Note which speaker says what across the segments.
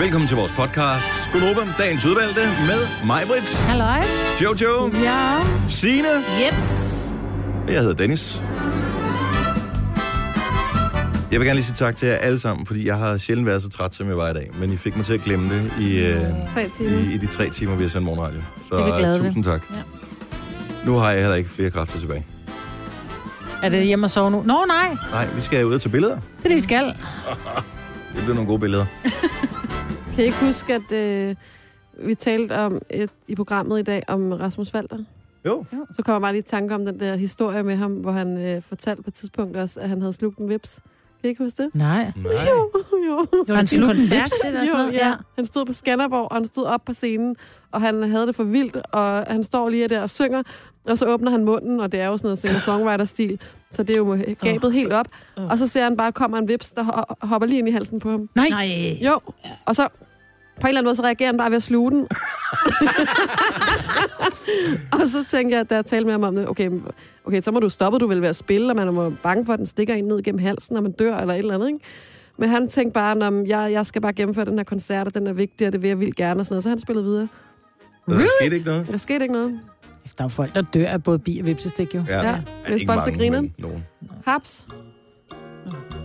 Speaker 1: Velkommen til vores podcast. Godnova, dagens udvalgte med mig, Brits,
Speaker 2: Halløj.
Speaker 1: Jojo,
Speaker 2: Ja.
Speaker 1: Signe.
Speaker 2: Jeps.
Speaker 1: Jeg hedder Dennis. Jeg vil gerne lige sige tak til jer alle sammen, fordi jeg har sjældent været så træt, som jeg var i dag. Men I fik mig til at glemme det i, øh,
Speaker 3: Tre timer.
Speaker 1: i, i de tre timer, vi har sendt morgenradio. Så øh,
Speaker 2: Det er vi glade ved.
Speaker 1: tusind tak.
Speaker 2: Ja.
Speaker 1: Nu har jeg heller ikke flere kræfter tilbage.
Speaker 2: Er det hjemme og sove nu? Nå, nej.
Speaker 1: Nej, vi skal ud og tage billeder.
Speaker 2: Det er det, vi skal.
Speaker 1: Det bliver nogle gode billeder.
Speaker 3: Kan I ikke huske, at øh, vi talte om et, i programmet i dag om Rasmus Walter?
Speaker 1: Jo.
Speaker 3: Så kommer jeg bare lige i tanke om den der historie med ham, hvor han øh, fortalte på et tidspunkt også, at han havde slugt en vips. Kan I ikke huske det?
Speaker 2: Nej.
Speaker 1: Nej.
Speaker 3: jo.
Speaker 2: Det var han
Speaker 4: til en
Speaker 2: slog en
Speaker 4: koncert,
Speaker 2: vips.
Speaker 4: eller sådan
Speaker 3: Jo,
Speaker 4: noget.
Speaker 3: ja. Han stod på Skanderborg, og han stod op på scenen, og han havde det for vildt, og han står lige der og synger, og så åbner han munden, og det er jo sådan noget singer-songwriter-stil, så det er jo gabet helt op. Og så ser han bare, at kommer en vips, der ho- hopper lige ind i halsen på ham.
Speaker 2: Nej.
Speaker 4: Nej.
Speaker 3: Jo, og så på en eller anden måde, så reagerer han bare ved at sluge den. og så tænker jeg, da jeg talte med ham om det, okay, men- okay så må du stoppe, du vil være at spille, og man er må bange for, at den stikker en ned gennem halsen, og man dør eller et eller andet, ikke? Men han tænkte bare, om jeg, jeg skal bare gennemføre den her koncert, og den er vigtig, og det vil jeg vildt gerne, og sådan noget. Så han spillede videre.
Speaker 1: Der really? skete ikke noget.
Speaker 3: Der skete ikke noget.
Speaker 2: Der er jo folk, der dør af både bi og vipsestik, jo.
Speaker 1: Ja.
Speaker 3: Ja, hvis
Speaker 1: Ikke
Speaker 3: folk så
Speaker 1: mange,
Speaker 3: griner.
Speaker 1: men Nogen.
Speaker 3: Haps,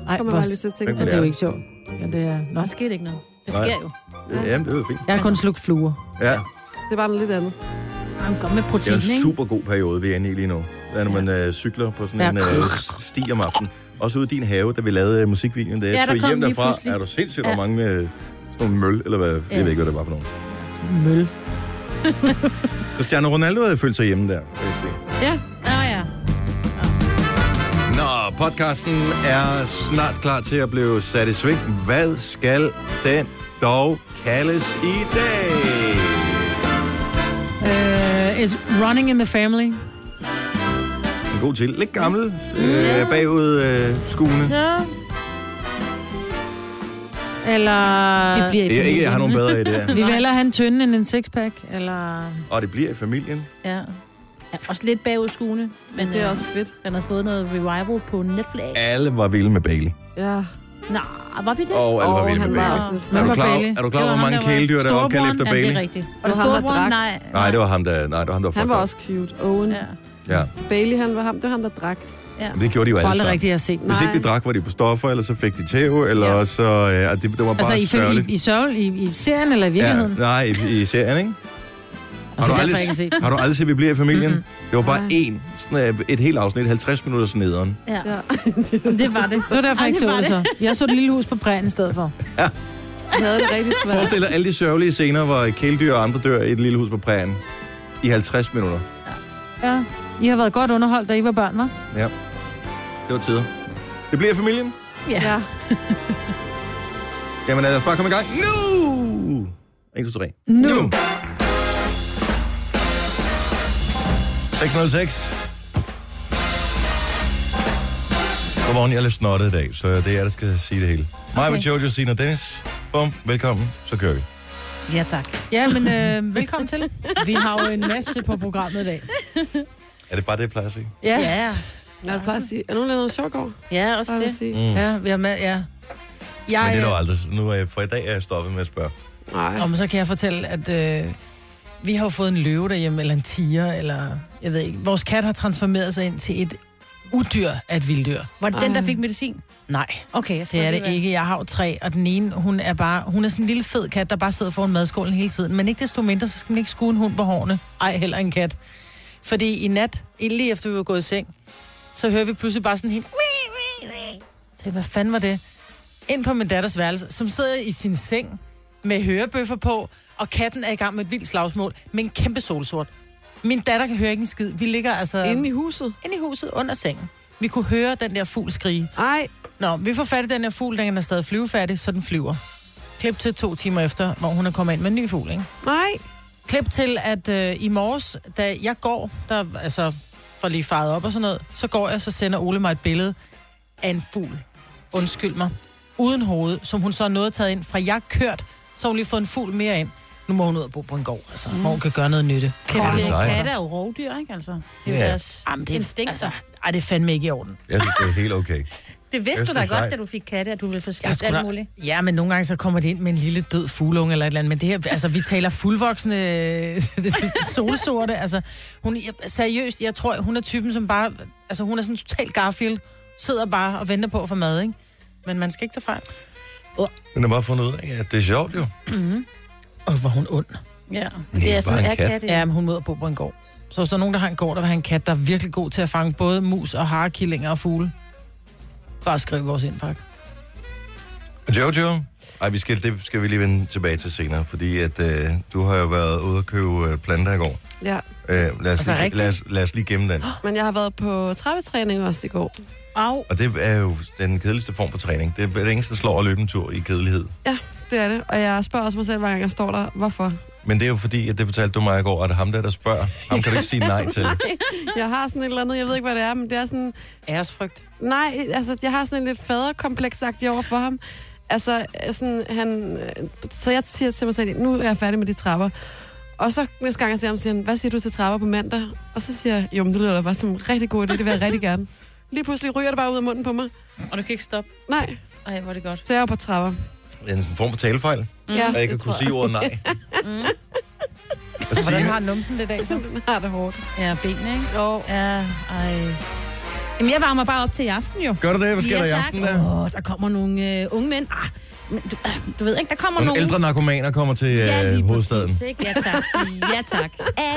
Speaker 2: Ej,
Speaker 3: kommer
Speaker 2: hvor...
Speaker 3: bare lige til at tænke.
Speaker 2: Ja, det er jo ikke sjovt. Ja, det er... Nå.
Speaker 4: Der sker ikke noget. Det
Speaker 1: Nej.
Speaker 4: sker jo.
Speaker 3: Ja.
Speaker 1: Jamen, det var fint.
Speaker 2: Jeg har kun slugt fluer.
Speaker 1: Ja,
Speaker 3: Det var noget lidt andet.
Speaker 4: Han kom med
Speaker 1: det er
Speaker 4: protein,
Speaker 1: en
Speaker 4: ikke?
Speaker 1: super god periode, vi er inde i lige nu. Det er, når man øh, cykler på sådan
Speaker 2: Ja.
Speaker 1: en øh, sti om aftenen. Også ude i din have, da vi lavede øh, musikvideoen, da jeg
Speaker 4: Ja, der
Speaker 1: tog
Speaker 4: kom
Speaker 1: hjem
Speaker 4: lige
Speaker 1: derfra,
Speaker 4: pludselig.
Speaker 1: er du sindssygt, ja.
Speaker 4: Ja.
Speaker 1: hvor mange øh, sådan nogle møl, eller hvad, jeg
Speaker 4: Ja.
Speaker 1: ved ikke, hvad det var for nogen.
Speaker 2: Møl.
Speaker 1: Cristiano Ronaldo havde følt sig hjemme der, vil jeg sige.
Speaker 4: Ja. Nå ja.
Speaker 1: Nå, podcasten er snart klar til at blive sat i sving. Hvad skal den dog kaldes i dag?
Speaker 2: Uh, it's running in the family.
Speaker 1: Mm. En god til. Lidt gammel, øh, bagud øh, skuene.
Speaker 2: Ja. Eller...
Speaker 4: Det bliver i
Speaker 1: Jeg, ikke, jeg har nogen
Speaker 4: familien.
Speaker 1: bedre idéer.
Speaker 2: Vi vil hellere have en tynde end en sixpack, eller...
Speaker 1: Og det bliver i familien.
Speaker 4: Ja. ja. Også lidt bagudskuende, men
Speaker 3: Det er
Speaker 4: øh,
Speaker 3: også fedt.
Speaker 4: den har fået noget revival på Netflix.
Speaker 1: Alle var vilde med Bailey.
Speaker 3: Ja.
Speaker 4: Nå, var vi det?
Speaker 1: Og alle var
Speaker 3: Åh,
Speaker 1: vilde
Speaker 3: han
Speaker 1: med
Speaker 3: var
Speaker 1: Bailey.
Speaker 3: også en
Speaker 1: Er
Speaker 2: Hvem
Speaker 1: du
Speaker 2: var
Speaker 3: flot.
Speaker 1: klar,
Speaker 2: Bailey?
Speaker 1: er du klar over,
Speaker 4: Det var
Speaker 1: hvor mange
Speaker 4: ham, der var-
Speaker 1: kæledyr, der var opkaldt
Speaker 2: Storebroren,
Speaker 1: efter
Speaker 4: Ja, det
Speaker 1: Bailey?
Speaker 4: er rigtigt.
Speaker 3: Det
Speaker 4: Og
Speaker 3: var ham, der
Speaker 4: storebroren,
Speaker 3: drak.
Speaker 4: nej.
Speaker 1: Nej, det var ham, der... Nej, det var ham, der var
Speaker 3: Han
Speaker 1: fucked
Speaker 3: var
Speaker 1: up.
Speaker 3: også cute. Owen.
Speaker 4: Ja,
Speaker 1: Ja,
Speaker 3: Bailey, han var ham. Det var ham, der drak.
Speaker 1: men det gjorde de jo
Speaker 2: Jeg tror
Speaker 1: alle
Speaker 2: aldrig
Speaker 1: sammen.
Speaker 2: rigtigt, jeg har set.
Speaker 1: Hvis ikke de
Speaker 3: Nej.
Speaker 1: drak, var de på stoffer, eller så fik de tæv, eller
Speaker 4: Ja.
Speaker 1: så... Ja, det, det var bare
Speaker 2: Altså i,
Speaker 1: sørgeligt.
Speaker 2: i, i, sørgel, i, i serien eller i virkeligheden?
Speaker 1: Ja, nej, i, i serien, ikke?
Speaker 2: Altså, det er
Speaker 1: du aldrig-
Speaker 2: derfor, jeg ikke set.
Speaker 1: Har du aldrig set, vi bliver i familien?
Speaker 2: Mhm.
Speaker 1: Mm-hmm. Det var bare
Speaker 3: Nej.
Speaker 1: én, sådan øh, et helt afsnit, 50 minutter nederen.
Speaker 4: ja.
Speaker 3: Ja.
Speaker 4: Det var det.
Speaker 2: Det var derfor, jeg ikke så
Speaker 4: Ej,
Speaker 2: det
Speaker 4: det
Speaker 2: så. Jeg så det lille hus på brænden i stedet for.
Speaker 3: Han havde det rigtig svært.
Speaker 1: Forestil dig alle de sørgelige scener, hvor kæledyr og andre dør i et lille hus på prærien. I 50 minutter.
Speaker 2: Ja. I har været godt underholdt, da I var børn, hva'?
Speaker 1: Det var tider. Det bliver i familien.
Speaker 3: Ja.
Speaker 1: Jamen lad os bare komme i gang nu! 1, 2, 3.
Speaker 2: Nu.
Speaker 1: 606. Godmorgen, jeg er lidt snottet i dag, så det er jeg, der skal sige det hele. Mig okay. med Jojo, Sina og Dennis. Bum, velkommen, så kører vi.
Speaker 4: Ja, tak.
Speaker 2: Ja, men øh, velkommen til. Vi har jo en masse på programmet i dag.
Speaker 1: Er det bare det, jeg plejer at sige?
Speaker 2: Ja, ja.
Speaker 4: Ja,
Speaker 3: Nå, du plejer at sige, er nogen lavet noget sjovt går?
Speaker 4: ja også
Speaker 3: Plejer du
Speaker 4: det.
Speaker 3: at sige.
Speaker 2: ja vi har med, ja.
Speaker 1: Mm. Men
Speaker 2: Jeg,
Speaker 1: det er du aldrig. Nu er jeg, for i dag er jeg stoppet med at spørge.
Speaker 3: Nej.
Speaker 2: øh, Om så kan jeg fortælle, at øh, vi har jo fået en løve derhjemme, eller en tiger, eller jeg ved ikke. Vores kat har transformeret sig ind til et udyr af et vilddyr.
Speaker 4: Var det den, der fik medicin?
Speaker 2: Øhm. Nej,
Speaker 4: Okay, jeg skal
Speaker 2: det er
Speaker 4: lige
Speaker 2: det
Speaker 4: være-
Speaker 2: ikke. Jeg har jo tre, og den ene, hun er bare, hun er sådan en lille fed kat, der bare sidder foran madskålen hele tiden. Men ikke desto mindre, så skal man ikke skue en hund på hårene. Ej, heller en kat. Fordi i nat, lige efter vi var gået i seng, så hører vi pludselig bare sådan helt... Så hvad fanden var det? Ind på min datters værelse, som sidder i sin seng med hørebøffer på, og katten er i gang med et vildt slagsmål med en kæmpe solsort. Min datter kan høre ikke en skid. Vi ligger altså
Speaker 3: Inde
Speaker 2: inde
Speaker 3: i huset?
Speaker 2: i huset under sengen. Vi kunne høre den der fugl skrige.
Speaker 3: Nej.
Speaker 2: Nå, vi får fat i den her fugl, den er stadig flyvefærdig, så den flyver. Klip til to timer efter, hvor hun er kommet ind med en ny fugl, ikke?
Speaker 3: Nej.
Speaker 2: Klip til, at øh, i morges, da jeg går, der, altså for lige faret op og sådan noget, så går jeg, så sender Ole mig et billede af en fugl. Undskyld mig. Uden hoved, som hun så er nået at taget ind. Fra jeg kørt, så har hun lige fået en fugl mere ind. Nu må hun ud og bo på en gård, altså. Mm. Hvor hun kan gøre noget nytte.
Speaker 4: Kan
Speaker 1: Kæft,
Speaker 4: vi-
Speaker 1: det er sejt.
Speaker 4: Katte er jo rovdyr, ikke altså? Det er jo
Speaker 1: Ja.
Speaker 4: deres
Speaker 2: Jamen, det,
Speaker 4: instinkter.
Speaker 2: altså, ej, det er fandme ikke i orden.
Speaker 1: Jeg synes, det er helt okay.
Speaker 4: Det vidste
Speaker 1: Kæft,
Speaker 4: du
Speaker 1: det
Speaker 4: da
Speaker 1: er
Speaker 4: godt,
Speaker 1: sejt.
Speaker 4: da du fik katte, at du ville få
Speaker 2: Jeg
Speaker 4: slidt
Speaker 2: skulle
Speaker 4: alt
Speaker 2: da-
Speaker 4: muligt.
Speaker 2: Ja, men nogle gange så kommer de ind med en lille død fuglunge eller et eller andet. Men det her, altså, vi taler fuldvoksne solsorte. Altså, hun, jeg, seriøst, jeg tror, hun er typen, som bare... Altså, hun er sådan totalt Garfield. Sidder bare og venter på at få mad, ikke? Men man skal ikke tage fejl.
Speaker 1: Men jeg har bare fundet ud af, at det er sjovt jo.
Speaker 2: Og hvor er hun ond.
Speaker 4: Mm-hmm. Ja,
Speaker 1: er
Speaker 4: det er
Speaker 1: bare
Speaker 4: sådan,
Speaker 1: en
Speaker 4: er
Speaker 1: kat.
Speaker 4: katte.
Speaker 2: Ja, men hun møder på på en gård. Så hvis der er nogen, der har en gård, der vil have en kat, der er virkelig god til at fange både mus og harekillinger og fugle. Bare skriv i vores indpakke.
Speaker 1: Jojo? Ej, vi skal, det skal vi lige vende tilbage til senere, fordi at, øh, du har jo været ude og købe øh, planter i går.
Speaker 3: Ja.
Speaker 1: Øh, lad, os
Speaker 2: Altså,
Speaker 1: lige,
Speaker 2: rigtigt?
Speaker 1: lad, os, lad os lige gemme den.
Speaker 3: Men jeg har været på trappetræning også i går.
Speaker 4: Au.
Speaker 1: Og det er jo den kedeligste form for træning. Det er det eneste, der slår at løbe en tur i kedelighed.
Speaker 3: Det er det. Og jeg spørger også mig selv, hver gang jeg står der, hvorfor?
Speaker 1: Men det er jo fordi, at det fortalte du mig i går, at ham der, der spørger, ham kan du ikke sige nej til.
Speaker 3: Jeg har sådan et eller andet, jeg ved ikke, hvad det er, men det er sådan...
Speaker 2: Æresfrygt.
Speaker 3: Nej, altså, jeg har sådan en lidt faderkompleksagtig over for ham. Altså, sådan, han... øh, Så jeg siger til mig selv, nu er jeg færdig med de trapper. Og så næste gang, jeg ser ham, siger han, hvad siger du til trapper på mandag? Og så siger jeg, jo, men det lyder da bare som en rigtig god idé, det vil jeg rigtig gerne. Lige pludselig ryger det bare ud af munden på mig.
Speaker 4: Og du kan ikke stoppe.
Speaker 3: Nej,
Speaker 4: Ej, hvor er det godt.
Speaker 3: så jeg er jo på trapper.
Speaker 1: Det er en form for talefejl,
Speaker 3: Mm. Ja,
Speaker 1: at Mm. jeg ikke
Speaker 3: det
Speaker 1: kunne
Speaker 3: tror
Speaker 1: sige ordet nej.
Speaker 4: Mm.
Speaker 1: Og
Speaker 2: Hvordan
Speaker 1: Signe-
Speaker 2: har numsen det i dag så?
Speaker 3: Den har det hårdt.
Speaker 4: Ja, benene, ikke?
Speaker 3: Jo.
Speaker 4: Ja, ej. Jamen, jeg varmer bare op til i aften, jo.
Speaker 1: Gør du det? Hvad sker der i
Speaker 4: tak.
Speaker 1: aften der?
Speaker 4: Åh, der kommer nogle øh, unge mænd. Ah, men du, øh, du ved ikke, der kommer
Speaker 1: Nogle
Speaker 4: nogle...
Speaker 1: ældre narkomaner kommer til
Speaker 4: ja,
Speaker 1: øh,
Speaker 4: lige
Speaker 1: hovedstaden.
Speaker 4: præcis, ikke? Ja, tak. Ja, tak.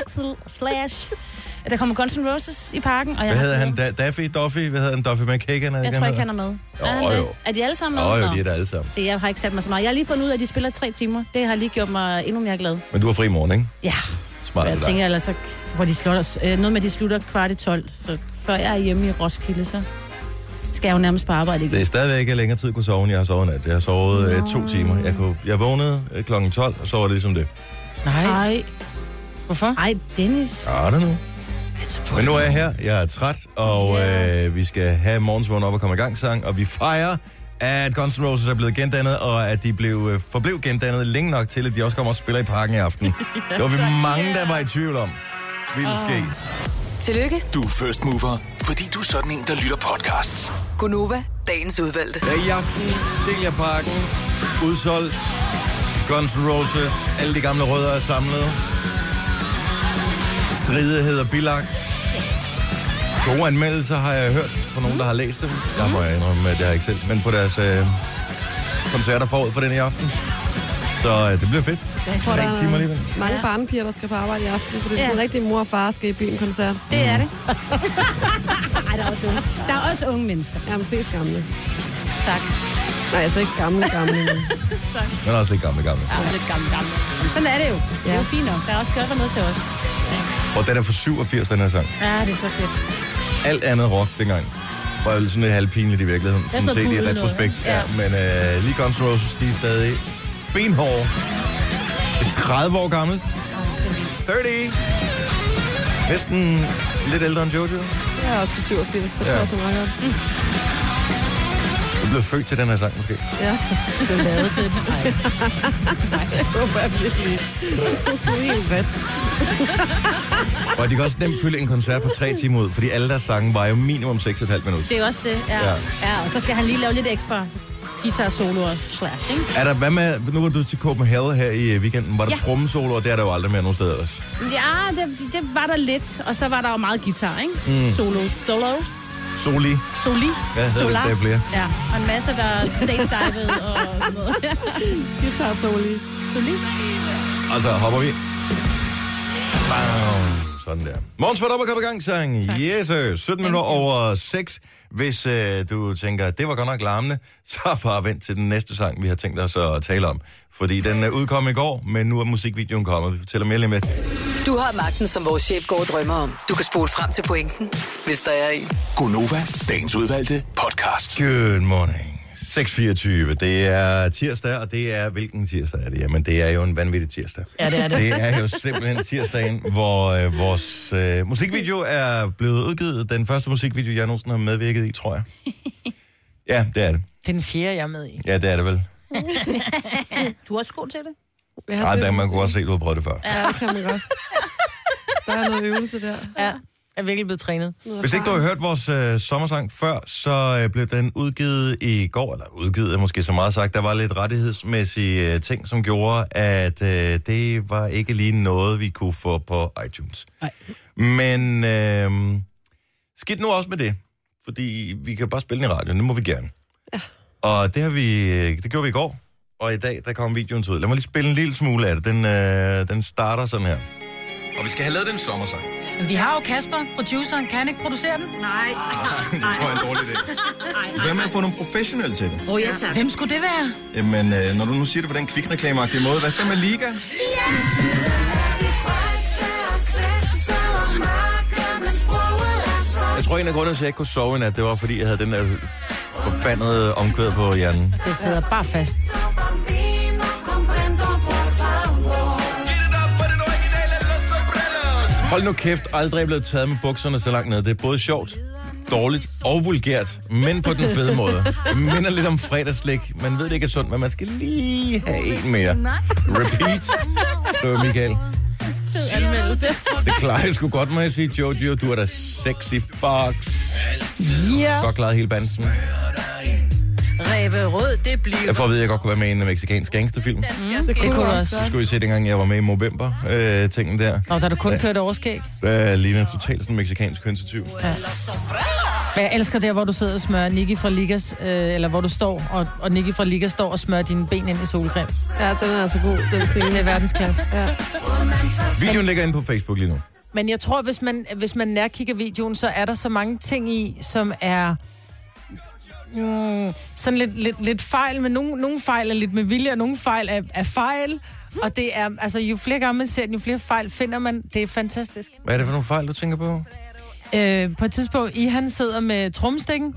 Speaker 4: Axel slash... Der kommer Guns N' Roses i parken, og jeg
Speaker 1: Hvad
Speaker 4: har
Speaker 1: hedder han?
Speaker 4: flere.
Speaker 1: Da- Daffy? Duffy? Hvad hedder han? Duffy McKagan?
Speaker 4: Jeg tror ikke, han er med.
Speaker 1: Jo,
Speaker 4: er, han
Speaker 1: jo.
Speaker 4: det? er de alle sammen med?
Speaker 1: Åh, jo,
Speaker 4: Nå.
Speaker 1: de er der alle sammen.
Speaker 4: Se, jeg har ikke sat mig så meget. Jeg har lige fundet ud af, at de spiller tre timer. Det har lige gjort mig endnu mere glad.
Speaker 1: Men du har fri i morgen, ikke?
Speaker 4: Ja,
Speaker 1: Smart
Speaker 4: og
Speaker 1: af
Speaker 4: jeg
Speaker 1: dig.
Speaker 4: tænker ellers, så hvor de slutter, øh, noget med, at de slutter kvart i 12. Så før jeg er hjemme i Roskilde, så skal jeg jo nærmest på arbejde igen.
Speaker 1: Det er stadigvæk længere tid, jeg kunne sove, end jeg har sovet i nat. Jeg har sovet øh, to
Speaker 4: Nå.
Speaker 1: timer. Jeg, kunne, jeg vågnede øh, kl. 12, og så var det ligesom det.
Speaker 2: Nej.
Speaker 4: Ej,
Speaker 2: Hvorfor?
Speaker 4: ej, Dennis.
Speaker 1: Ja, det nu.
Speaker 2: Ej,
Speaker 1: Men nu er jeg her. Jeg er træt, og
Speaker 4: Ja.
Speaker 1: øh, vi skal have morgens vågn op og komme i gang sang, og vi fejrer at Guns N' Roses er blevet gendannet, og at de blev, øh, forblev gendannet længe nok til, at de også kommer og spiller i parken i aften. det var vi mange, der var i tvivl om, ville ske.
Speaker 5: Ah. Tillykke,
Speaker 6: Du er first mover, fordi du er sådan en, der lytter podcasts.
Speaker 5: Gunova, dagens udvalgte.
Speaker 1: Ja, i aften, Telia Parken, udsolgt, Guns N' Roses, alle de gamle rødder er samlet. Stridighed og bilagt. Gode anmeldelser har jeg hørt fra nogen, der har læst dem. Jeg må indrømme, at det har jeg ikke selv, men på deres øh, koncerter forud for den i aften. Så øh, det bliver fedt.
Speaker 3: Jeg tror,
Speaker 1: Tre
Speaker 3: der er
Speaker 1: timer alligevel.
Speaker 3: mange
Speaker 4: Ja.
Speaker 3: barnepiger, der skal på arbejde i aften, for det er
Speaker 4: Ja.
Speaker 3: sådan en rigtig mor og far skal i byen koncert.
Speaker 4: Det er det. Ej, der er også unge. Der er også unge mennesker.
Speaker 3: Jamen, flest gamle.
Speaker 4: Tak.
Speaker 3: Nej, altså ikke gamle, gamle. men-
Speaker 1: Men også lidt gamle, gamle.
Speaker 4: Der er lidt gammel, gammel. Sådan er det jo. Det er jo fint nok. Der er også gjort noget til os.
Speaker 1: Og den er fra 87, den her sang.
Speaker 4: Ja, det er så fedt.
Speaker 1: alt andet rock dengang var jo sådan lidt halvpinligt i virkeligheden.
Speaker 4: er
Speaker 1: Sådan
Speaker 4: sådan
Speaker 1: set i
Speaker 4: noget
Speaker 1: retrospekt.
Speaker 4: pudel
Speaker 1: Ja.
Speaker 4: noget,
Speaker 1: ja. Men øh, lige Guns N' Roses, de er stadig benhårde. Det er 30 år gammelt.
Speaker 4: Åh, så vildt.
Speaker 1: 30! Næsten lidt ældre end Jojo.
Speaker 3: Jeg er også for 87, så det
Speaker 1: Ja.
Speaker 3: ja. passer meget godt.
Speaker 4: Mm.
Speaker 1: Jeg blev født til den her sang måske.
Speaker 3: Ja,
Speaker 2: Du er lavet til den. Ej.
Speaker 3: jeg håber jeg virkelig. det er helt ret.
Speaker 1: Og de kan også nemt fylde en koncert på tre timer ud, fordi alle deres sange var jo minimum 6,5 minutter.
Speaker 4: Det er også det, ja.
Speaker 1: Ja.
Speaker 4: ja. ja. og så skal han lige lave lidt ekstra guitar solo og slash, ikke?
Speaker 1: Er der, hvad med, nu var du til Copenhagen her i øh, weekenden, var der ja.
Speaker 4: Ja.
Speaker 1: trommesolo, og det er der jo aldrig mere nogen steder også.
Speaker 4: Ja, det, det var der lidt, og så var der jo meget guitar, ikke? Mm. Solos, solos,
Speaker 1: Soli.
Speaker 4: soli,
Speaker 1: Hvad hedder det,
Speaker 4: solar.
Speaker 1: der er flere?
Speaker 4: Ja, og en masse, der stage dived og sådan noget.
Speaker 3: Guitar soli.
Speaker 4: soli.
Speaker 1: Og så Altså, hopper vi. Bam. Sådan der. Måns, var op og kom i gang, sang. Yes, sir. 17 minutter over 6. Hvis øh, du tænker, det var godt nok larmende, så bare vent til den næste sang, vi har tænkt os at tale om. Fordi den øh, udkom i går, men nu er musikvideoen kommet. Vi fortæller mere lige med.
Speaker 5: Du har magten, som vores chef går og drømmer om. Du kan spole frem til pointen, hvis der er en.
Speaker 6: Gonova, dagens udvalgte podcast.
Speaker 1: Good morning. 6.24. Det er tirsdag, og det er... Hvilken tirsdag er det? Jamen, det er jo en vanvittig tirsdag.
Speaker 2: Ja, det er det.
Speaker 1: Det er jo simpelthen tirsdagen, hvor øh, vores øh, musikvideo er blevet udgivet. Den første musikvideo, jeg nogensinde har medvirket i, tror jeg. Ja, det er det.
Speaker 2: Det er den fjerde, jeg er med i.
Speaker 1: Ja, det er det vel.
Speaker 4: Du er også god til det.
Speaker 3: Ja,
Speaker 1: Ej,
Speaker 3: det,
Speaker 1: der, man kunne godt se, du har prøvet det før.
Speaker 3: ja, det kan man godt. Der er noget øvelse der.
Speaker 4: Ja.
Speaker 2: er virkelig blevet trænet.
Speaker 1: Hvis ikke du har hørt vores øh, sommersang før, så øh, blev den udgivet i går, eller udgivet er måske så meget sagt. Der var lidt rettighedsmæssige øh, ting, som gjorde, at øh, det var ikke lige noget, vi kunne få på iTunes.
Speaker 4: Nej.
Speaker 1: Men øh, skidt nu også med det, fordi vi kan bare spille den i radioen, det må vi gerne. Ja. Og det, har vi, øh, det gjorde vi i går, og i dag der kom videoen ud. Lad mig lige spille en lille smule af det. Den, øh, den starter sådan her. Og vi skal have lavet den sommersang.
Speaker 2: Men vi har jo Kasper, produceren. Kan han ikke producere den?
Speaker 7: Nej.
Speaker 1: Ah, det tror jeg er en dårlig idé. Hvad med at få nogle professionelle til det?
Speaker 7: Åh, oh, ja tak.
Speaker 2: Hvem skulle det være?
Speaker 1: Jamen, øh, når du nu siger det på den kvikreklameagtige måde, hvad så med Liga? Jeg tror, en af grundene til, at jeg ikke kunne sove i nat, det var, fordi jeg havde den der forbandede omkvæd på hjernen.
Speaker 2: Det sidder bare fast.
Speaker 1: Hold nu kæft, aldrig er blevet taget med bukserne så langt ned. Det er både sjovt, dårligt og vulgært, men på den fede måde. Det minder lidt om fredagslik. Man ved det ikke er sundt, men man skal lige have en mere. Repeat, skriver Michael. Det klarer jeg sgu godt, må jeg sige, Jojo. Du er da sexy fox.
Speaker 2: Ja.
Speaker 1: Godt klaret hele bansen.
Speaker 7: Ræve rød, det bliver...
Speaker 1: Jeg får at vide, at jeg godt kunne være med i en meksikansk gangsterfilm.
Speaker 2: Det Mm. kunne du også.
Speaker 1: Det skulle I se, dengang jeg var med i Movember-tingen der.
Speaker 2: Nå, der er du kun kørt overskæg.
Speaker 1: Der ligner totalt sådan en meksikansk kønsetyv.
Speaker 2: Men jeg elsker der, hvor du sidder og smører Nicky fra Ligas, øh, eller hvor du står, og, og Nicky fra Ligas står og smører dine ben ind i solcreme.
Speaker 3: Ja, den er altså god, den
Speaker 2: Det
Speaker 3: scene.
Speaker 2: er verdensklasse.
Speaker 1: Videoen ligger inde på Facebook lige nu.
Speaker 2: Men jeg tror, hvis man, hvis man nærkigger videoen, så er der så mange ting i, som er mm, sådan lidt, lidt, lidt fejl, men nogle, nogle fejl er lidt med vilje, og nogle fejl er, er fejl. Og det er, altså jo flere gange man ser den, jo flere fejl finder man. Det er fantastisk.
Speaker 1: Hvad er det for nogle fejl, du tænker på?
Speaker 2: Øh, på et tidspunkt, I han sidder med trommestikken,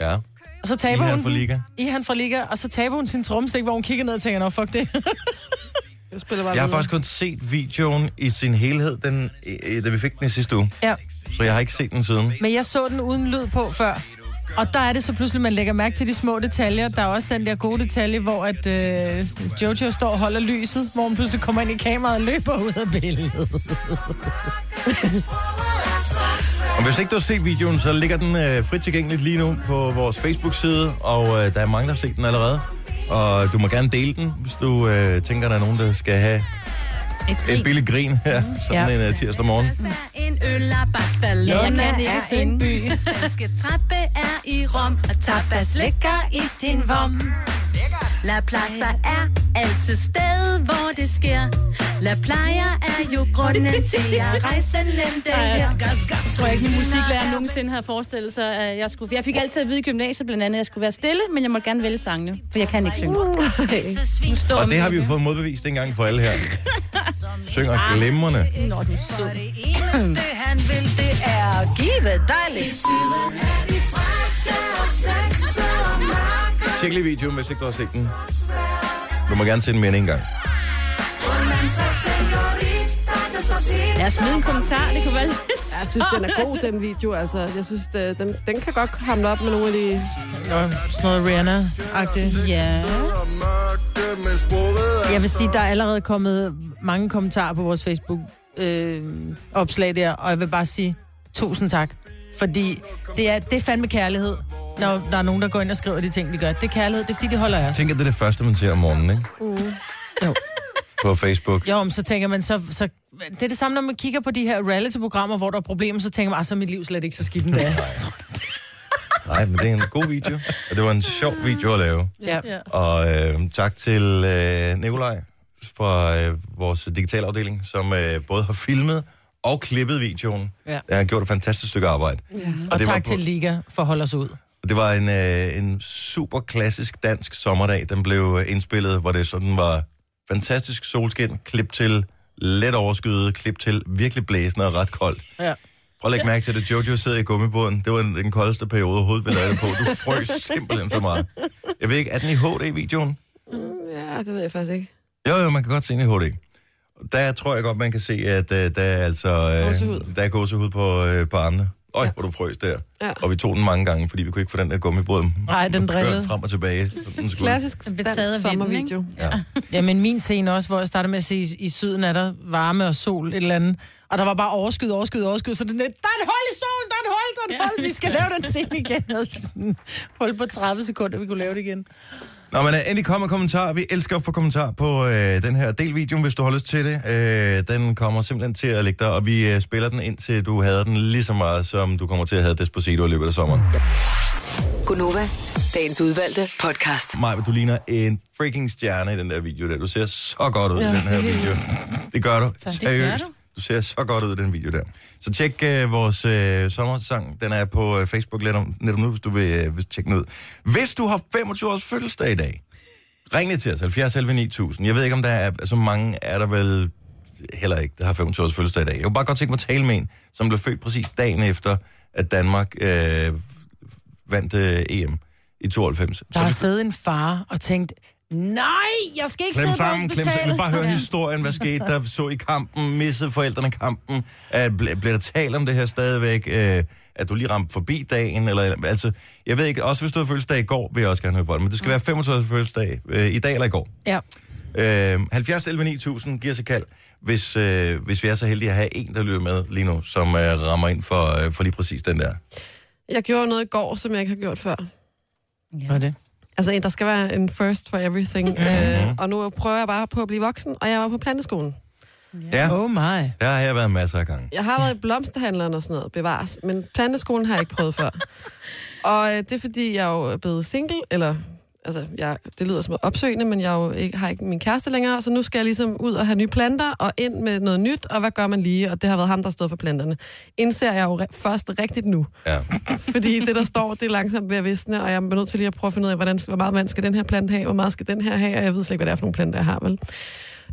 Speaker 1: Ja.
Speaker 2: og så taber
Speaker 1: Ihan
Speaker 2: hun
Speaker 1: fra
Speaker 2: den.
Speaker 1: Liga.
Speaker 2: Ihan fra Liga, og så taber hun sin trommestik, hvor hun kigger ned og tænker, nå, fuck det.
Speaker 3: Jeg spiller bare
Speaker 1: Jeg har
Speaker 3: videre.
Speaker 1: faktisk kun set videoen i sin helhed, den, øh, da vi fik den i sidste uge.
Speaker 2: ja.
Speaker 1: Så jeg har ikke set den siden.
Speaker 2: Men jeg så den uden lyd på før. Og der er det så pludselig, man lægger mærke til de små detaljer. Der er også den der gode detalje, hvor at, øh, Jojo står og holder lyset, hvor hun pludselig kommer ind i kameraet og løber ud af billedet.
Speaker 1: Og hvis ikke du har set videoen, så ligger den øh, frit tilgængeligt lige nu på vores Facebook-side, og øh, der er mange, der har set den allerede. Og du må gerne dele den, hvis du øh, tænker, der er nogen, der skal have et billigt grin her, sådan
Speaker 2: Mm, Ja.
Speaker 1: en øh, tirsdag morgen.
Speaker 7: En øl af Barcelona
Speaker 4: Ja, jeg kan ikke
Speaker 7: er
Speaker 4: synge.
Speaker 7: en by. Spanske trappe er i Rom, og tapas ligger i din vom. La Plaza er altid sted, hvor det sker. La Playa er jo grunden til, at rejsen endte her.
Speaker 4: Jeg tror ikke, min musiklærer nogensinde havde forestillet sig, at jeg skulle... Jeg fik altid at vide i gymnasiet blandt andet, at jeg skulle være stille, men jeg måtte gerne vælge sangene, for jeg kan ikke synge.
Speaker 2: Uh,
Speaker 4: Nu står
Speaker 1: Og det har vi jo
Speaker 4: Amalie.
Speaker 1: fået modbevist en gang for alle her. Synger glimrende.
Speaker 4: Nå, du er sød.
Speaker 7: Det eneste han vil, det er at give dig lidt.
Speaker 1: Tjek lige videoen, hvis ikke du har set den. Du må gerne se den mere end en gang.
Speaker 4: Lad os smide en kommentar, det kunne være lidt...
Speaker 3: Jeg synes, den er god, den video. Altså, jeg synes, det- den, den kan godt hamle op med nogle af de...
Speaker 2: Sådan noget Rihanna-agtigt.
Speaker 4: Ja.
Speaker 2: Jeg vil sige, der er allerede kommet mange kommentarer på vores Facebook-opslag der, og jeg vil bare sige tusind tak. Fordi det er, det er fandme kærlighed, når der er nogen, der går ind og skriver de ting, de gør. Det er kærlighed, det er fordi, de holder af os.
Speaker 1: Tænk, at det er det første, man ser om morgenen, ikke?
Speaker 2: Mm. Jo.
Speaker 1: På Facebook.
Speaker 2: Jo, men så tænker man, så, så, det er det samme, når man kigger på de her reality-programmer, hvor der er problemer, så tænker man, "Ah, så er mit liv slet ikke så skidt endda.
Speaker 1: Nej, men det er en god video. Og det var en sjov video at lave.
Speaker 2: ja.
Speaker 1: Og øh, tak til øh, Nikolaj fra øh, vores digitale afdeling, som øh, både har filmet og klippet videoen.
Speaker 2: Ja.
Speaker 1: Han har gjort et fantastisk stykke arbejde. Ja.
Speaker 2: Og
Speaker 1: det var
Speaker 2: tak
Speaker 1: på-
Speaker 2: til Liga for at holde os ud.
Speaker 1: Det var en, øh, en super klassisk dansk sommerdag, den blev øh, indspillet, hvor det sådan var fantastisk solskin, klip til let overskyet, klip til virkelig blæsende og ret koldt.
Speaker 2: Ja.
Speaker 1: Prøv at lægge mærke til det. Jojo sidder i gummibåden. Det var den, den koldeste periode overhovedet, vi lavede på. Du frøs simpelthen så meget. Jeg ved ikke, er den i HD-videoen?
Speaker 3: Ja, det ved jeg faktisk ikke.
Speaker 1: Jo, jo, man kan godt se den i HD. Der tror jeg godt, man kan se, at øh, der er altså... Øh, der er gåsehud på, øh, på armene. Øj, hvor du frøs der.
Speaker 3: Ja.
Speaker 1: Og vi tog den mange gange, fordi vi kunne ikke få den der gummibåd.
Speaker 2: Nej, den drillede.
Speaker 1: frem og tilbage. Så den skulle.
Speaker 3: Klassisk
Speaker 4: Den blev taget
Speaker 3: dansk
Speaker 4: af vinden,
Speaker 3: sommervideo.
Speaker 1: Ja.
Speaker 2: Ja, men min scene også, hvor jeg startede med at sige, i- i syden er der varme og sol, et eller andet. Og der var bare overskud, overskud, overskud. Så det, der er et hul i solen, der er et hul, der er et hul. Vi skal lave den scene igen. Og sådan, Hul på 30 sekunder, vi kunne lave det igen.
Speaker 1: Nå, men øh, endelig kom med kommentarer. Vi elsker at få kommentarer på øh, den her del videoen, hvis du holder lyst til det. Øh, den kommer simpelthen til at ligge der, og vi øh, spiller den indtil du hader den lige så meget, som du kommer til at have Despacito i løbet af sommeren.
Speaker 5: Gunova, dagens udvalgte podcast.
Speaker 1: Maja, du ligner en freaking stjerne i den der video der. Du ser så godt ud ja, i den her video. Det gør du.
Speaker 4: det gør
Speaker 1: Seriøst.
Speaker 4: du.
Speaker 1: Du ser så godt ud i den video der. Så tjek øh, vores øh, sommersang. Den er på øh, Facebook lidt om, lidt om nu, hvis du vil, øh, vil tjekke den ud. Hvis du har 25 års fødselsdag i dag, ring lige til os. 70 11 9000. Jeg ved ikke, om der er så mange, er der vel heller ikke, der har 25 års fødselsdag i dag. Jeg kunne bare godt tænke mig at tale med en, som blev født præcis dagen efter, at Danmark øh, vandt øh, EM i 92. Så
Speaker 2: Der har
Speaker 1: vi-
Speaker 2: siddet en far og tænkt, nej, jeg skal ikke
Speaker 1: Klem
Speaker 2: sidde
Speaker 1: sammen,
Speaker 2: på
Speaker 1: klem sammen. Jeg vil
Speaker 2: hospitalet.
Speaker 1: bare høre historien. Hvad skete der? Så I kampen? Missede forældrene kampen? Uh, ble, bliver der talt om det her stadigvæk? Uh, at du lige ramte forbi dagen? Eller, altså, jeg ved ikke. Også hvis du havde fødselsdag i går, vil jeg også gerne høre fra dig. Men det skal
Speaker 2: Mm.
Speaker 1: være 25 fødselsdag uh, i dag eller i går.
Speaker 2: Ja.
Speaker 1: Uh, 70 11 9000 giver sig kald, hvis, uh, hvis vi er så heldige at have en, der lytter med lige nu, som uh, rammer ind for, uh, for lige præcis den der.
Speaker 3: Jeg gjorde noget i går, som jeg ikke har gjort før.
Speaker 2: Hvad er det? Mhm.
Speaker 3: Altså, en- der skal være en first for everything. Øh, og nu prøver jeg bare på at blive voksen, og jeg var på planteskolen.
Speaker 1: Ja,
Speaker 2: Oh my.
Speaker 1: der har jeg været masser af gange.
Speaker 3: Jeg har været i blomsterhandleren og sådan noget, bevares. Men planteskolen har jeg ikke prøvet før. Og øh, det er, fordi jeg jo er blevet single, eller... Altså, jeg, det lyder som opsøgende, men jeg er jo ikke, har ikke min kæreste længere, så nu skal jeg ligesom ud og have nye planter, og ind med noget nyt, og hvad gør man lige? Og det har været ham, der stod for planterne. Indser jeg jo re- først rigtigt nu.
Speaker 1: Ja.
Speaker 3: Fordi det, der står, det er langsomt ved at visne, og jeg er nødt til lige at prøve at finde ud af, hvordan, hvor meget vand skal den her plante have, hvor meget skal den her have, og jeg ved slet ikke, hvad det er for nogle planter, jeg har, vel?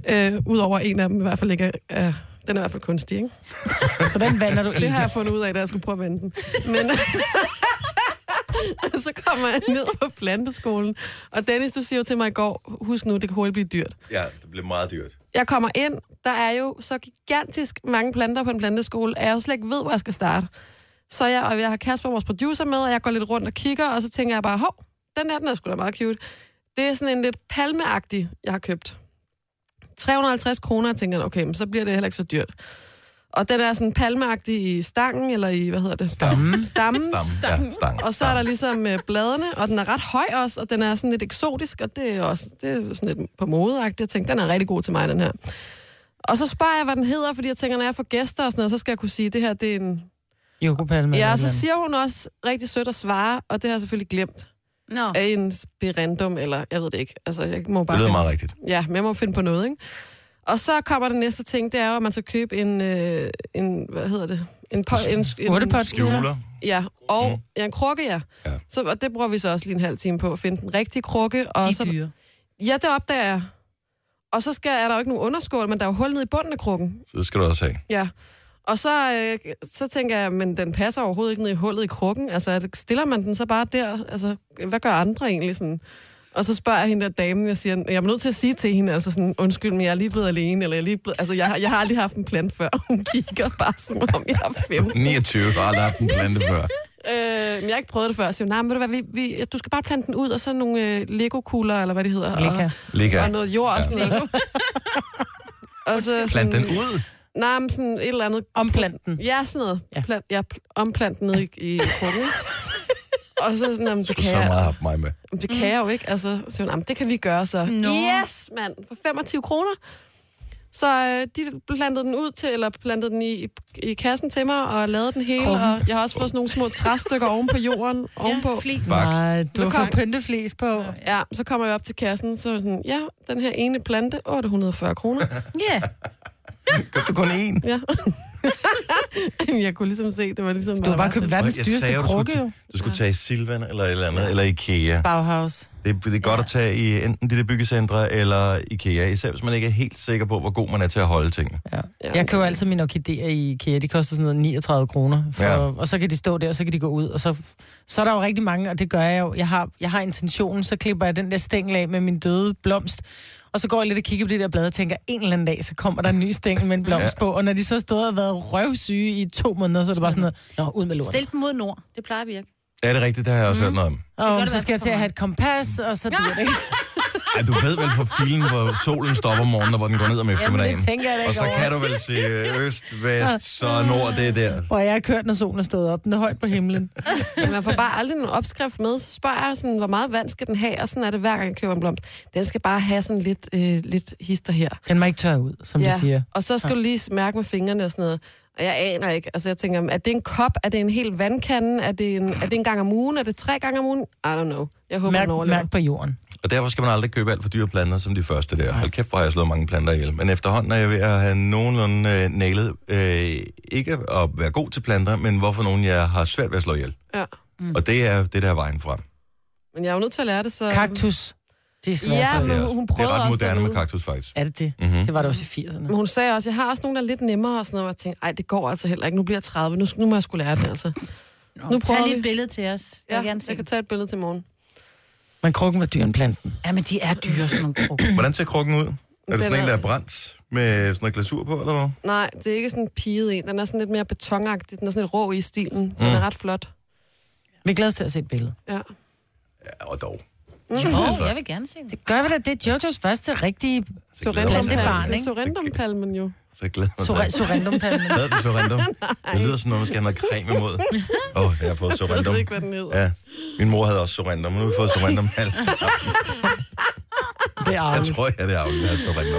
Speaker 3: Øh, Udover en af dem i hvert fald ikke er, øh, den er i hvert fald kunstig, ikke?
Speaker 2: Så den vander du
Speaker 3: Det
Speaker 2: ikke.
Speaker 3: har jeg fundet ud af, da jeg skulle prøve at vende den. Men så kommer jeg ned på planteskolen, og Dennis, du siger jo til mig i går, husk nu, det kan hurtigt blive dyrt.
Speaker 1: ja, det blev meget dyrt.
Speaker 3: Jeg kommer ind, der er jo så gigantisk mange planter på en planteskole, at jeg jo slet ikke ved, hvor jeg skal starte. Så jeg, og jeg har Kasper, vores producer, med, og jeg går lidt rundt og kigger, og så tænker jeg bare, hov, den der, den er sgu da meget cute. Det er sådan en lidt palmeagtig, jeg har købt. 350 kroner, jeg tænker, okay, men så bliver det heller ikke så dyrt. Og den er sådan palmeagtig i stangen, eller i, hvad hedder det? Stammen. Stammen.
Speaker 1: Stam, ja, stang.
Speaker 3: Og så er der ligesom øh, bladene, og den er ret høj også, og den er sådan lidt eksotisk, og det er også det er sådan lidt på modeagtigt. Jeg tænkte, den er rigtig god til mig, den her. Og så spørger jeg, hvad den hedder, fordi jeg tænker, når jeg får gæster og sådan noget, så skal jeg kunne sige, det her, det er en...
Speaker 2: Jokopalme.
Speaker 3: Ja,
Speaker 2: eller
Speaker 3: og så
Speaker 2: noget.
Speaker 3: siger hun også rigtig sødt at svare, og det har jeg selvfølgelig glemt.
Speaker 4: Nå.
Speaker 3: Er en spirandum, eller jeg ved det ikke. Altså, jeg må bare...
Speaker 1: Det lyder meget rigtigt.
Speaker 3: Ja, men jeg må finde på noget, ikke? Og så kommer den næste ting, det er jo, at man skal købe en, øh, en hvad hedder det? En, po- en, en,
Speaker 2: Urtepot.
Speaker 1: Skjuler.
Speaker 3: Ja, og mm. ja, en krukke, ja.
Speaker 1: Ja.
Speaker 3: ja. Så, og det bruger vi så også lige en halv time på, at finde den rigtige krukke. Og
Speaker 4: De
Speaker 3: så,
Speaker 4: er dyre.
Speaker 3: Ja, det opdager jeg. Og så skal, er der jo ikke nogen underskål, men der er jo hul ned i bunden af krukken.
Speaker 1: Så det skal du også have.
Speaker 3: Ja. Og så, øh, så tænker jeg, men den passer overhovedet ikke ned i hullet i krukken. Altså, er det- stiller man den så bare der? Altså, hvad gør andre egentlig sådan? Og så spørger jeg hende der damen, jeg siger, jeg er nødt til at sige til hende, altså sådan, undskyld, men jeg er lige blevet alene, eller jeg er lige blevet, altså, jeg, jeg har aldrig haft en plan før. Hun kigger bare, som om jeg er 15.
Speaker 1: 29, har aldrig haft en plante før.
Speaker 3: Øh, men jeg har ikke prøvet det før. Så siger hun, nej, men ved du, hvad, vi, vi, du skal bare plante den ud, og så nogle øh, Lego-kugler, eller hvad det hedder.
Speaker 2: Lego.
Speaker 1: Ligger.
Speaker 3: Og, og noget jord og sådan noget. og så
Speaker 1: Plant den
Speaker 3: sådan,
Speaker 1: ud.
Speaker 3: nej, men sådan et eller andet.
Speaker 2: Omplanten.
Speaker 3: Ja, sådan noget.
Speaker 2: Ja.
Speaker 3: Ja. Plant, ja, pl- omplant den nede i, i krukken. og så sådan, jamen, det kan
Speaker 1: Så meget har
Speaker 3: jeg,
Speaker 1: haft mig med.
Speaker 3: jamen, det kan jeg jo ikke. Altså, så siger hun, jamen, det kan vi gøre så.
Speaker 4: Nå.
Speaker 3: Yes, mand, for 25 kroner. Så øh, de plantede den ud til, eller plantede den i, i, i kassen til mig, og lavede den hele.
Speaker 2: Krukken.
Speaker 3: Og jeg har også fået sådan nogle små træstykker oven på jorden, ovenpå.
Speaker 4: Flis.
Speaker 1: Bak.
Speaker 2: Nej, du
Speaker 3: Så
Speaker 2: har
Speaker 3: kom-
Speaker 2: fået pynteflis på.
Speaker 3: Ja, så kommer jeg op til kassen, så er jeg sådan, ja, den her ene plante, 840 kroner.
Speaker 4: Ja.
Speaker 1: Købte du kun én?
Speaker 3: Ja. Jamen, jeg kunne ligesom se, det var ligesom...
Speaker 2: Du
Speaker 3: hvad
Speaker 2: har bare
Speaker 3: der var
Speaker 2: købt
Speaker 3: til-
Speaker 2: verdens
Speaker 1: Jeg
Speaker 2: dyreste
Speaker 1: sagde, du
Speaker 2: krukke,
Speaker 1: skulle,
Speaker 2: jo.
Speaker 1: t- du skulle tage i Silvan eller et eller andet, eller Ikea.
Speaker 2: Bauhaus.
Speaker 1: Det, det er godt at tage i enten de der byggecentre eller Ikea, især hvis man ikke er helt sikker på, hvor god man er til at holde tingene.
Speaker 3: Ja.
Speaker 2: Jeg køber altid mine orkideer i IKEA. De koster sådan noget 39 kroner. For,
Speaker 1: Ja.
Speaker 2: ja. Og så kan de stå der, og så kan de gå ud. Og så, så er der jo rigtig mange, og det gør jeg jo. Jeg har, jeg har intentionen, så klipper jeg den der stængel af med min døde blomst. Og så går jeg lidt og kigger på det der blad og tænker, en eller anden dag, så kommer der en ny stængel med en blomst på. Og når de så stod og været røvsyge i to måneder, så er det bare sådan noget, nå, ud med lorten.
Speaker 4: Stil dem mod nord. Det plejer at virke.
Speaker 1: Er det rigtigt? Det har jeg
Speaker 2: Mhm.
Speaker 1: også mm. hørt noget om.
Speaker 2: Og
Speaker 4: det
Speaker 2: så
Speaker 4: være
Speaker 2: skal jeg
Speaker 4: for
Speaker 2: til at
Speaker 4: mig.
Speaker 2: have et kompas, og så dur det ikke.
Speaker 1: Ej, du ved vel for filen, hvor solen stopper om morgenen, og hvor den går ned om eftermiddagen.
Speaker 2: tænker jeg da
Speaker 1: og
Speaker 2: ikke
Speaker 1: så
Speaker 2: over.
Speaker 1: kan du vel sige øh, øst, vest, så nord, det er der.
Speaker 2: Og jeg har kørt, når solen er stået op. Den er højt på himlen.
Speaker 3: Men man får bare aldrig en opskrift med. Så spørger jeg sådan, hvor meget vand skal den have? Og sådan er det hver gang, jeg køber en blomst. Den skal bare have sådan lidt, øh, lidt hister her.
Speaker 2: Den må ikke tørre ud, som de siger.
Speaker 3: Og så skal du lige mærke med fingrene og sådan noget. Og jeg aner ikke. Altså jeg tænker, er det en kop? Er det en hel vandkande? Er det en, er det en gang om ugen? Er det tre gange om ugen? I don't know. Jeg håber, den
Speaker 2: Mærk,
Speaker 3: overlever.
Speaker 2: mærk på jorden.
Speaker 1: Og derfor skal man aldrig købe alt for dyre planter som de første der. Hold kæft, hvor har jeg slået mange planter ihjel. Men efterhånden er jeg ved at have nogenlunde øh, nailet. Øh, ikke at være god til planter, men hvorfor nogen jeg har svært ved at slå ihjel.
Speaker 3: Ja.
Speaker 1: Mm. Og det er det der er vejen frem.
Speaker 3: Men jeg er jo nødt til at lære det, så...
Speaker 2: Kaktus. Det er svært.
Speaker 3: Ja,
Speaker 2: Ja.
Speaker 1: Det er,
Speaker 3: men hun,
Speaker 1: også-
Speaker 3: hun
Speaker 1: det
Speaker 3: prøvede
Speaker 1: er ret
Speaker 3: også
Speaker 1: moderne med
Speaker 3: dernede.
Speaker 1: kaktus, Mhm. faktisk.
Speaker 2: Er det det? Mm-hmm. Det var det også i 80'erne.
Speaker 3: Men hun sagde også, jeg har også nogle, der er lidt nemmere og sådan noget. Og jeg tænkte, ej, det går altså heller ikke. Nu bliver jeg 30. Nu, nu må jeg skulle lære det, altså.
Speaker 4: Nå,
Speaker 3: Nu prøver
Speaker 4: Tag lige
Speaker 3: vi.
Speaker 4: et billede til os. Jeg
Speaker 3: Ja,
Speaker 4: vil gerne se.
Speaker 3: jeg kan tage et billede til morgen.
Speaker 2: Men krukken var dyrere end planten.
Speaker 4: Ja, men de er dyre, sådan nogle krukker.
Speaker 1: Hvordan ser krukken ud? Er det
Speaker 3: Den
Speaker 1: sådan en,
Speaker 3: er-
Speaker 1: der er brændt med sådan noget glasur på, eller hvad?
Speaker 3: Nej, det er ikke sådan en piget en. Den er sådan lidt mere betonagtig. Den er sådan lidt rå i stilen.
Speaker 1: Mm.
Speaker 3: Den er ret flot.
Speaker 2: Vi glæder os til at se et billede.
Speaker 3: Ja. Mm. Altså,
Speaker 1: Ja, og dog.
Speaker 4: Jo, jeg vil gerne se det.
Speaker 2: Det gør vi da. Det er Jojos første rigtige
Speaker 1: Så glæder jeg mig til-
Speaker 2: Plantebarn,
Speaker 3: Det er
Speaker 2: ikke?
Speaker 3: Sorendumpalmen jo.
Speaker 1: Så glæder jeg mig til-
Speaker 2: sor- sorendumpalme.
Speaker 1: Hvad er det, Sorrento? Det lyder sådan noget, man skal have noget creme imod. Åh, oh, jeg har fået Sorrento.
Speaker 3: Jeg ved ikke, hvad den hedder.
Speaker 1: Ja, min mor havde også Sorrento, men nu har vi fået Sorrento med alt.
Speaker 2: Det er
Speaker 1: Jeg
Speaker 2: arveligt.
Speaker 1: tror, jeg det er afligt, at have Sorrento.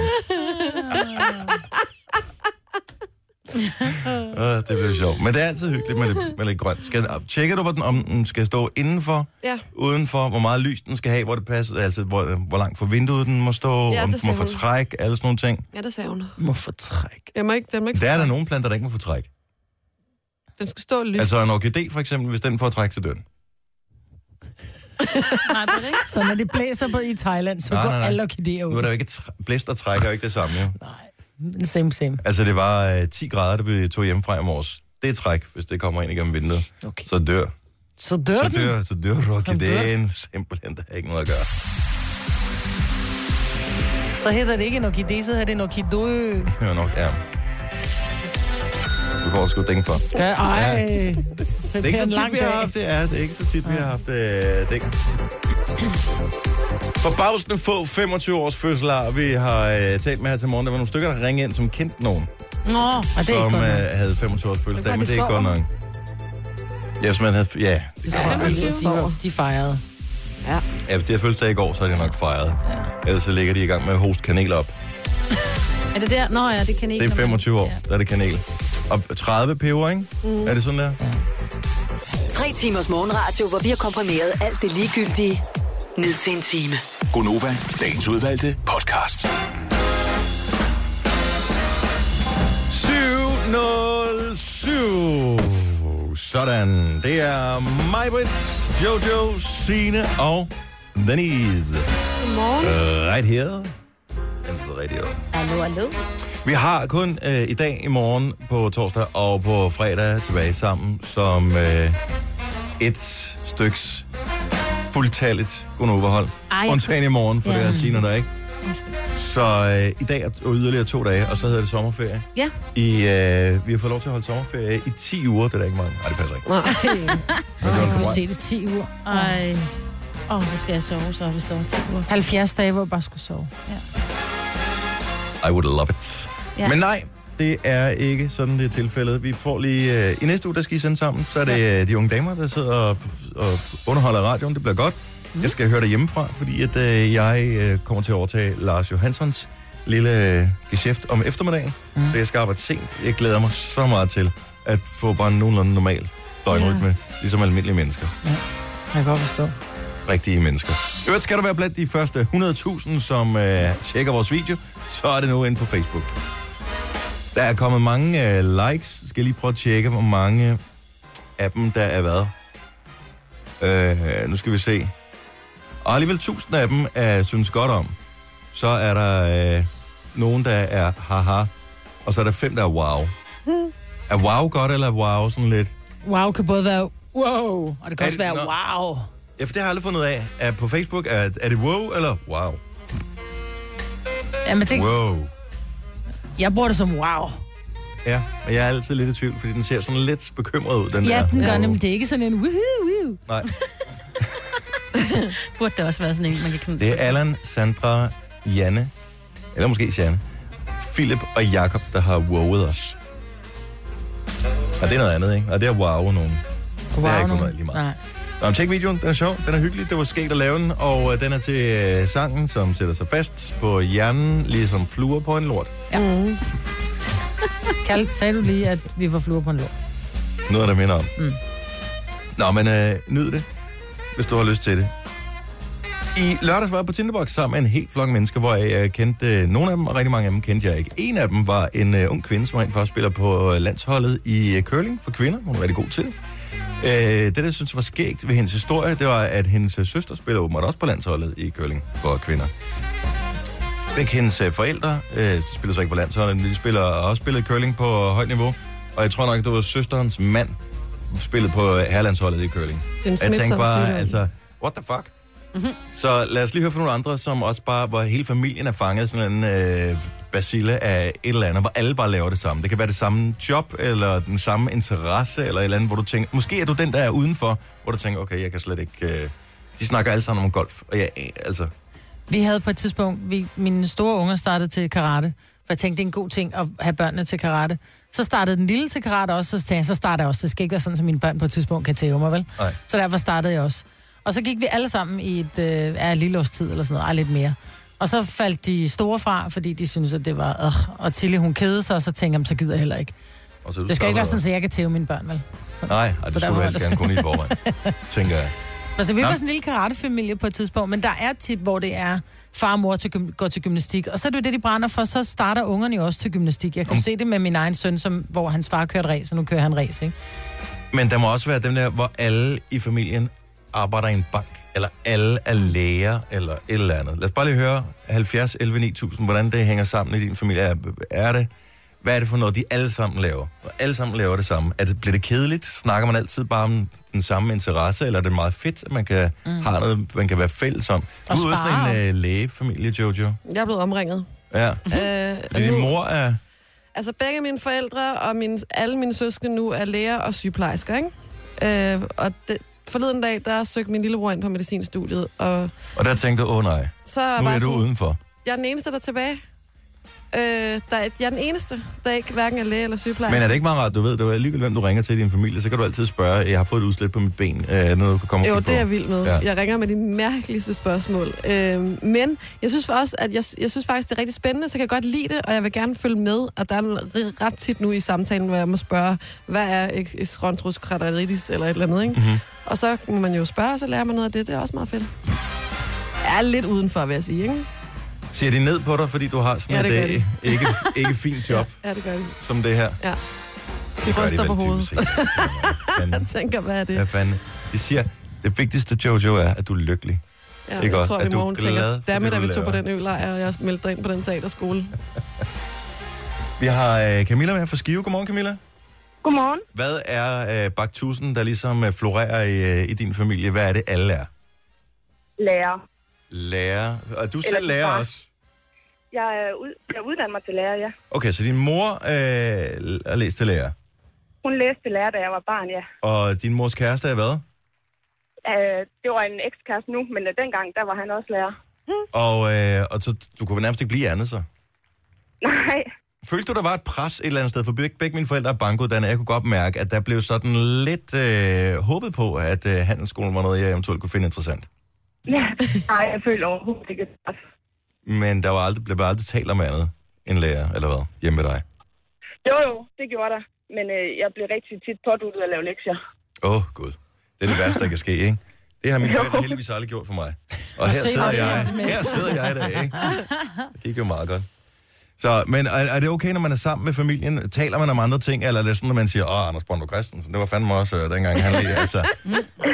Speaker 1: Oh, det bliver sjovt. Men det er altid hyggeligt med lidt, med lidt grønt. Skal, tjekker du, hvor den, om den skal stå indenfor,
Speaker 3: Ja.
Speaker 1: udenfor, hvor meget lys den skal have, hvor det passer, altså hvor, hvor langt for vinduet den må stå,
Speaker 3: Ja,
Speaker 1: om
Speaker 3: det
Speaker 1: den må
Speaker 3: ser
Speaker 1: få
Speaker 3: hun.
Speaker 1: træk, alle sådan nogle ting.
Speaker 3: Ja, det sagde hun.
Speaker 2: Må få træk.
Speaker 3: Jeg må ikke, den, må ikke,
Speaker 1: Der er der nogle planter, der ikke må få træk.
Speaker 3: den skal stå lyst.
Speaker 1: Altså en orkidé for eksempel, hvis den får træk, så dør den.
Speaker 4: Nej, det er rigtigt.
Speaker 2: Så når det blæser på i Thailand, så
Speaker 1: Nej,
Speaker 2: går
Speaker 1: nej, nej.
Speaker 2: alle orkideer
Speaker 1: Nu er
Speaker 2: ud.
Speaker 1: der jo ikke tr- blæst og træk, er jo ikke det samme, jo.
Speaker 2: Same, same.
Speaker 1: Altså, det var øh, 10 grader, der vi tog hjemmefra i morges. Det er træk, hvis det kommer ind igennem vinduet.
Speaker 2: Okay.
Speaker 1: Så dør.
Speaker 2: Så dør
Speaker 1: Så
Speaker 2: den.
Speaker 1: dør, så dør
Speaker 2: Den
Speaker 1: orkideen. Simpelthen, der er ikke noget at gøre.
Speaker 2: Så hedder det ikke en orkidé, så hedder det en orkidø.
Speaker 1: Det var nok, ja. Du får sgu dænge for. Det
Speaker 2: Gør, ej. Så
Speaker 1: er
Speaker 2: det
Speaker 1: ikke
Speaker 2: bliver
Speaker 1: så
Speaker 2: en
Speaker 1: tit,
Speaker 2: lang
Speaker 1: vi har
Speaker 2: dag.
Speaker 1: haft det. Ja, det er ikke så tit, vi har haft øh, dænge. Forbavsende få 25 års fødselar, vi har øh, talt med her til morgen. Der var nogle stykker, der ringede ind, som kendte nogen.
Speaker 2: Nå, og det er
Speaker 1: som
Speaker 2: ikke godt.
Speaker 1: øh, havde 25 års fødselsdag,
Speaker 3: var
Speaker 1: men
Speaker 3: det
Speaker 1: det er ikke godt
Speaker 3: for?
Speaker 1: nok. Ja, man havde, ja,
Speaker 2: Det tror jeg, de, var- de fejrede.
Speaker 1: ja, hvis det er fødselsdag i går, så er det nok fejret. Ja. Ellers så ligger de i gang med at hoste kanel op.
Speaker 4: Er det der? Nå ja, det kan I ikke.
Speaker 1: Det er
Speaker 4: når man-
Speaker 1: 25 år, der er det kanel. Og 30 peber, ikke?
Speaker 5: Uh.
Speaker 1: Mm. Er det sådan der?
Speaker 5: Tre timers morgenradio, hvor vi har komprimeret alt det ligegyldige ned til en time.
Speaker 6: Gonova, dagens udvalgte podcast.
Speaker 1: 707. Sådan. Det er mig, Britt, Jojo, Sine og Denise. Godmorgen. Right here. And the radio.
Speaker 4: Hallo, hallo.
Speaker 1: Vi har kun øh, i dag, i morgen, på torsdag og på fredag tilbage sammen som øh, et styks fuldtalligt Gunova-hold.
Speaker 4: Ej,
Speaker 1: Undtagen i morgen, for
Speaker 4: Ja.
Speaker 1: det er Signe der ikke. Så øh, i dag og yderligere to dage, og så hedder det sommerferie.
Speaker 4: Ja.
Speaker 1: I, øh, vi har fået lov til at holde sommerferie i 10 uger. Det er da ikke mange. Nej, det passer ikke.
Speaker 3: Nej.
Speaker 1: Men det var
Speaker 2: Jeg
Speaker 1: en
Speaker 2: kunne
Speaker 1: konkurrence.
Speaker 2: se det 10 uger.
Speaker 4: Ej. Åh, oh, hvor skal jeg sove så, hvis der var 10 uger.
Speaker 2: 70 dage, hvor jeg bare skulle sove.
Speaker 1: I would love it. Ja.
Speaker 4: Ja.
Speaker 1: Men nej, det er ikke sådan, det er tilfældet. Vi får lige... Øh, I næste uge, der skal I sende sammen, så er det øh, de unge damer, der sidder og, og underholder radioen. Det bliver godt. Mm. Jeg skal høre dig hjemmefra, fordi at, øh, jeg øh, kommer til at overtage Lars Johanssons lille øh, geschæft om eftermiddagen. Mm. Så jeg skal arbejde sent. Jeg glæder mig så meget til at få bare en nogenlunde normal døgnrytme, ja. ligesom almindelige mennesker
Speaker 2: Jeg kan godt forstå.
Speaker 1: rigtige mennesker. I øvrigt skal du være blandt de første 100.000, som øh, tjekker vores video, så er det nu inde på Facebook. Der er kommet mange øh, likes. Skal jeg lige prøve at tjekke, hvor mange af dem, der er været. Øh, nu skal vi se. Og alligevel 1000 af dem er, synes godt om. Så er der øh, nogen, der er haha. Og så er der fem, der er wow. Er wow godt, eller er wow sådan lidt?
Speaker 2: Wow kan både være wow, og det kan
Speaker 1: Er
Speaker 2: også
Speaker 1: det-
Speaker 2: være
Speaker 1: nå.
Speaker 2: wow.
Speaker 1: Ja, for det har jeg aldrig fundet ud af. Er på Facebook, er, er det wow eller wow?
Speaker 2: Ja, men det,
Speaker 1: Wow.
Speaker 2: jeg bruger det som wow.
Speaker 1: Ja, og jeg er altid lidt i tvivl, fordi den ser sådan lidt bekymret ud, den
Speaker 2: Ja,
Speaker 1: der.
Speaker 2: den gør
Speaker 1: Wow.
Speaker 2: nemlig. Det er ikke sådan en woohoo, woohoo.
Speaker 1: Nej,
Speaker 4: Burde det også være sådan en, man kan knæde.
Speaker 1: det er Allan, Sandra, Janne, eller måske Janne, Philip og Jakob, der har wowet os. Og det er noget andet, ikke? Og det er wow nogen.
Speaker 2: Wow,
Speaker 1: Det har jeg
Speaker 2: nogen.
Speaker 1: ikke fundet ud af lige meget.
Speaker 2: Nej.
Speaker 1: Nå, men tjek videoen, den er sjov, den er hyggelig, det var skægt at lave den, og øh, den er til øh, sangen, som sætter sig fast på hjernen, ligesom fluer på en lort.
Speaker 2: Kald, sagde du lige, at vi var fluer på en lort?
Speaker 1: Noget, der minder om. Mm. Nå, men øh, nyd det, hvis du har lyst til det. I lørdags var jeg på Tinderbox sammen med en helt flok mennesker, hvor jeg øh, kendte øh, nogle af dem, og rigtig mange af dem kendte jeg ikke. En af dem var en øh, ung kvinde, som rent faktisk spiller på øh, landsholdet i øh, curling for kvinder. Hun er rigtig god til det. Øh, det, der jeg synes var skægt ved hendes historie, det var, at hendes øh, søster spiller åbenbart også på landsholdet i curling for kvinder. Begge hendes øh, forældre, øh, de spiller så ikke på landsholdet, men de spiller, har også spillet curling på øh, højt niveau. Og jeg tror nok, det var søsterens mand, spillet på øh, herrelandsholdet i curling.
Speaker 3: En
Speaker 1: Og jeg tænkte
Speaker 3: smitsom
Speaker 1: bare,
Speaker 3: sygdom. Mhm.
Speaker 1: altså, what the fuck? Mm-hmm. Så lad os lige høre fra nogle andre, som også bare, hvor hele familien er fanget i sådan en øh, basile af et eller andet, hvor alle bare laver det samme. Det kan være det samme job, eller den samme interesse, eller et eller andet, hvor du tænker, måske er du den, der er udenfor, hvor du tænker, okay, jeg kan slet ikke... Øh, de snakker alle sammen om golf, og jeg, øh, altså,
Speaker 2: Vi havde på et tidspunkt, vi, mine store unger startede til karate, for jeg tænkte, det er en god ting at have børnene til karate. Så startede den lille til karate også, så tænkte jeg, så starter jeg også. Det skal ikke være sådan, at mine børn på et tidspunkt kan tæve mig, vel?
Speaker 1: nej.
Speaker 2: Så derfor startede jeg også. Og så gik vi alle sammen i et øh, er lille års tid eller sådan noget, ej lidt mere. Og så faldt de store fra, fordi de syntes, at det var... Øh, og Tilly, hun kedede sig, og så tænkte jeg, "Men så gider jeg heller ikke.
Speaker 1: Og så er du
Speaker 2: Det skal ikke være
Speaker 1: stoppet,
Speaker 2: sådan, at jeg kan tæve mine børn, vel?
Speaker 1: eller? Nej, ej, det
Speaker 2: der
Speaker 1: skulle du
Speaker 2: var
Speaker 1: helst
Speaker 2: det.
Speaker 1: gerne kunne i forvejen, tænker jeg.
Speaker 2: Men så Altså, vi
Speaker 1: Nå.
Speaker 2: var sådan en lille karatefamilie på et tidspunkt, men der er tit, hvor det er far og mor til gym- går til gymnastik. Og så er det jo det, de brænder for, så starter ungerne jo også til gymnastik. Jeg kan jo se det med min egen søn, som, hvor hans far kørte race, og nu kører han race, ikke?
Speaker 1: Men der må også være dem der, hvor alle i familien arbejder i en bank, eller alle er læger, eller et eller andet. Lad os bare lige høre 70, 11, 9000, hvordan det hænger sammen i din familie. Er, er det, hvad er det for noget, de alle sammen laver? Og alle sammen laver det samme. Er det, bliver det kedeligt? Snakker man altid bare om den samme interesse, eller er det meget fedt, at man kan, mm. har noget, man kan være fælles om? Du
Speaker 2: Og
Speaker 1: er jo sådan
Speaker 2: spare.
Speaker 1: en øh, lægefamilie, Jojo.
Speaker 3: Jeg er blevet omringet.
Speaker 1: Ja.
Speaker 3: Øh, og
Speaker 1: Fordi
Speaker 3: nu-
Speaker 1: din mor Mhm. er...
Speaker 3: Altså begge mine forældre og mine, alle mine søskende nu er læger og sygeplejersker, ikke? Øh, og det, forleden dag, der søgte min lillebror ind på medicinstudiet, og
Speaker 1: Og der tænkte du, åh oh, nej,
Speaker 3: så er jeg
Speaker 1: nu
Speaker 3: bare
Speaker 1: er du
Speaker 3: sådan,
Speaker 1: udenfor.
Speaker 3: jeg er den eneste, der er tilbage. Øh, der er, jeg er den eneste, der ikke hverken er læge eller sygeplejerske.
Speaker 1: Men er det ikke meget rart, du ved, det er alligevel, hvem du ringer til i din familie, så kan du altid spørge, jeg har fået et udslæt på mit ben, øh, er det noget, du kan komme
Speaker 3: Jo,
Speaker 1: og kigge
Speaker 3: det er jeg
Speaker 1: på?
Speaker 3: vild med.
Speaker 1: Ja.
Speaker 3: Ja. Jeg ringer med de mærkeligste spørgsmål. Øh, men jeg synes for også, at jeg, jeg synes faktisk, det er rigtig spændende, så jeg kan godt lide det, og jeg vil gerne følge med. Og der er en ri- ret tit nu i samtalen, hvor jeg må spørge, hvad er skrontrus krateritis eller et eller andet, ikke?
Speaker 1: Mhm.
Speaker 3: Mm-hmm. Og så må man jo spørge, og så lærer man noget af det. Det er også meget fedt. Jeg er lidt udenfor, vil jeg sige, ikke?
Speaker 1: Ser de ned på dig, fordi du har sådan
Speaker 3: Ja, det
Speaker 1: et
Speaker 3: gør
Speaker 1: øh, ikke, ikke fint job
Speaker 3: Ja, det gør vi.
Speaker 1: som det her?
Speaker 3: Ja.
Speaker 1: Det gør de
Speaker 3: ryster
Speaker 1: vel
Speaker 3: på
Speaker 1: dybest
Speaker 3: hovedet.
Speaker 1: set. Hvad fanden?
Speaker 3: Jeg tænker, hvad er det?
Speaker 1: Hvad fanden? De siger, det vigtigste, Jojo, er, at du er lykkelig.
Speaker 3: Ja,
Speaker 1: Ikke
Speaker 3: jeg
Speaker 1: også?
Speaker 3: tror,
Speaker 1: Er
Speaker 3: at min
Speaker 1: du
Speaker 3: mor hun
Speaker 1: glad
Speaker 3: tænker,
Speaker 1: for det,
Speaker 3: dammit,
Speaker 1: du
Speaker 3: da vi tog
Speaker 1: laver?"
Speaker 3: på den ølejr, og jeg meldte dig ind på den teaterskole.
Speaker 1: Vi har øh, Camilla med fra Skive. Godmorgen, Camilla.
Speaker 8: Godmorgen.
Speaker 1: Hvad er øh, baktusen, der ligesom øh, florerer i, øh, i din familie? Hvad er det, alle er?
Speaker 8: Lærer.
Speaker 1: Lærer. Og du er selv
Speaker 8: Eller
Speaker 1: lærer
Speaker 8: bare-
Speaker 1: også?
Speaker 8: Jeg er, ud, jeg er uddannet mig til lærer, ja.
Speaker 1: Okay, så din mor øh, er læst til lærer,
Speaker 8: Hun læste lærer, da jeg var barn, ja.
Speaker 1: og din mors kæreste er hvad?
Speaker 8: Øh, det var en ekskæreste nu, men øh, dengang, der var han også lærer.
Speaker 1: Og, øh, og så, du kunne vel nærmest ikke blive andet så.
Speaker 8: Nej,
Speaker 1: Følte du, der var et pres et eller andet sted? For begge, begge mine forældre er bankuddannede. Jeg kunne godt mærke, at der blev sådan lidt øh, håbet på, at øh, handelsskolen var noget, jeg eventuelt kunne finde interessant.
Speaker 8: ja. nej, jeg føler overhovedet ikke. et pres.
Speaker 1: Men der var aldrig, blev aldrig talt om andet end lærer, eller hvad, hjemme ved dig.
Speaker 8: Jo, jo, det gjorde der. Men øh, jeg blev rigtig tit påduttet at lave lektier.
Speaker 1: Åh, oh, gud. Det er det værste, der kan ske, ikke? Det har mine
Speaker 8: Jo.
Speaker 1: forældre heldigvis aldrig gjort for mig. Og her
Speaker 2: se,
Speaker 1: sidder
Speaker 2: hvor
Speaker 1: jeg,
Speaker 2: det er.
Speaker 1: her sidder jeg i dag, ikke? Det gik jo meget godt. Så, men er, er det okay, når man er sammen med familien? Taler man om andre ting, eller er det sådan, at man siger, åh, Anders Bondo Christensen, det var fandme også øh, dengang, han lige, altså.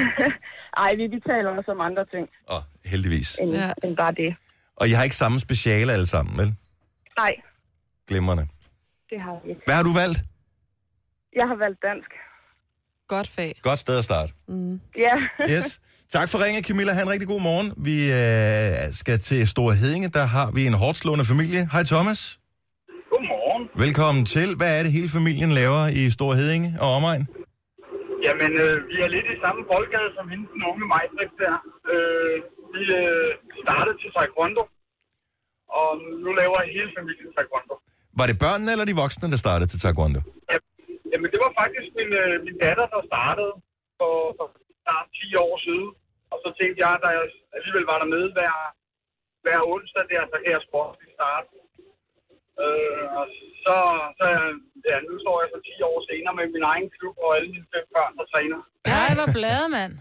Speaker 8: Ej, vi, vi taler også om andre ting
Speaker 1: Åh, heldigvis.
Speaker 8: end,
Speaker 3: Ja.
Speaker 8: ja. end bare det.
Speaker 1: Og jeg har ikke samme speciale alle sammen, vel?
Speaker 8: Nej,
Speaker 1: Glimrende.
Speaker 8: det har vi ikke.
Speaker 1: Hvad har du valgt?
Speaker 8: Jeg har valgt dansk.
Speaker 3: Godt fag. Mm.
Speaker 1: Godt sted at starte.
Speaker 8: Ja,
Speaker 1: Yes. Tak for ringet, Camilla. Ha' en rigtig god morgen. Vi øh, skal til Store Hedinge. Der har vi en hårdt slående familie. Hej Thomas.
Speaker 9: Godmorgen.
Speaker 1: Velkommen til. Hvad er det, hele familien laver i Store Hedinge og omegn?
Speaker 9: Jamen, øh, vi er lidt i samme boldgade som hende, den unge Majbrik der. Øh, vi øh, startede til taekwondo, og nu laver hele familien taekwondo.
Speaker 1: Var det børnene eller de voksne, der startede til taekwondo?
Speaker 9: Jamen, det var faktisk min, øh, min datter, der startede for, for snart 10 år siden. Og så tænkte jeg, da jeg alligevel var der med hver, hver onsdag der, så kan jeg sportsligt starte. Øh, og så, så, ja, nu står jeg så 10 år senere med min egen klub og alle mine fem børn, der træner.
Speaker 2: Nej, hvor blade, mand.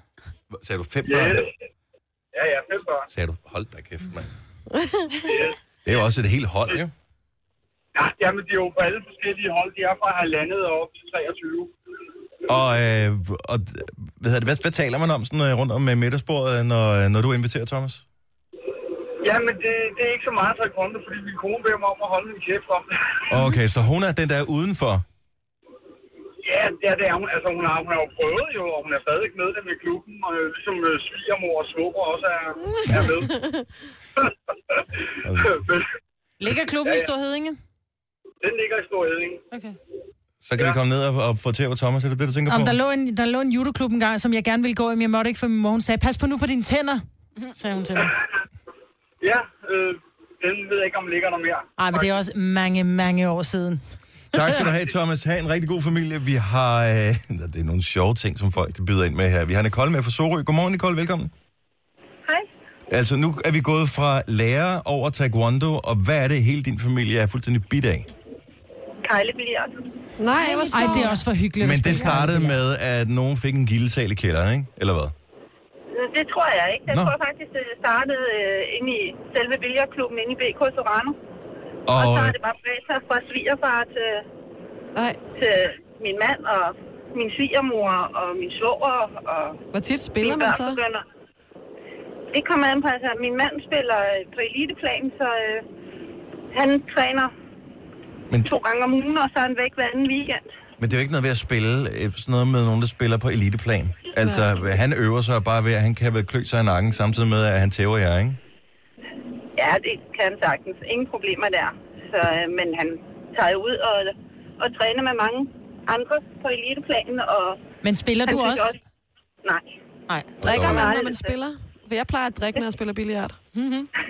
Speaker 1: Sagde du fem
Speaker 9: Yes.
Speaker 1: børn?
Speaker 9: Ja, ja, fem børn.
Speaker 1: Sagde du, hold da kæft, mand. Det er jo også et helt hold, jo.
Speaker 9: Ja, jamen, de er jo på alle forskellige hold. De er fra halvandet og op til 23.
Speaker 1: Og, øh, og hvad, hedder det, hvad, hvad taler man om sådan, øh, rundt om øh, middagsbordet, når, øh, når du inviterer, Thomas?
Speaker 9: Jamen, det, det er ikke så meget taekwondo, fordi min kone beder mig om at holde min kæft om det.
Speaker 1: Okay, så hun er den, der er udenfor.
Speaker 9: Ja, ja, det er hun. Altså, hun har, hun har jo prøvet jo, og hun er stadig medlem i klubben, og øh, ligesom øh, svigermor og svoger også er, er med. Men
Speaker 2: Ligger klubben i
Speaker 9: Ja, ja.
Speaker 2: Store Hedinge?
Speaker 9: den ligger i stor hedning.
Speaker 2: Okay.
Speaker 1: Så kan ja. vi komme ned og, og få tæv Thomas, er det det, du tænker
Speaker 2: Om
Speaker 1: på?
Speaker 2: der lå, en, der lå en judoklub engang, som jeg gerne ville gå i, men jeg måtte ikke, for min mor hun sagde, pas på nu på dine tænder,
Speaker 3: Mhm.
Speaker 2: sagde hun til mig.
Speaker 9: Ja, øh, den ved jeg ikke, om den ligger der mere.
Speaker 2: Ej, men det er også mange, mange år siden.
Speaker 1: Tak skal du have, Thomas. Ha' en rigtig god familie. Vi har... Øh, det er nogle sjove ting, som folk de byder ind med her. Vi har Nicole med fra Sorø. Godmorgen, Nicole. Velkommen.
Speaker 8: Hej.
Speaker 1: Altså, nu er vi gået fra lærer over taekwondo, og hvad er det, hele din familie er fuldstændig bit af?
Speaker 8: Kejlebilliard.
Speaker 3: Nej, hvor
Speaker 2: Ej,
Speaker 3: sjovt.
Speaker 2: det er også for hyggeligt.
Speaker 1: Men
Speaker 2: at
Speaker 1: det
Speaker 2: spille.
Speaker 1: startede med, at nogen fik en gildetale i kælderen, ikke? Eller hvad?
Speaker 8: Det tror jeg ikke. Jeg
Speaker 1: Nå.
Speaker 8: tror faktisk, det startede øh, inde i selve billiardklubben inde i BK Sorano. Og,
Speaker 1: Og, øh,
Speaker 8: så er det bare bredt sig fra svigerfar til,
Speaker 3: Nej,
Speaker 8: til min mand og min svigermor og min svoger og
Speaker 3: hvor tit spiller
Speaker 8: mine
Speaker 3: man
Speaker 8: børn
Speaker 3: så?
Speaker 8: begynder. Det kommer an på, altså min mand spiller øh, på eliteplan, så øh, han træner
Speaker 1: men,
Speaker 8: to gange om ugen, og så er han væk hver anden weekend.
Speaker 1: men det er jo ikke noget ved at spille øh, sådan noget med nogen, der spiller på eliteplan. Altså, han øver sig bare ved, at han kan vel klø sig i nakken, samtidig med, at han tæver jer, ikke?
Speaker 8: Ja, det kan han sagtens. Ingen problemer der. Så, øh, men han tager jo ud og, og træner med mange andre på eliteplanen. Og
Speaker 2: Men spiller
Speaker 8: han
Speaker 2: du
Speaker 8: synes
Speaker 2: også?
Speaker 8: Nej.
Speaker 2: Nej.
Speaker 3: Drikker man, når
Speaker 8: Nej,
Speaker 3: man
Speaker 8: det-
Speaker 3: spiller? For jeg plejer at drikke, når jeg spiller billiard.
Speaker 1: Mm-hmm.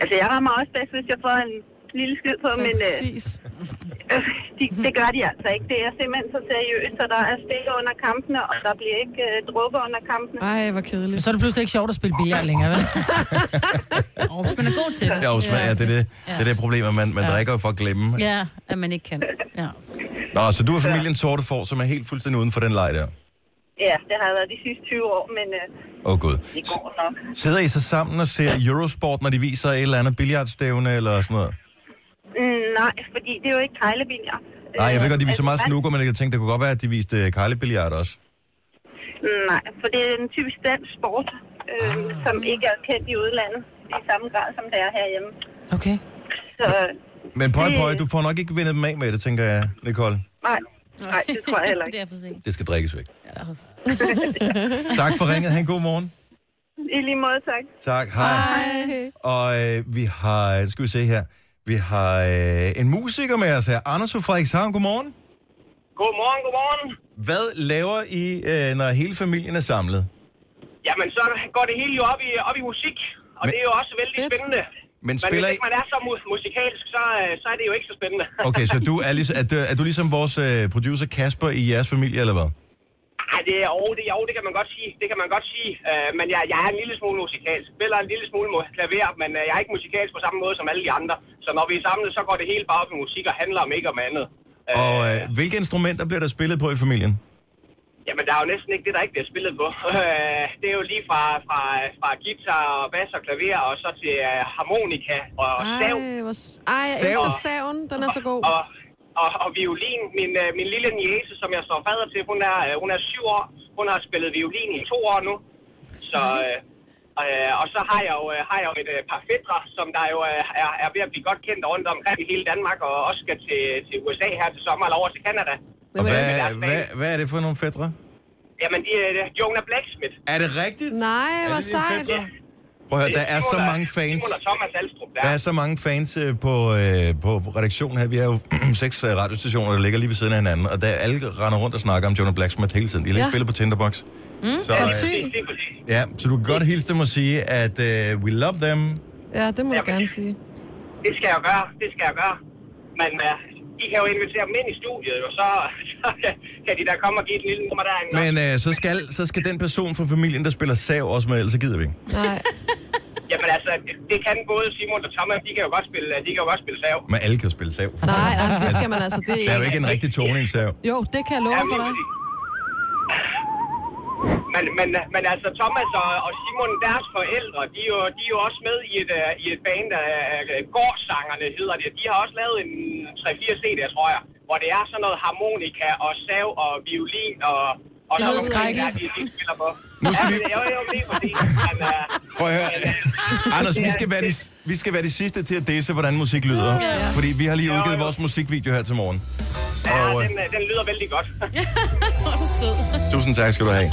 Speaker 8: Altså, jeg rammer også bedst, hvis jeg får en lille skid på, men øh,
Speaker 3: Præcis.
Speaker 8: øh, de, det gør de altså ikke. Det er simpelthen så seriøst, så der er stille under kampene, og der bliver ikke øh, drukket under kampene.
Speaker 3: Ej, hvor kedeligt.
Speaker 2: Så er det pludselig ikke sjovt at spille billard længere, vel?
Speaker 4: Og hvis man er god til det.
Speaker 1: Ja, ja, det, er det, det er det problem, at man, man ja. drikker jo for at glemme. Ja.
Speaker 4: Ja, at man ikke kan. Ja.
Speaker 1: Nå, så du er familien sorte får, som er helt fuldstændig uden for den leg der.
Speaker 8: Ja, det har været de sidste 20 år, men øh,
Speaker 1: Åh oh, gud.
Speaker 8: det går nok.
Speaker 1: Sidder I så sammen og ser Eurosport, når de viser et eller andet billiardstævne eller sådan noget?
Speaker 8: Mm, nej, fordi det er jo ikke kejlebiler.
Speaker 1: Nej, jeg ved godt, de viser
Speaker 8: Altså,
Speaker 1: meget
Speaker 8: man-
Speaker 1: snooker, men jeg tænkte, det kunne godt være, at de viste øh, kejlebilliard også.
Speaker 8: Mm, Nej, for det er en typisk dansk sport, øh, ah. som ikke er kendt i udlandet i samme grad, som det er herhjemme.
Speaker 2: Okay.
Speaker 8: Så
Speaker 1: Men pøj,
Speaker 8: Det-
Speaker 1: pøj, du får nok ikke vindet dem af med det, tænker jeg, Nicole.
Speaker 8: nej, nej, det tror jeg heller
Speaker 4: Det
Speaker 8: ikke.
Speaker 4: er for sent.
Speaker 1: Det skal drikkes væk. tak for ringet. Ha' en god morgen.
Speaker 8: I lige måde, tak.
Speaker 1: Tak, hej. Og øh, vi har, nu skal vi se her, vi har øh, en musiker med os her. Anders fra Frederikshavn, godmorgen.
Speaker 9: Godmorgen, godmorgen.
Speaker 1: Hvad laver I, øh, når hele familien er samlet?
Speaker 9: Jamen, så går det hele jo op i, op i musik, og
Speaker 1: Men-
Speaker 9: det er jo også vældig
Speaker 3: Fedt.
Speaker 9: spændende.
Speaker 1: Men
Speaker 9: Men
Speaker 1: spiller
Speaker 9: hvis
Speaker 1: I...
Speaker 9: ikke man er så mu- musikalsk, så, øh, så er det jo ikke så spændende.
Speaker 1: Okay, så du er, ligesom, er, du, er du ligesom vores øh, producer Kasper i jeres familie, eller hvad?
Speaker 9: Ej, det er, oh, det, jo, det kan man godt sige. Det kan man godt sige. Uh, men jeg, jeg er en lille smule musikalsk. Spiller en lille smule mu- klaver, men uh, jeg er ikke musikalsk på samme måde som alle de andre. Så når vi er samlet, så går det hele bare op i musik og handler om ikke om andet. Uh,
Speaker 1: Og øh, hvilke instrumenter bliver der spillet på i familien?
Speaker 9: Jamen, der er jo næsten ikke det, der ikke bliver spillet på. Uh, det er jo lige fra, fra, fra guitar og bas og klaver, og så til uh, harmonika og
Speaker 3: Ah.
Speaker 9: stav.
Speaker 3: Ej, hvor... s- Ej, jeg
Speaker 1: Sav.
Speaker 3: elsker saven. Den er så god.
Speaker 9: og, og, og violin. Min, øh, min lille niece, som jeg står fader til, hun er, øh, hun er syv år. Hun har spillet violin i to år nu. Så, øh, øh, og så har jeg jo, øh, har jeg jo et øh, par fædre, som der jo øh, er, er ved at blive godt kendt rundt omkring i hele Danmark, og også skal til, til USA her til sommer, eller over til Canada.
Speaker 1: Og
Speaker 9: Hvem er
Speaker 1: hvad,
Speaker 9: det, der er
Speaker 1: hvad,
Speaker 9: bag?
Speaker 1: hvad er det for nogle fædre?
Speaker 10: Jamen, det
Speaker 9: øh,
Speaker 10: er uh, Jonah Blacksmith.
Speaker 1: Er det rigtigt?
Speaker 3: Nej,
Speaker 1: Er det
Speaker 3: hvor
Speaker 1: din
Speaker 3: sejt.
Speaker 1: fætter? Prøv at høre, der er så mange fans.
Speaker 10: Simon og Thomas Alstrup, der.
Speaker 1: Der er så mange fans øh, på, øh, på redaktionen her. Vi er jo seks øh, radiostationer, der ligger lige ved siden af hinanden, og der alle render rundt og snakker om Jonah Blacksmith hele tiden. De har
Speaker 10: Ja.
Speaker 1: ja. spillet på Tinderbox.
Speaker 3: Mm,
Speaker 1: så,
Speaker 3: er du
Speaker 1: øh,
Speaker 3: syg?
Speaker 1: ja, så du kan godt hilse dem og sige, at øh, we love them.
Speaker 3: Ja, det må du gerne sige.
Speaker 10: Det skal jeg gøre, det skal jeg gøre. Men
Speaker 9: øh,
Speaker 10: uh, I kan jo invitere dem ind i studiet, og så, så kan de da komme og give et lille nummer derinde.
Speaker 1: Men øh, så, skal, så skal den person fra familien, der spiller sav også med, ellers så gider vi ikke.
Speaker 3: Nej.
Speaker 10: Jamen altså, det kan både Simon og Thomas, de kan jo godt spille, de kan jo godt spille sav.
Speaker 1: Men alle kan jo spille sav.
Speaker 3: Nej, nej, det skal man altså. Det
Speaker 1: Der er jo ikke en rigtig tone i en sav.
Speaker 3: Jo, det kan jeg love dig for dig.
Speaker 10: Men, men, men altså, Thomas og, og Simon, deres forældre, de er jo, de er jo også med i et, øh, i et band, der øh, gårdsangerne hedder det. De har også lavet en 3-4 CD'er, tror jeg, hvor det er sådan noget harmonika og sav og violin og... Og
Speaker 1: Det
Speaker 10: sådan
Speaker 1: lyder
Speaker 10: nogle ting,
Speaker 1: skrækkeligt.
Speaker 10: der, de, de spiller på.
Speaker 1: Nu skal
Speaker 10: Ja,
Speaker 1: vi-
Speaker 10: Jo, jo, det er fordi, men, øh,
Speaker 1: Prøv at høre. Anders, vi skal, være de, vi skal være de sidste til at disse, hvordan musik lyder.
Speaker 10: Ja.
Speaker 1: Fordi vi har lige udgivet vores musikvideo her til morgen.
Speaker 10: ja,
Speaker 1: Og øh,
Speaker 10: den, øh, den lyder vældig godt. Hvor er du sød.
Speaker 1: tusind tak skal du have.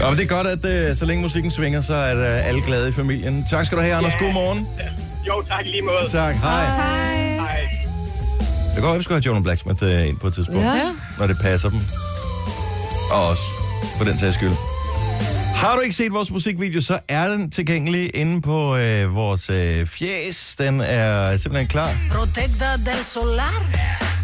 Speaker 1: Ja, men det er godt, at øh, så længe musikken svinger, så er øh, alle glade i familien. Tak skal du have, Anders. God morgen.
Speaker 10: Jo, tak i lige måde.
Speaker 1: Tak, hej.
Speaker 3: Hej.
Speaker 10: Hej.
Speaker 1: Det går godt, at vi skal have Jonah Blacksmith øh, ind på et tidspunkt.
Speaker 10: Ja.
Speaker 1: Når det passer dem. Og os, for den sags skyld. Har du ikke set vores musikvideo, så er den tilgængelig inde på øh, vores øh, fjes. Den er simpelthen klar.
Speaker 11: Protecta del solar,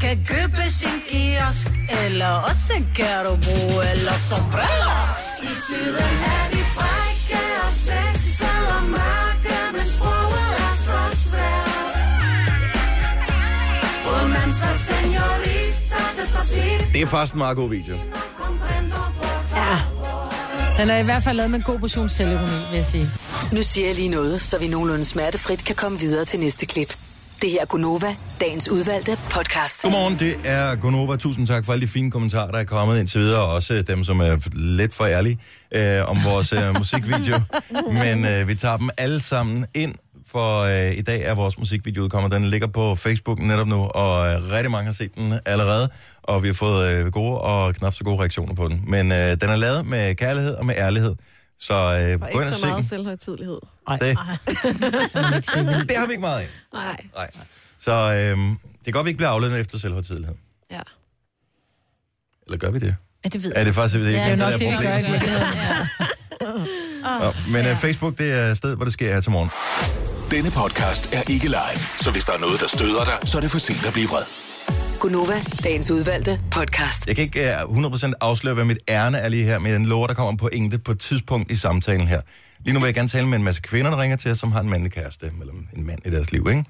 Speaker 11: que købes i en kiosk, e eller også kan du bruge eller sombreros. I syden er vi frække og sexede og mørke, men sproget er så svært. Romancer, señorita, despacito.
Speaker 1: Det er faktisk en meget god video.
Speaker 2: Ja. Den er i hvert fald lavet med en god portion selvironi, vil jeg sige.
Speaker 5: Nu siger jeg lige noget, så vi nogenlunde smertefrit kan komme videre til næste klip. Det her er Gunova, dagens udvalgte podcast.
Speaker 1: Godmorgen, det er Gonova. Tusind tak for alle de fine kommentarer, der er kommet indtil videre. og Også dem, som er lidt for ærlige øh, om vores øh, musikvideo. Men øh, vi tager dem alle sammen ind, for øh, i dag er vores musikvideo udkommet. Den ligger på Facebook netop nu, og øh, rigtig mange har set den allerede. Og vi har fået øh, gode og knap så gode reaktioner på den. Men øh, den er lavet med kærlighed og med ærlighed. Så øh,
Speaker 3: Og
Speaker 1: gå ind
Speaker 3: ikke
Speaker 1: og
Speaker 3: så
Speaker 1: se
Speaker 3: meget
Speaker 1: den.
Speaker 3: selvhøjtidlighed.
Speaker 1: Det, det har vi ikke meget af.
Speaker 3: Nej.
Speaker 1: Nej. Så øh, det er godt, vi ikke bliver aflønnet efter selvhøjtidlighed.
Speaker 3: Ja.
Speaker 1: Eller gør vi det?
Speaker 2: Ja, det ved
Speaker 1: Ja, det er faktisk- det er
Speaker 2: ja,
Speaker 1: ikke
Speaker 2: det er
Speaker 1: det,
Speaker 2: nok
Speaker 1: der
Speaker 2: det,
Speaker 1: er
Speaker 2: vi gør i
Speaker 1: problemet.
Speaker 2: virkeligheden. Ja.
Speaker 1: Nå, men ja. Facebook, det er et sted, hvor det sker her til morgen.
Speaker 6: Denne podcast er ikke live, så hvis der er noget, der støder dig, så er det for sent at blive vred.
Speaker 5: Gunova, dagens udvalgte podcast.
Speaker 1: Jeg kan ikke øh, 100% afsløre, hvad mit ærne er lige her, men jeg lover, der kommer en pointe på et tidspunkt i samtalen her. Lige nu vil jeg gerne tale med en masse kvinder, der ringer til os, som har en mandlig kæreste, eller en mand i deres liv, ikke?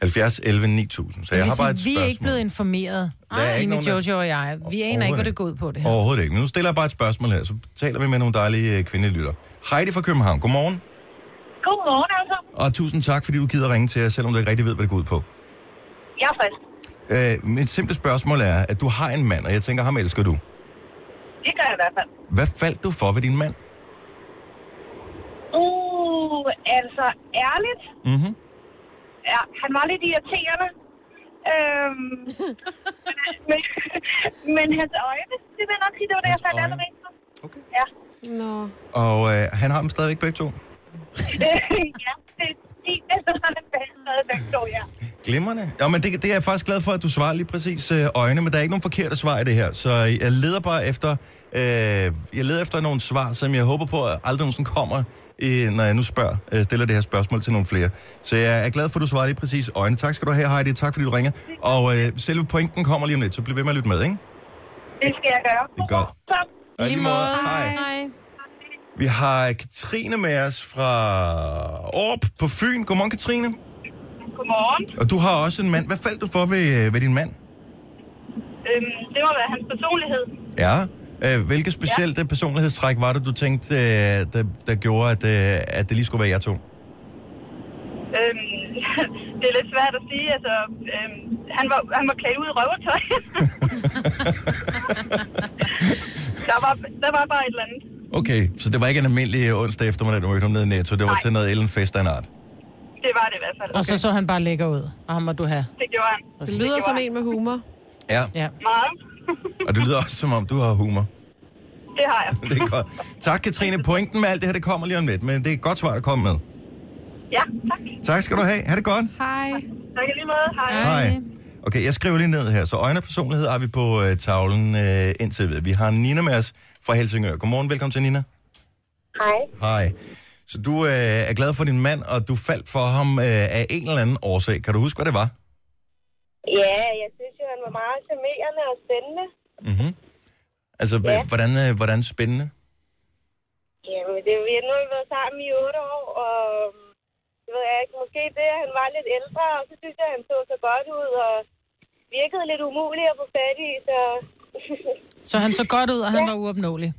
Speaker 1: 70, 11, 9000. Så
Speaker 2: Det
Speaker 1: jeg
Speaker 2: vil
Speaker 1: har bare et
Speaker 2: sige, vi er ikke
Speaker 1: spørgsmål.
Speaker 2: blevet informeret,
Speaker 1: Der er ikke
Speaker 2: Signe,
Speaker 1: nogen, der-
Speaker 2: Jojo og jeg. Vi aner ikke, hvad det går ud på det her.
Speaker 1: Overhovedet ikke. Men nu stiller jeg bare et spørgsmål her, så taler vi med nogle dejlige øh, kvindelytter. Heidi fra København, godmorgen.
Speaker 12: Godmorgen altså.
Speaker 1: Og tusind tak, fordi du gider ringe til os, selvom du ikke rigtig ved, hvad det går ud på.
Speaker 12: Jeg er frisk.
Speaker 1: Øh, mit simple spørgsmål er, at du har en mand, og jeg tænker, ham elsker du.
Speaker 12: Det gør jeg i hvert fald.
Speaker 1: Hvad faldt du for ved din mand?
Speaker 12: Uh, altså ærligt.
Speaker 1: Mm-hmm.
Speaker 12: Ja, han var lidt irriterende. Øhm, men, men hans øjne, det vil jeg nok sige, det var det, jeg faldt andet med. Okay. Ja.
Speaker 3: Nå.
Speaker 1: Og øh, han har dem stadigvæk begge to.
Speaker 12: ja, det, de, det var det bedste, den to, ja.
Speaker 1: Glimrende. Ja, men det, det er jeg faktisk glad for, at du svarer lige præcis øh, øjne, men der er ikke nogen forkerte svar i det her. Så jeg leder bare efter, øh, jeg leder efter nogle svar, som jeg håber på, at aldrig nogensinde kommer, øh, når jeg nu spørger, øh, stiller det her spørgsmål til nogle flere. Så jeg er glad for, at du svarer lige præcis øjne. Tak skal du have, Heidi. Tak fordi du ringer. Og øh, selve pointen kommer lige om lidt, så bliv ved med at lytte med, ikke?
Speaker 12: Det skal jeg gøre.
Speaker 1: Det er godt.
Speaker 12: Top.
Speaker 1: Og i lige måde. Hej.
Speaker 2: Hej.
Speaker 1: Vi har Katrine med os fra Orp på Fyn. Godmorgen, Katrine.
Speaker 12: Godmorgen.
Speaker 1: Og du har også en mand. Hvad faldt du for ved, øh, ved din mand?
Speaker 12: Øhm, det må være hans personlighed.
Speaker 1: Ja. Øh, Hvilke specielle ja. personlighedstræk var det, du tænkte, øh, der, der gjorde, at, øh, at det lige skulle være jer to?
Speaker 12: Øhm, det er lidt svært at sige. Altså, øhm, han, var, han var klædt ud i røvertøj. der, var, der var bare et eller andet.
Speaker 1: Okay, så det var ikke en almindelig øh, onsdag eftermiddag, du mødte ham nede i Netto. Det var
Speaker 12: Nej.
Speaker 1: Nej. til noget Ellen Fest af en art.
Speaker 12: Det var det i hvert fald.
Speaker 2: Og så så han bare lækker ud, og ham må du have.
Speaker 12: Det gjorde han.
Speaker 3: Det lyder
Speaker 12: gjorde
Speaker 3: som
Speaker 12: han.
Speaker 3: en med humor.
Speaker 1: Ja.
Speaker 2: ja.
Speaker 12: Meget.
Speaker 1: Og det lyder også, som om du har humor.
Speaker 12: Det har jeg.
Speaker 1: Det er godt. Tak, Katrine. Pointen med alt det her, det kommer lige om lidt, men det er et godt svar, der kommer med.
Speaker 12: Ja, tak.
Speaker 1: Tak skal du have. Ha' det godt.
Speaker 8: Hej.
Speaker 12: Tak i lige måde. Hej.
Speaker 1: Hej. Okay, jeg skriver lige ned her. Så øjne og personlighed har vi på øh, tavlen øh, indtil videre. Vi har Nina med os fra Helsingør. Godmorgen, velkommen til Nina.
Speaker 12: Hej.
Speaker 1: Hej. Så du øh, er glad for din mand, og du faldt for ham øh, af en eller anden årsag. Kan du huske, hvad det var?
Speaker 12: Ja, jeg synes jo, han var meget charmerende og spændende.
Speaker 1: Mm-hmm. Altså, ja.
Speaker 12: Ja.
Speaker 1: hvordan, øh, hvordan spændende?
Speaker 12: Jamen, det, vi, nu har vi været sammen i otte år, og øhm, det ved jeg ikke, måske det, at han var lidt ældre, og så synes jeg, at han så så godt ud, og virkede lidt umulig at få fat i, så...
Speaker 2: Så han så godt ud, og han var uopnåelig.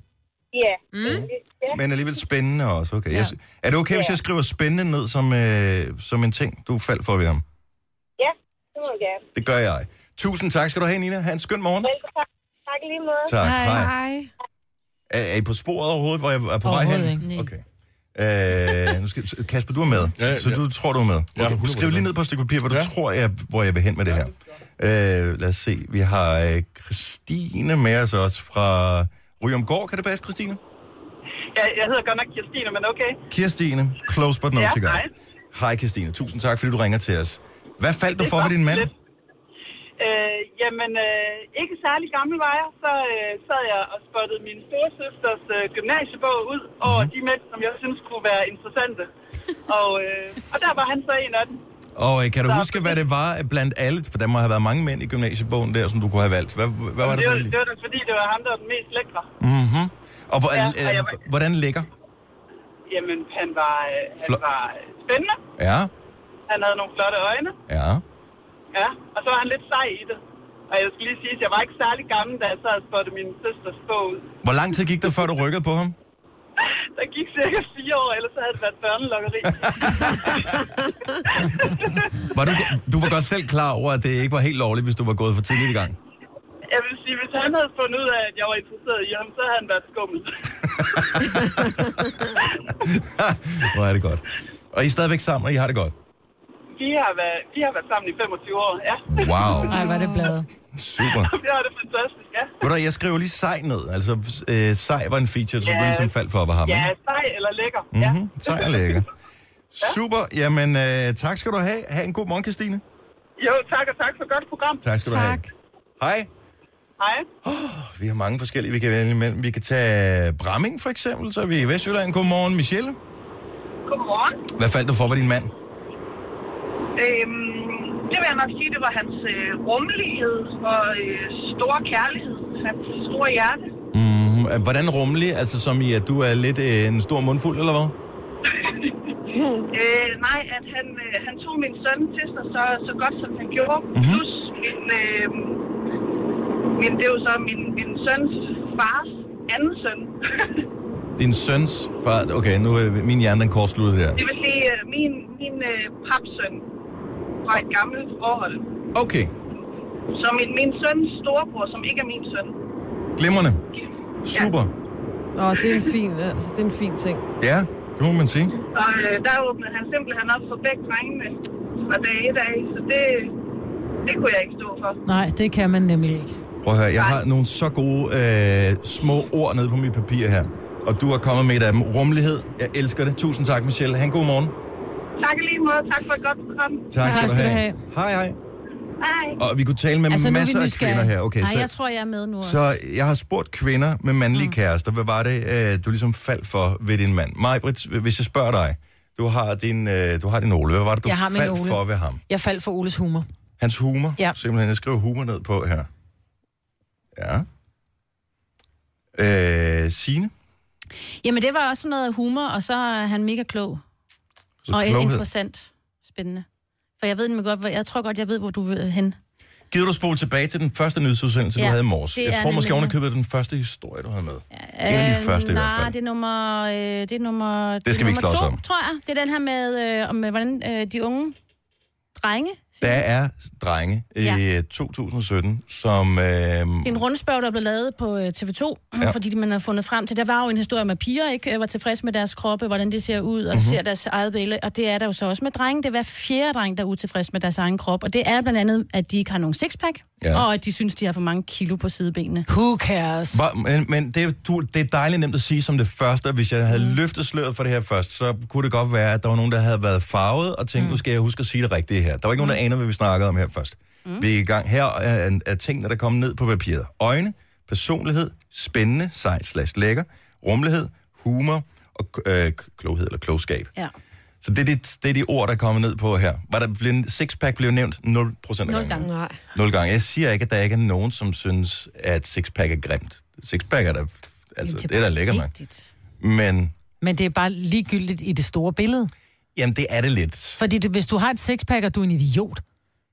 Speaker 12: ja. Mm. ja.
Speaker 1: Men alligevel spændende også. Okay. Ja. Jeg, sy- er det okay, hvis
Speaker 12: Ja.
Speaker 1: jeg skriver spændende ned som, øh, som en ting, du faldt for ved ham?
Speaker 12: Ja, det må jeg gerne.
Speaker 1: Det gør jeg. Tusind tak skal du have, Nina. Ha' en skøn morgen.
Speaker 12: Velkommen. Tak i lige måde.
Speaker 1: Tak. Hej. Hej. Er, er I på sporet overhovedet, hvor jeg er på vej hen? Okay. Øh, nu skal, Kasper, du er med, ja, så du tror, du er med. Okay, ja, skriv lige ned på et stykke papir, hvor du ja. tror, jeg, hvor jeg vil hen med det her. Øh, lad os se, vi har øh, Christine med os også fra Ryomgård. Kan det passe, Christine?
Speaker 13: Ja, jeg hedder godt nok Kirstine, men okay.
Speaker 1: Kirstine, close but no
Speaker 13: Ja,
Speaker 1: cigar.
Speaker 13: hej.
Speaker 1: Hej Kirstine, tusind tak, fordi du ringer til os. Hvad faldt du
Speaker 13: Det er
Speaker 1: for ved
Speaker 13: godt.
Speaker 1: din mand?
Speaker 13: Lidt. Øh, jamen, øh, ikke særlig gammel var jeg. Så øh, sad jeg og spottede min storesøsters øh, gymnasiebog ud over
Speaker 1: Mhm.
Speaker 13: de mænd, som jeg synes kunne være interessante. og, øh, og der var han så en af dem.
Speaker 1: Og øh, kan du huske, hvad det var blandt alle? For der må have været mange mænd i gymnasiebogen der, som du kunne have valgt. Hvad, hvad var det?
Speaker 13: det,
Speaker 1: for
Speaker 13: var,
Speaker 1: en-
Speaker 13: det var da fordi, det var ham, der var den mest lækre.
Speaker 1: Mhm. Og hvor,
Speaker 13: Ja,
Speaker 1: ja,
Speaker 13: og jeg
Speaker 1: øh,
Speaker 13: var-
Speaker 1: hvordan ligger?
Speaker 13: Jamen, han var, øh, han
Speaker 1: Flot.
Speaker 13: var spændende.
Speaker 1: Ja,
Speaker 13: Han havde nogle flotte øjne.
Speaker 1: ja.
Speaker 13: Ja, og så var han lidt sej i det. Og jeg skal lige sige, at jeg var ikke særlig gammel, da jeg sad og spottede min søsters bog ud.
Speaker 1: Hvor lang tid gik der, før du rykkede på ham?
Speaker 13: Der gik cirka fire år, ellers så havde det været børnelokkeri.
Speaker 1: Var du, du var godt selv klar over, at det ikke var helt lovligt, hvis du var gået for tidligt i gang.
Speaker 13: Jeg vil sige, hvis han havde fundet ud af, at jeg var interesseret i ham, så havde han været skummel.
Speaker 1: Hvor er det godt. Og I er stadigvæk sammen, og I har det godt.
Speaker 13: Vi har været, vi har været sammen i 25 år, ja.
Speaker 1: Wow.
Speaker 2: Ej, var det bladet.
Speaker 1: Super.
Speaker 13: det var det fantastisk, ja.
Speaker 1: Ved du, hvad, jeg skrev lige sej ned. Altså, øh, sej var en feature, som du ligesom faldt for ved ham.
Speaker 13: Ja,
Speaker 1: ikke?
Speaker 13: sej eller lækker. Ja.
Speaker 1: Mm-hmm. Sej og lækker. Super. Jamen, øh, tak skal du have. Ha' en god morgen, Christine.
Speaker 13: Jo, tak og tak for et godt program.
Speaker 1: Tak skal du have. Hej.
Speaker 13: Hej.
Speaker 1: Vi har mange forskellige, vi kan vælge imellem. Vi kan tage Bramming, for eksempel, så er vi i Vestjylland. Godmorgen, Michelle.
Speaker 14: Godmorgen.
Speaker 1: Hvad faldt du for, var din mand?
Speaker 14: Øhm, det vil jeg nok sige, det var hans øh, rummelighed og øh, store kærlighed. Hans store hjerte.
Speaker 1: Mm, hvordan rummelig? Altså, som i, at du er lidt øh, en stor mundfuld, eller hvad?
Speaker 8: Hmm.
Speaker 14: øh, nej, at han, øh, han tog min søn til sig så, så godt, som han gjorde.
Speaker 8: Mhm.
Speaker 14: Mm-hmm. Plus min, øh, min, det er jo så min, min søns fars anden søn.
Speaker 1: Din søns far... Okay, nu er min hjerne, den kortsluttede der.
Speaker 14: det vil sige øh, min, min øh, papsøn fra et gammelt forhold.
Speaker 1: Okay,
Speaker 14: Så min, min søns storebror, som ikke er min søn.
Speaker 1: glimrende. Super.
Speaker 8: Åh, det er en fin, altså, det er en fin ting.
Speaker 1: Ja, det må man sige.
Speaker 14: Og øh, der åbnede han simpelthen op for begge drengene fra dag i dag, så det, det kunne jeg ikke stå for.
Speaker 2: Nej, det kan man nemlig ikke.
Speaker 1: Prøv at høre, jeg har nogle så gode øh, små ord nede på mit papir her. Og du er kommet med et af dem. Rummelighed. Jeg elsker det. Tusind tak, Michelle. Ha' en god morgen.
Speaker 14: Tak i lige måde, tak for et godt program.
Speaker 1: Tak skal, du, have. Hej, hej.
Speaker 14: Hej.
Speaker 1: Og vi kunne tale med
Speaker 4: Altså, nu er vi
Speaker 1: masser af
Speaker 4: nysgerrige.
Speaker 1: kvinder her. Okay,
Speaker 4: Nej,
Speaker 1: så,
Speaker 4: jeg tror, jeg er med nu. også.
Speaker 1: så jeg har spurgt kvinder med mandlige mm. kærester, hvad var det, øh, du ligesom faldt for ved din mand? Majbrit, hvis jeg spørger dig, du har din, øh, du har din Ole. Hvad var det, du
Speaker 2: Jeg har min
Speaker 1: faldt
Speaker 2: Ole.
Speaker 1: for ved ham?
Speaker 2: Jeg faldt for Oles humor.
Speaker 1: Hans humor?
Speaker 2: Ja.
Speaker 1: Simpelthen, jeg skriver humor ned på her. Ja. Øh, Signe?
Speaker 4: Jamen, det var også sådan noget humor, og så er han mega klog.
Speaker 1: Så
Speaker 4: og
Speaker 1: kloghed.
Speaker 4: interessant. Spændende. For jeg ved nemlig godt, hvor, jeg tror godt, jeg ved, hvor du vil hen.
Speaker 1: Gider du spole tilbage til den første nyhedsudsendelse, ja, du
Speaker 4: Ja,
Speaker 1: havde i morges?
Speaker 4: det
Speaker 1: Jeg
Speaker 4: er
Speaker 1: tror måske
Speaker 4: nemlig-
Speaker 1: ovenikøbet den første historie, du havde med. Ja, en af de
Speaker 4: Øh,
Speaker 1: første i
Speaker 4: nej,
Speaker 1: hvert fald.
Speaker 4: det er nummer... Øh, det er nummer
Speaker 1: Det skal vi ikke
Speaker 4: nummer
Speaker 1: slås
Speaker 4: to,
Speaker 1: om.
Speaker 4: tror jeg. Det er den her med, øh, om, øh, hvordan øh, de unge drenge
Speaker 1: Der er drenge
Speaker 4: Ja.
Speaker 1: i øh, 2017, som... Øh,
Speaker 4: En rundspørg, der blev lavet på øh, TV2,
Speaker 1: Ja.
Speaker 4: ja. fordi man har fundet frem til, der var jo en historie med piger, ikke? Øh, var tilfredse med deres kroppe, hvordan det ser ud, og
Speaker 1: Mhm.
Speaker 4: mm-hmm. ser deres eget billede, og det er der jo så også med drenge. Det er hver fjerde dreng, der er utilfreds med deres egen krop, og det er blandt andet, at de ikke har nogen sixpack,
Speaker 1: Ja.
Speaker 4: ja. og at de synes, de har for mange kilo på sidebenene.
Speaker 2: Who cares?
Speaker 1: Hvor- Men, men det, er- du, det er dejligt nemt at sige som det første, og hvis jeg havde mm. løftet sløret for det her først, så kunne det godt være, at der var nogen, der havde været farvet og tænkt, mm. nu skal jeg huske at sige det rigtige her. Der var ikke mm. nogen, der aner, hvad vi snakkede om her først. Mm. Vi er i gang. Her er, er tingene, der kommer ned på papiret. Øjne, personlighed, spændende, sej slash lækker, rummelighed, humor og øh, kloghed eller klogskab.
Speaker 4: Ja.
Speaker 1: Så det er, de, det er de ord, der kommer ned på her. Var der blev, sixpack blev nævnt 0% af gangen.
Speaker 4: Nul gange. Nej.
Speaker 1: Nul gange. Jeg siger ikke, at der ikke er nogen, som synes, at sixpack er grimt. Sixpack er da... Altså,
Speaker 2: Jamen, det
Speaker 1: det,
Speaker 2: er
Speaker 1: det er da
Speaker 2: bare
Speaker 1: lækker, man. Men,
Speaker 2: Men det er bare ligegyldigt i det store billede.
Speaker 1: jamen, det er det lidt.
Speaker 2: Fordi du, hvis du har et sixpack, og du er en idiot,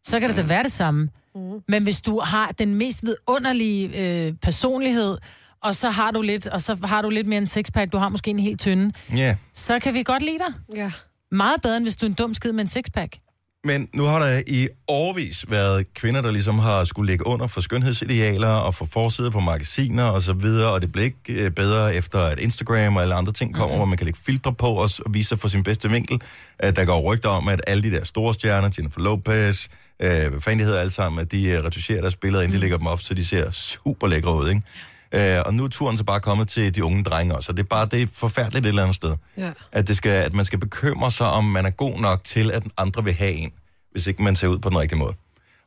Speaker 2: så kan det da være det samme. Mm. Men hvis du har den mest vidunderlige øh, personlighed, og så har du lidt, og så har du lidt mere en sixpack, du har måske en helt tynde,
Speaker 1: Ja. Yeah.
Speaker 2: så kan vi godt lide dig.
Speaker 3: Ja.
Speaker 2: Meget bedre, end hvis du er en dum skid med en sixpack.
Speaker 1: Men nu har der i årvis været kvinder, der ligesom har skulle ligge under for skønhedsidealer og for forsider på magasiner og så videre, og det bliver ikke øh, bedre efter, at Instagram og alle andre ting kommer, mm-hmm. hvor man kan lægge filtre på os og vise sig fra sin bedste vinkel. At der går rygter om, at alle de der store stjerner, Jennifer Lopez, øh, hvad fanden de hedder alle sammen, at de øh, retusjerer deres billeder, inden de lægger dem op, så de ser super lækre ud, ikke? Øh, og nu er turen så bare kommet til de unge drenge også, og det er bare det er forfærdeligt et eller andet sted
Speaker 3: Ja.
Speaker 1: at, det skal, at man skal bekymre sig, om man er god nok til, at andre vil have en, hvis ikke man ser ud på den rigtige måde.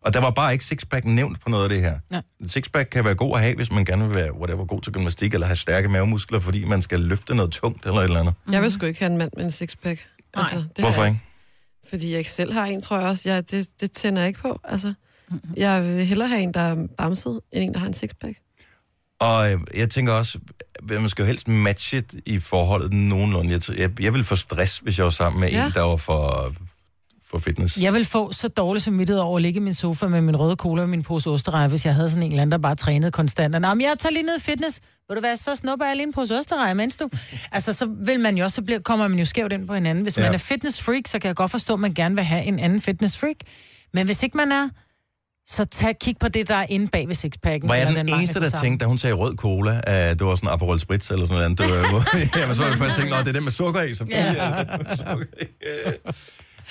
Speaker 1: Og der var bare ikke sixpack nævnt på noget af det her.
Speaker 2: Nej.
Speaker 1: En sixpack kan være god at have, hvis man gerne vil være whatever, god til gymnastik, eller have stærke mavemuskler, fordi man skal løfte noget tungt eller et eller andet.
Speaker 3: Jeg
Speaker 2: Mhm.
Speaker 3: vil sgu ikke have en mand med en sixpack. Altså, det har
Speaker 1: Hvorfor
Speaker 3: jeg
Speaker 1: ikke?
Speaker 3: Fordi jeg ikke selv har en, tror jeg også. Jeg, det, det tænder jeg ikke på. Altså,
Speaker 2: Mhm.
Speaker 3: jeg vil hellere have en, der er bamset, end en, der har en sixpack.
Speaker 1: Og øh, jeg tænker også, at man skal jo helst matche det i forholdet nogenlunde. Jeg, t- jeg, jeg ville få stress, hvis jeg var sammen med ja.
Speaker 2: Ja.
Speaker 1: en, der var for, for fitness.
Speaker 2: Jeg vil få så dårlig samvittighed over at ligge i min sofa med min røde cola og min pose osterej, hvis jeg havde sådan en eller anden, der bare trænede konstant. Og, "Nå, men jeg tager lige ned i fitness. Vil du være, så snupper jeg lige en pose osterej, mens du... Altså, så vil man jo også, så bliver, kommer man jo skævt ind på hinanden. Hvis ja.
Speaker 1: Ja.
Speaker 2: man er fitness freak, så kan jeg godt forstå, at man gerne vil have en anden fitness freak. Men hvis ikke man er, så tag kig på det, der er inde bag ved sixpacken.
Speaker 1: Var jeg
Speaker 2: eller
Speaker 1: den,
Speaker 2: mangel
Speaker 1: eneste,
Speaker 2: på
Speaker 1: der
Speaker 2: samme.
Speaker 1: tænkte, da hun sagde rød cola, at det var sådan Aperol Spritz eller sådan noget andet? Det var, jamen, så var det først tænkt, at det er den med sukker i, øh, selvfølgelig.
Speaker 11: Ja.
Speaker 1: er det den med sukker i. Øh.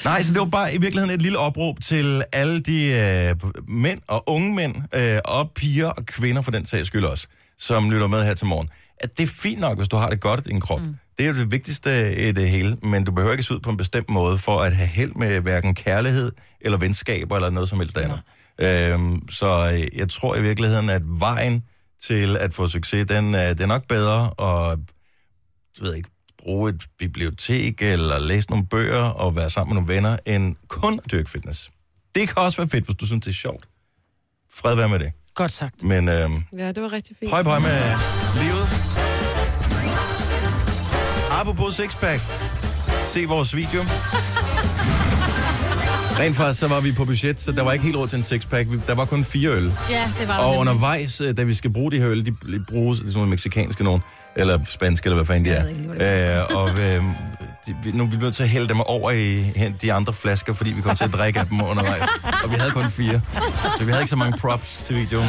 Speaker 1: Nej, så det var bare i virkeligheden et lille opråb til alle de øh, mænd og unge mænd, øh, og piger og kvinder for den sags skyld også, som lytter med her til morgen. At det er fint nok, hvis du har det godt i din krop. Mm. Det er jo det vigtigste i det hele, men du behøver ikke se ud på en bestemt måde for at have held med hverken kærlighed eller venskaber eller noget som helst andet. Øhm, så øh, jeg tror i virkeligheden, at vejen til at få succes, den, øh, den er nok bedre og jeg ved ikke, bruge et bibliotek eller læse nogle bøger og være sammen med nogle venner, end kun at dyrke fitness. Det kan også være fedt, hvis du synes, det er sjovt. Fred være med det.
Speaker 2: Godt sagt.
Speaker 1: Men øh,
Speaker 3: Ja, det var rigtig fint.
Speaker 1: høj på med livet. Apropos sixpack. Se vores video. Rent faktisk, så var vi på budget, så der var ikke helt råd til en sixpack. Vi- Der var kun fire øl.
Speaker 4: Ja, det var der
Speaker 1: Og
Speaker 4: nemlig.
Speaker 1: undervejs, øh, da vi skal bruge de her øl, de bl- bruges ligesom nogle meksikanske nogen, eller spanske, eller hvad fanden de er. Øh, og øh, de, vi- nu er vi nødt til at hælde dem over i hen- de andre flasker, fordi vi kom til at drikke af dem undervejs. Og vi havde kun fire. Så vi havde ikke så mange props til videoen.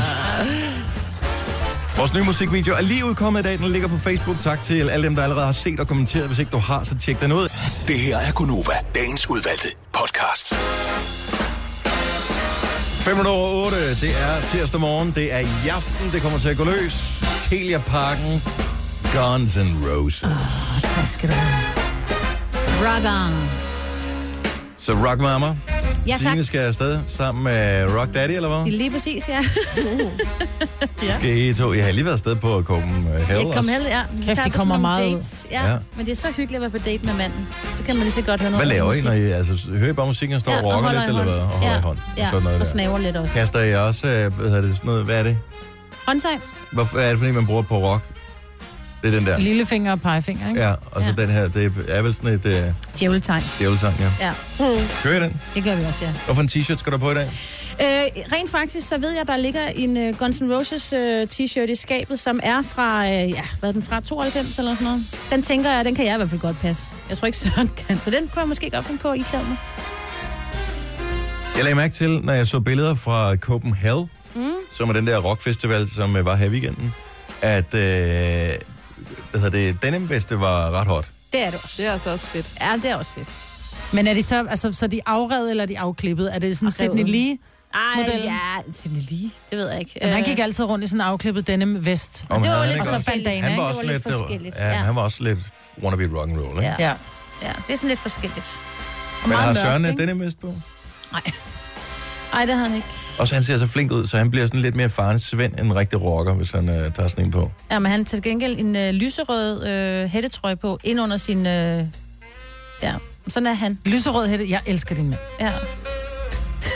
Speaker 1: Vores nye musikvideo er lige udkommet i dag. Den ligger på Facebook. Tak til alle dem, der allerede har set og kommenteret. Hvis ikke du har, så tjek den ud. Det her er Gunova, dagens udvalgte podcast. 5 over 8, det er tirsdag morgen, det er i aften, det kommer til at gå løs. Telia Parken, Guns N' Roses.
Speaker 2: Godt, så skal du have.
Speaker 4: Rock on.
Speaker 1: Så Rock Mama,
Speaker 4: Ja, tak.
Speaker 1: Signe skal afsted sammen med Rock Daddy, eller hvad?
Speaker 4: Lige præcis, ja.
Speaker 1: Ja. Skal I to? Jeg har lige været afsted på Copenhagen
Speaker 4: Ikke kom
Speaker 1: også.
Speaker 4: held, ja. Vi
Speaker 2: Kæft,
Speaker 4: tager
Speaker 2: de
Speaker 4: på
Speaker 2: kommer
Speaker 4: sådan nogle
Speaker 2: meget ud.
Speaker 4: dates. Ja.
Speaker 1: Ja.
Speaker 4: ja. men det er så hyggeligt at være på date med manden. Så kan man lige så godt høre noget.
Speaker 1: Hvad laver I,
Speaker 4: ordentlig
Speaker 1: når
Speaker 4: musik.
Speaker 1: I altså, hører I bare musikken og står ja, og rocker
Speaker 4: holder
Speaker 1: lidt,
Speaker 4: i
Speaker 1: eller hvad?
Speaker 4: hånden.
Speaker 1: Og holder
Speaker 4: ja.
Speaker 1: i hånd.
Speaker 4: Ja,
Speaker 1: sådan noget
Speaker 4: og
Speaker 1: der.
Speaker 4: snaver lidt også.
Speaker 1: Kaster I også, øh, hvad hedder det, sådan noget, hvad er det?
Speaker 4: Håndtegn.
Speaker 1: Hvorfor er det, fordi man bruger på rock? Det er den der.
Speaker 2: Lillefinger og pegefinger, ikke?
Speaker 1: Ja, og så ja. den her, det er vel sådan et øh,
Speaker 4: Djævletegn.
Speaker 1: djævlesang, ja.
Speaker 4: Ja.
Speaker 2: Hmm.
Speaker 1: Kører I den?
Speaker 4: Det gør vi også, ja.
Speaker 1: Hvorfor en t-shirt skal du på i dag?
Speaker 4: Øh, rent faktisk, så ved jeg, der ligger en uh, Guns N' Roses uh, t-shirt i skabet, som er fra, uh, ja, hvad er den fra, 92 eller sådan noget. Den tænker jeg, den kan jeg i hvert fald godt passe. Jeg tror ikke, Søren kan. Så den kunne jeg måske godt finde på at iklæde mig.
Speaker 1: Jeg lagde mærke til, når jeg så billeder fra Copenhagen,
Speaker 2: Hmm.
Speaker 11: Mm.
Speaker 1: som er den der rockfestival, som øh, var her i weekenden, at øh, hvad hedder det, denimveste var ret hot.
Speaker 4: Det er det også.
Speaker 3: Det er altså også fedt.
Speaker 4: Ja, det er også fedt.
Speaker 2: Men er de så, altså, så er de afrevet, eller er de afklippet? Er det sådan
Speaker 4: Afrevet.
Speaker 2: Sydney Lee?
Speaker 4: Ej,
Speaker 2: modellen?
Speaker 4: ja, Sidney Lee, det ved jeg ikke. Øh,
Speaker 2: Men han gik altid rundt i sådan en afklippet denim vest.
Speaker 1: Og man havde han
Speaker 2: og
Speaker 1: ikke
Speaker 2: så
Speaker 1: også-
Speaker 2: bandana.
Speaker 1: Han var
Speaker 2: ikke?
Speaker 1: også lidt, øh,
Speaker 4: forskelligt,
Speaker 1: Ja,
Speaker 4: ja.
Speaker 1: han var også lidt wannabe rock'n'roll, ikke?
Speaker 2: Ja.
Speaker 4: ja, det er sådan lidt forskelligt. Og
Speaker 1: Men
Speaker 4: meget
Speaker 1: har
Speaker 4: mørkt,
Speaker 1: Søren
Speaker 4: ikke?
Speaker 1: denimvest på?
Speaker 4: Nej. Nej, det har han ikke.
Speaker 1: Og så han ser så flink ud, så han bliver sådan lidt mere faren Svend end en rigtig rocker, hvis han øh, tager sådan en på.
Speaker 4: Ja, men han har til gengæld en øh, lyserød øh, hættetrøje på, ind under sin... Øh, ja, sådan er han.
Speaker 2: Lyserød hætte, jeg elsker din mand.
Speaker 4: Ja.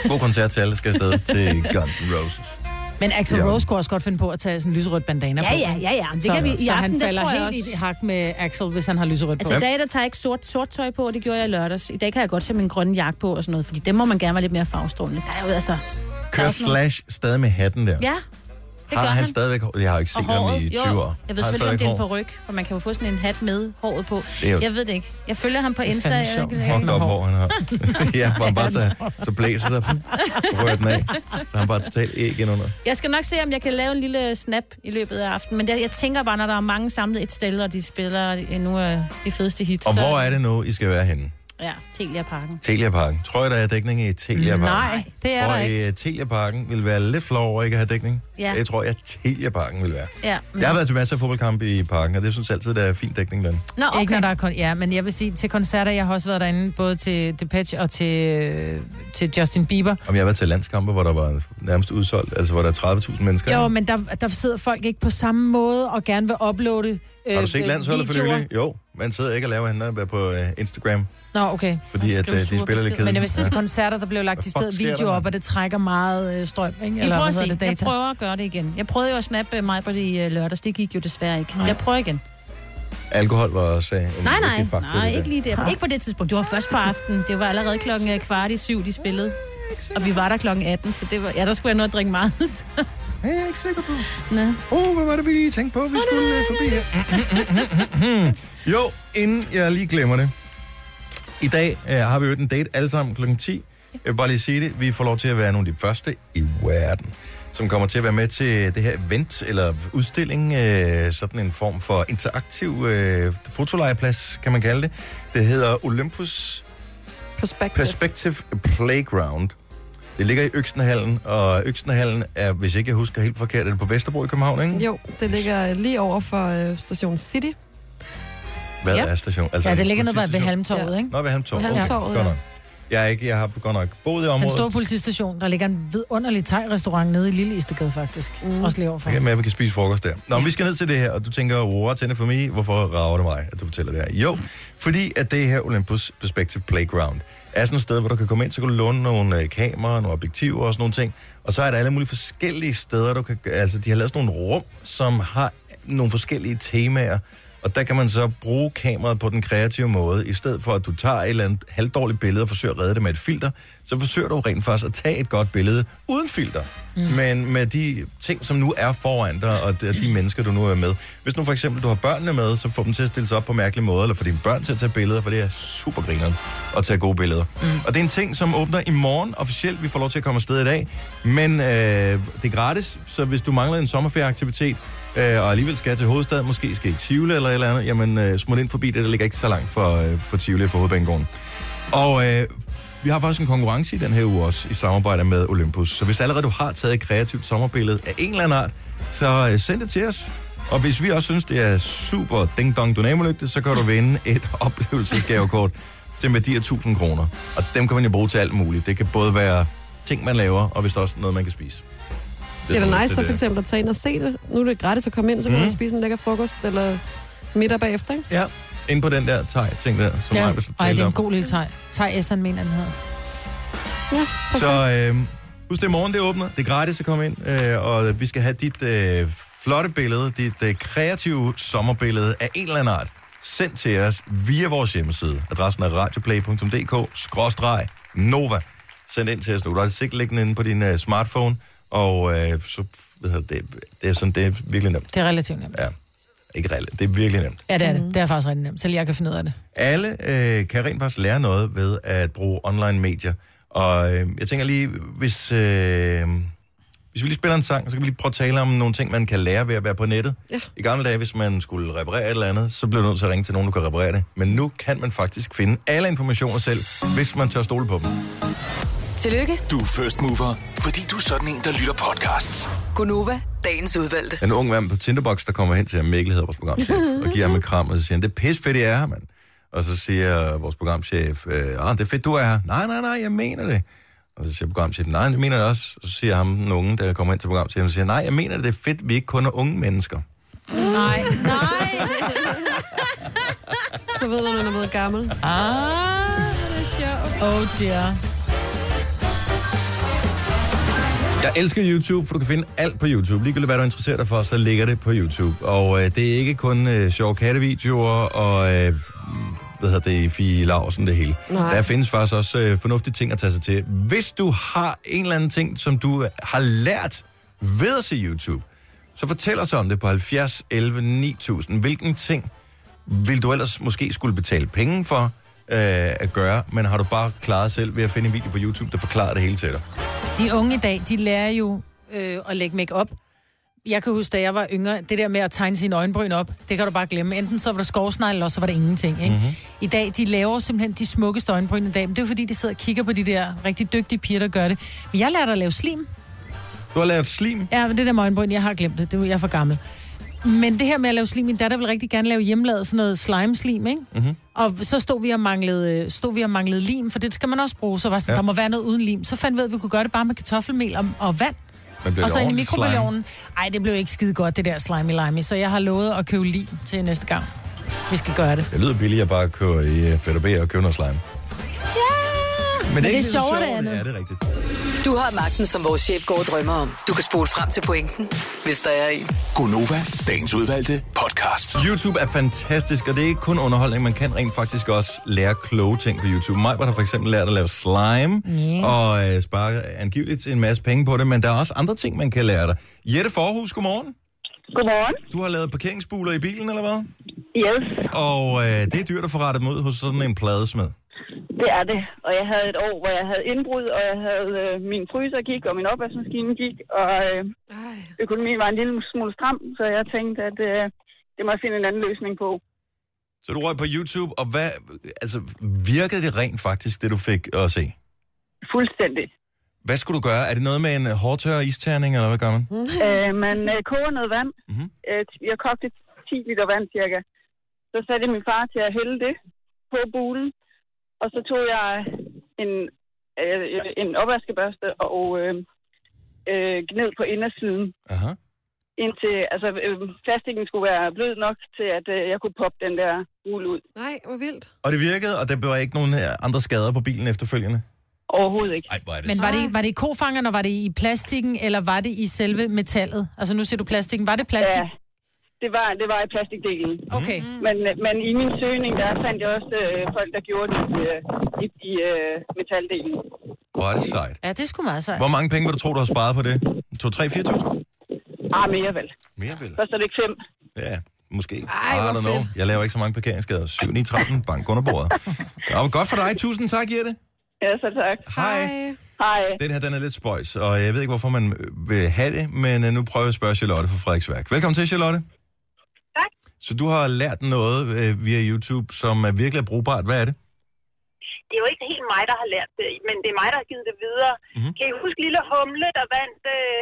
Speaker 1: God koncert til alle, der skal afsted til Guns N' Roses.
Speaker 2: Men Axel
Speaker 1: Ja.
Speaker 2: Rose kunne også godt finde på at tage sådan en lyserød bandana
Speaker 4: Ja,
Speaker 2: på.
Speaker 4: ja, ja, ja. Det
Speaker 2: så,
Speaker 4: kan vi- i
Speaker 2: så
Speaker 4: aften,
Speaker 2: han
Speaker 4: der
Speaker 2: falder
Speaker 4: tror jeg
Speaker 2: helt
Speaker 4: også.
Speaker 2: i hak med Axel, hvis han har lyserød på.
Speaker 4: Altså i dag, der tager jeg ikke sort, sort tøj på, og det gjorde jeg i lørdags. I dag kan jeg godt se min grønne jakke på og sådan noget, fordi dem må man gerne være lidt mere farvestrålende. Der er jo altså...
Speaker 1: Kører Slash stadig med hatten der?
Speaker 4: Ja, det
Speaker 1: har
Speaker 4: gør
Speaker 1: han,
Speaker 4: han.
Speaker 1: stadigvæk hår? Jeg har ikke set ham i 20
Speaker 4: jo,
Speaker 1: år.
Speaker 4: Jeg ved
Speaker 1: Har
Speaker 4: selvfølgelig,
Speaker 1: han
Speaker 4: om det er en
Speaker 1: stadigvæk
Speaker 4: peruk, for man kan jo få sådan en hat med håret på.
Speaker 1: Det er jo-
Speaker 4: Jeg ved det ikke. Jeg følger ham på
Speaker 1: Det er
Speaker 4: Insta.
Speaker 1: fandme
Speaker 4: jeg er
Speaker 1: sjovt.
Speaker 4: ikke-
Speaker 1: Fucked up hår, han har. ja, hvor han bare tager, så blæser der, rører den af. Så han bare totalt æg indenunder.
Speaker 4: Jeg skal nok se, om jeg kan lave en lille snap i løbet af aftenen, men jeg, jeg tænker bare, når der er mange samlet et sted, og de spiller nogle af de fedeste hits.
Speaker 1: Og hvor er det nu, I skal være henne?
Speaker 4: Ja, Telia Parken.
Speaker 1: Telia Parken. Tror I, der er dækning i Telia Parken?
Speaker 4: Nej, det er
Speaker 1: tror
Speaker 4: der
Speaker 1: I,
Speaker 4: ikke.
Speaker 1: øh, Telia Parken vil være lidt flov over ikke at have dækning?
Speaker 4: Ja.
Speaker 1: Det tror jeg, Telia Parken vil være.
Speaker 4: Ja,
Speaker 1: Jeg har været til masser af fodboldkampe i parken, og det synes jeg altid, der er fin dækning derinde.
Speaker 4: Nå,
Speaker 2: okay. Ikke når der er kon- ja, men jeg vil sige, til koncerter, jeg har også været derinde, både til Depeche og til, øh, til Justin Bieber.
Speaker 1: Om jeg har været til landskampe, hvor der var nærmest udsolgt, altså hvor der er 30.000 mennesker.
Speaker 2: Jo, men der, der sidder folk ikke på samme måde og gerne vil uploade øh,
Speaker 1: har du set
Speaker 2: øh,
Speaker 1: landsholdet for
Speaker 2: videoer.
Speaker 1: nylig? Jo, man sidder ikke og laver handler på øh, Instagram,
Speaker 2: Nå, okay.
Speaker 1: fordi at, øh, de spiller lidt kedeligt.
Speaker 2: Men jeg vil sige, til koncerter, der blev lagt i
Speaker 1: Hvad
Speaker 2: stedet
Speaker 1: fuck sker der,
Speaker 2: video op,
Speaker 1: mand?
Speaker 2: og det trækker meget øh, strøm, ikke?
Speaker 4: Jeg
Speaker 2: Eller
Speaker 4: prøver
Speaker 2: hvad
Speaker 4: at se.
Speaker 2: hedder det,
Speaker 4: Jeg
Speaker 2: data?
Speaker 4: prøver at gøre det igen. Jeg prøvede jo at snappe mig på det i øh, lørdags. Det gik jo desværre ikke. Jeg prøver igen.
Speaker 1: Alkohol var også øh, en
Speaker 4: Nej,
Speaker 1: vigtig
Speaker 4: nej.
Speaker 1: faktor i
Speaker 4: Nej,
Speaker 1: det
Speaker 4: ikke
Speaker 1: der. Ah,
Speaker 4: lige det. Ikke på det tidspunkt. Det var først på aftenen. Det var allerede klokken øh, kvart i syv, de spillede. Og vi var der klokken 18, så det var... Ja, der skulle jeg nå at drikke meget. så.
Speaker 1: Det er jeg ikke sikker på.
Speaker 4: Nå.
Speaker 1: Åh, oh, hvad var det, vi lige tænkte på, vi skulle øh, forbi her? jo, inden jeg lige glemmer det. I dag øh, har vi jo en date alle sammen kl. 10. Jeg vil bare lige sige det. Vi får lov til at være nogle af de første i verden, som kommer til at være med til det her event eller udstilling. Øh, sådan en form for interaktiv øh, fotolejeplads, kan man kalde det. Det hedder Olympus
Speaker 3: Perspective.
Speaker 1: Perspective Playground. Det ligger i Øksnehallen, og Øksnehallen er, hvis ikke jeg husker helt forkert, er det på Vesterbro i København, ikke?
Speaker 3: Jo, det ligger lige over for øh, Station City.
Speaker 1: Hvad
Speaker 3: Ja.
Speaker 1: er Altså, station?
Speaker 2: Ja, det ligger noget
Speaker 1: politistation?
Speaker 2: ved Halmtorvet, ikke?
Speaker 1: Nå, ved Halmtorvet.
Speaker 2: Ved
Speaker 1: Okay,
Speaker 2: Halmtorvet,
Speaker 1: godt
Speaker 2: ja.
Speaker 1: nok. Jeg, er ikke, jeg har godt nok boet i
Speaker 2: Den
Speaker 1: området.
Speaker 2: store politistation, der ligger en vidunderlig thai-restaurant nede i Lille Istegade, faktisk. Mm. Også lige overfor.
Speaker 1: Jeg kan med, at vi kan spise frokost der. Nå, men vi skal ned til det her, og du tænker, what's in it for me? Hvorfor rager det mig, at du fortæller det her? Jo, fordi at det her Olympus Perspective Playground er sådan et sted, hvor du kan komme ind, så kan du låne nogle øh, kameraer, nogle objektiver og sådan nogle ting. Og så er der alle mulige forskellige steder, du kan... Altså, de har lavet sådan nogle rum, som har nogle forskellige temaer. Og der kan man så bruge kameraet på den kreative måde. I stedet for, at du tager et eller andet halvdårligt billede og forsøger at redde det med et filter, så forsøger du rent faktisk at tage et godt billede uden filter. Mm. Men med de ting, som nu er foran dig, og de, de mennesker, du nu er med. Hvis nu for eksempel du har børnene med, så få dem til at stille sig op på mærkelige måder, eller få dine børn til at tage billeder, for det er super grineren at tage gode billeder. Mm. Og det er en ting, som åbner i morgen officielt. Vi får lov til at komme afsted i dag, men øh, det er gratis, så hvis du mangler en sommerferieaktivitet, øh, og alligevel skal til hovedstaden, måske skal i Tivoli eller et eller andet, jamen øh, smut ind forbi det, der ligger ikke så langt for, øh, for Tivoli og for hovedbanegården. Og øh, vi har faktisk en konkurrence i den her uge også, i samarbejde med Olympus. Så hvis allerede du har taget et kreativt sommerbillede af en eller anden art, så øh, send det til os. Og hvis vi også synes, det er super ding-dong dynamolygte, så kan du vinde et oplevelsesgavekort til en værdi af 1000 kroner. Og dem kan man jo bruge til alt muligt. Det kan både være ting, man laver, og hvis der også er noget, man kan spise.
Speaker 3: Det er
Speaker 1: sådan
Speaker 3: da
Speaker 1: noget
Speaker 3: nice
Speaker 1: til
Speaker 3: så
Speaker 1: det.
Speaker 3: for eksempel at tage ind og se det. Nu er det gratis at komme ind, så kan
Speaker 1: Mm.
Speaker 3: man spise en lækker frokost eller middag bagefter. Ikke?
Speaker 1: Ja, inde på den der thai-ting der, som ja.
Speaker 2: ja.
Speaker 1: Maja
Speaker 2: Ej, det
Speaker 1: talte
Speaker 2: er en
Speaker 1: om.
Speaker 2: god lille thai. Thai S'eren mener den hedder.
Speaker 1: Så øh, husk det er i morgen, det åbner. Det er gratis at komme ind, øh, og vi skal have dit øh, flotte billede, dit øh, kreative sommerbillede af en eller anden art, sendt til os via vores hjemmeside. Adressen er radioplay.dk-nova. Send ind til os nu. Der er sikkert liggende inde på din øh, smartphone, og øh, så, hvad hedder det, det, er sådan, det er virkelig nemt.
Speaker 2: Det er relativt nemt.
Speaker 1: Ja, ikke reelt. Det er virkelig nemt.
Speaker 2: Ja, det er det. Det er faktisk rigtig nemt, selv jeg kan finde ud af det.
Speaker 1: Alle øh, kan rent faktisk lære noget ved at bruge online medier. Og øh, jeg tænker lige, hvis, øh, hvis vi lige spiller en sang, så kan vi lige prøve at tale om nogle ting, man kan lære ved at være på nettet.
Speaker 3: Ja.
Speaker 1: I gamle dage, hvis man skulle reparere et eller andet, så blev du nødt til at ringe til nogen, der kan reparere det. Men nu kan man faktisk finde alle informationer selv, hvis man tør stole på dem.
Speaker 5: Tillykke,
Speaker 6: Du er first mover, fordi du er sådan en, der lytter podcasts.
Speaker 5: Gunova, dagens udvalgte.
Speaker 1: Den unge mand på Tinderbox, der kommer hen til ham, Mikkel hedder vores programchef, og giver ham en kram, og så siger han, det er pis fedt, I er her, mand. Og så siger vores programchef, øh, ah, det er fedt, du er her. Nej, nej, nej, jeg mener det. Og så siger programchefen, nej, det mener jeg også. Og så siger ham den unge, der kommer hen til programchefen, og siger, nej, jeg mener det, det er fedt, vi ikke kun er unge mennesker.
Speaker 2: Nej, nej.
Speaker 3: Så ved man, man er blevet gammel.
Speaker 2: Ah, det er sjovt. Oh dear.
Speaker 1: Jeg elsker YouTube, for du kan finde alt på YouTube. Ligegyldigt hvad du interesserer dig for, så ligger det på YouTube. Og øh, det er ikke kun øh, sjove kattevideoer og øh, hvad hedder det, Fie Larsen, det hele.
Speaker 15: Nej.
Speaker 1: Der findes faktisk også øh, fornuftige ting at tage sig til. Hvis du har en eller anden ting, som du øh, har lært ved at se YouTube, så fortæl os om det på 70 11 9000. Hvilken ting vil du ellers måske skulle betale penge for øh, at gøre, men har du bare klaret selv ved at finde en video på YouTube, der forklarer det hele til dig?
Speaker 2: De unge i dag, de lærer jo øh, at lægge make op. Jeg kan huske, da jeg var yngre, det der med at tegne sine øjenbryn op, det kan du bare glemme. Enten så var der skovsnegl, eller så var der ingenting. Ikke?
Speaker 16: Mhm.
Speaker 2: Mm-hmm. I dag, de laver simpelthen de smukkeste øjenbryn i dag, men det er jo fordi, de sidder og kigger på de der rigtig dygtige piger, der gør det. Men jeg lærte at lave slim.
Speaker 1: Du har lavet slim?
Speaker 2: Ja, men det der med øjenbryn, jeg har glemt det. det er, jeg er for gammel. Men det her med at lave slim, min datter vil rigtig gerne lave hjemmelavet sådan noget slime-slim, ikke?
Speaker 1: Mm-hmm.
Speaker 2: Og så stod vi og manglede, øh, stod vi og manglede lim, for det skal man også bruge. Så var jeg sådan,
Speaker 1: Ja.
Speaker 2: ja. der må være noget uden lim. Så fandt vi ud af, at vi kunne gøre det bare med kartoffelmel og, og vand.
Speaker 1: Men blev
Speaker 2: og
Speaker 1: det
Speaker 2: så ind i
Speaker 1: ordentligt slime?
Speaker 2: mikrobølgeovnen. Ej, det blev ikke skide godt, det der slimy limey. Så jeg har lovet at købe lim til næste gang. Vi skal gøre det.
Speaker 1: Det lyder billigere bare at køre i øh, Fætter B og købe noget slime. Men det er ikke så sjovt, det er det rigtigt.
Speaker 5: Du har magten, som vores chef går og drømmer om. Du kan spole frem til pointen, hvis der er en.
Speaker 6: Gonova, dagens udvalgte podcast.
Speaker 1: YouTube er fantastisk, og det er ikke kun underholdning. Man kan rent faktisk også lære kloge ting på YouTube. Mig var der for eksempel lært at lave slime,
Speaker 11: Mm.
Speaker 6: Ja.
Speaker 1: og øh, spare angiveligt en masse penge på det, men der er også andre ting, man kan lære dig. Jette Forhus, godmorgen.
Speaker 17: Godmorgen.
Speaker 1: Du har lavet parkeringsbuler i bilen, eller hvad?
Speaker 17: Yes,
Speaker 1: Og øh, det er dyrt at få rettet mod hos sådan en pladesmed.
Speaker 17: det er det. Og jeg havde et år, hvor jeg havde indbrud, og jeg havde øh, min fryser gik, og min opvaskemaskine gik, og øh, økonomien var en lille smule stram, så jeg tænkte, at øh, det må jeg finde en anden løsning på.
Speaker 1: Så du røg på YouTube, og hvad, altså, virkede det rent faktisk, det du fik at se?
Speaker 17: Fuldstændig.
Speaker 1: Hvad skulle du gøre? Er det noget med en øh, hårdtør isterning, eller hvad gør man?
Speaker 17: øh, man øh, koger noget vand. Mm-hmm. Øh, jeg kogte 10 liter vand cirka. Så satte jeg min far til at hælde det på bulen, og så tog jeg en, øh, en opvaskebørste og øh, øh, gned på indersiden.
Speaker 1: Aha.
Speaker 17: Indtil, altså øh, plastikken skulle være blød nok til, at øh, jeg kunne poppe den der bule ud.
Speaker 3: Nej, hvor vildt.
Speaker 1: Og det virkede, og der blev ikke nogen øh, andre skader på bilen efterfølgende?
Speaker 17: Overhovedet ikke.
Speaker 1: Ej, hvor er det
Speaker 2: Men var det, var det i kofangeren, og var det i plastikken, eller var det i selve metallet? Altså nu siger du plastikken. Var det plastik?
Speaker 17: Ja, det var, det var i plastikdelen.
Speaker 2: Okay.
Speaker 17: Men, men i min søgning, der fandt jeg også øh, folk, der gjorde det i, øh, i, i øh, metaldelen.
Speaker 1: Hvor er det sejt.
Speaker 2: Ja, det skulle meget sejt.
Speaker 1: Hvor mange penge vil du tro, du har sparet på det? 2, 3, 4.000?
Speaker 17: Ah, mere vel.
Speaker 1: Mere vel.
Speaker 17: Koster det ikke fem?
Speaker 1: Ja, måske. Ej, I don't know. Jeg laver ikke så mange parkeringsskader. 7, 9, 13, bank under bordet. Ja, godt for dig. Tusind tak, Jette.
Speaker 17: Ja, så tak.
Speaker 1: Hej.
Speaker 17: Hej.
Speaker 1: Den her, den er lidt spøjs, og jeg ved ikke, hvorfor man øh, vil have det, men øh, nu prøver jeg at spørge Charlotte fra Frederiksværk. Velkommen til, Charlotte. Tak. Så du har lært noget øh, via YouTube, som er virkelig er brugbart. Hvad er det?
Speaker 8: det er jo ikke helt mig, der har lært det, men det er mig, der har givet det videre.
Speaker 1: Mhm.
Speaker 8: Mm-hmm. Kan I huske Lille Humle, der vandt øh,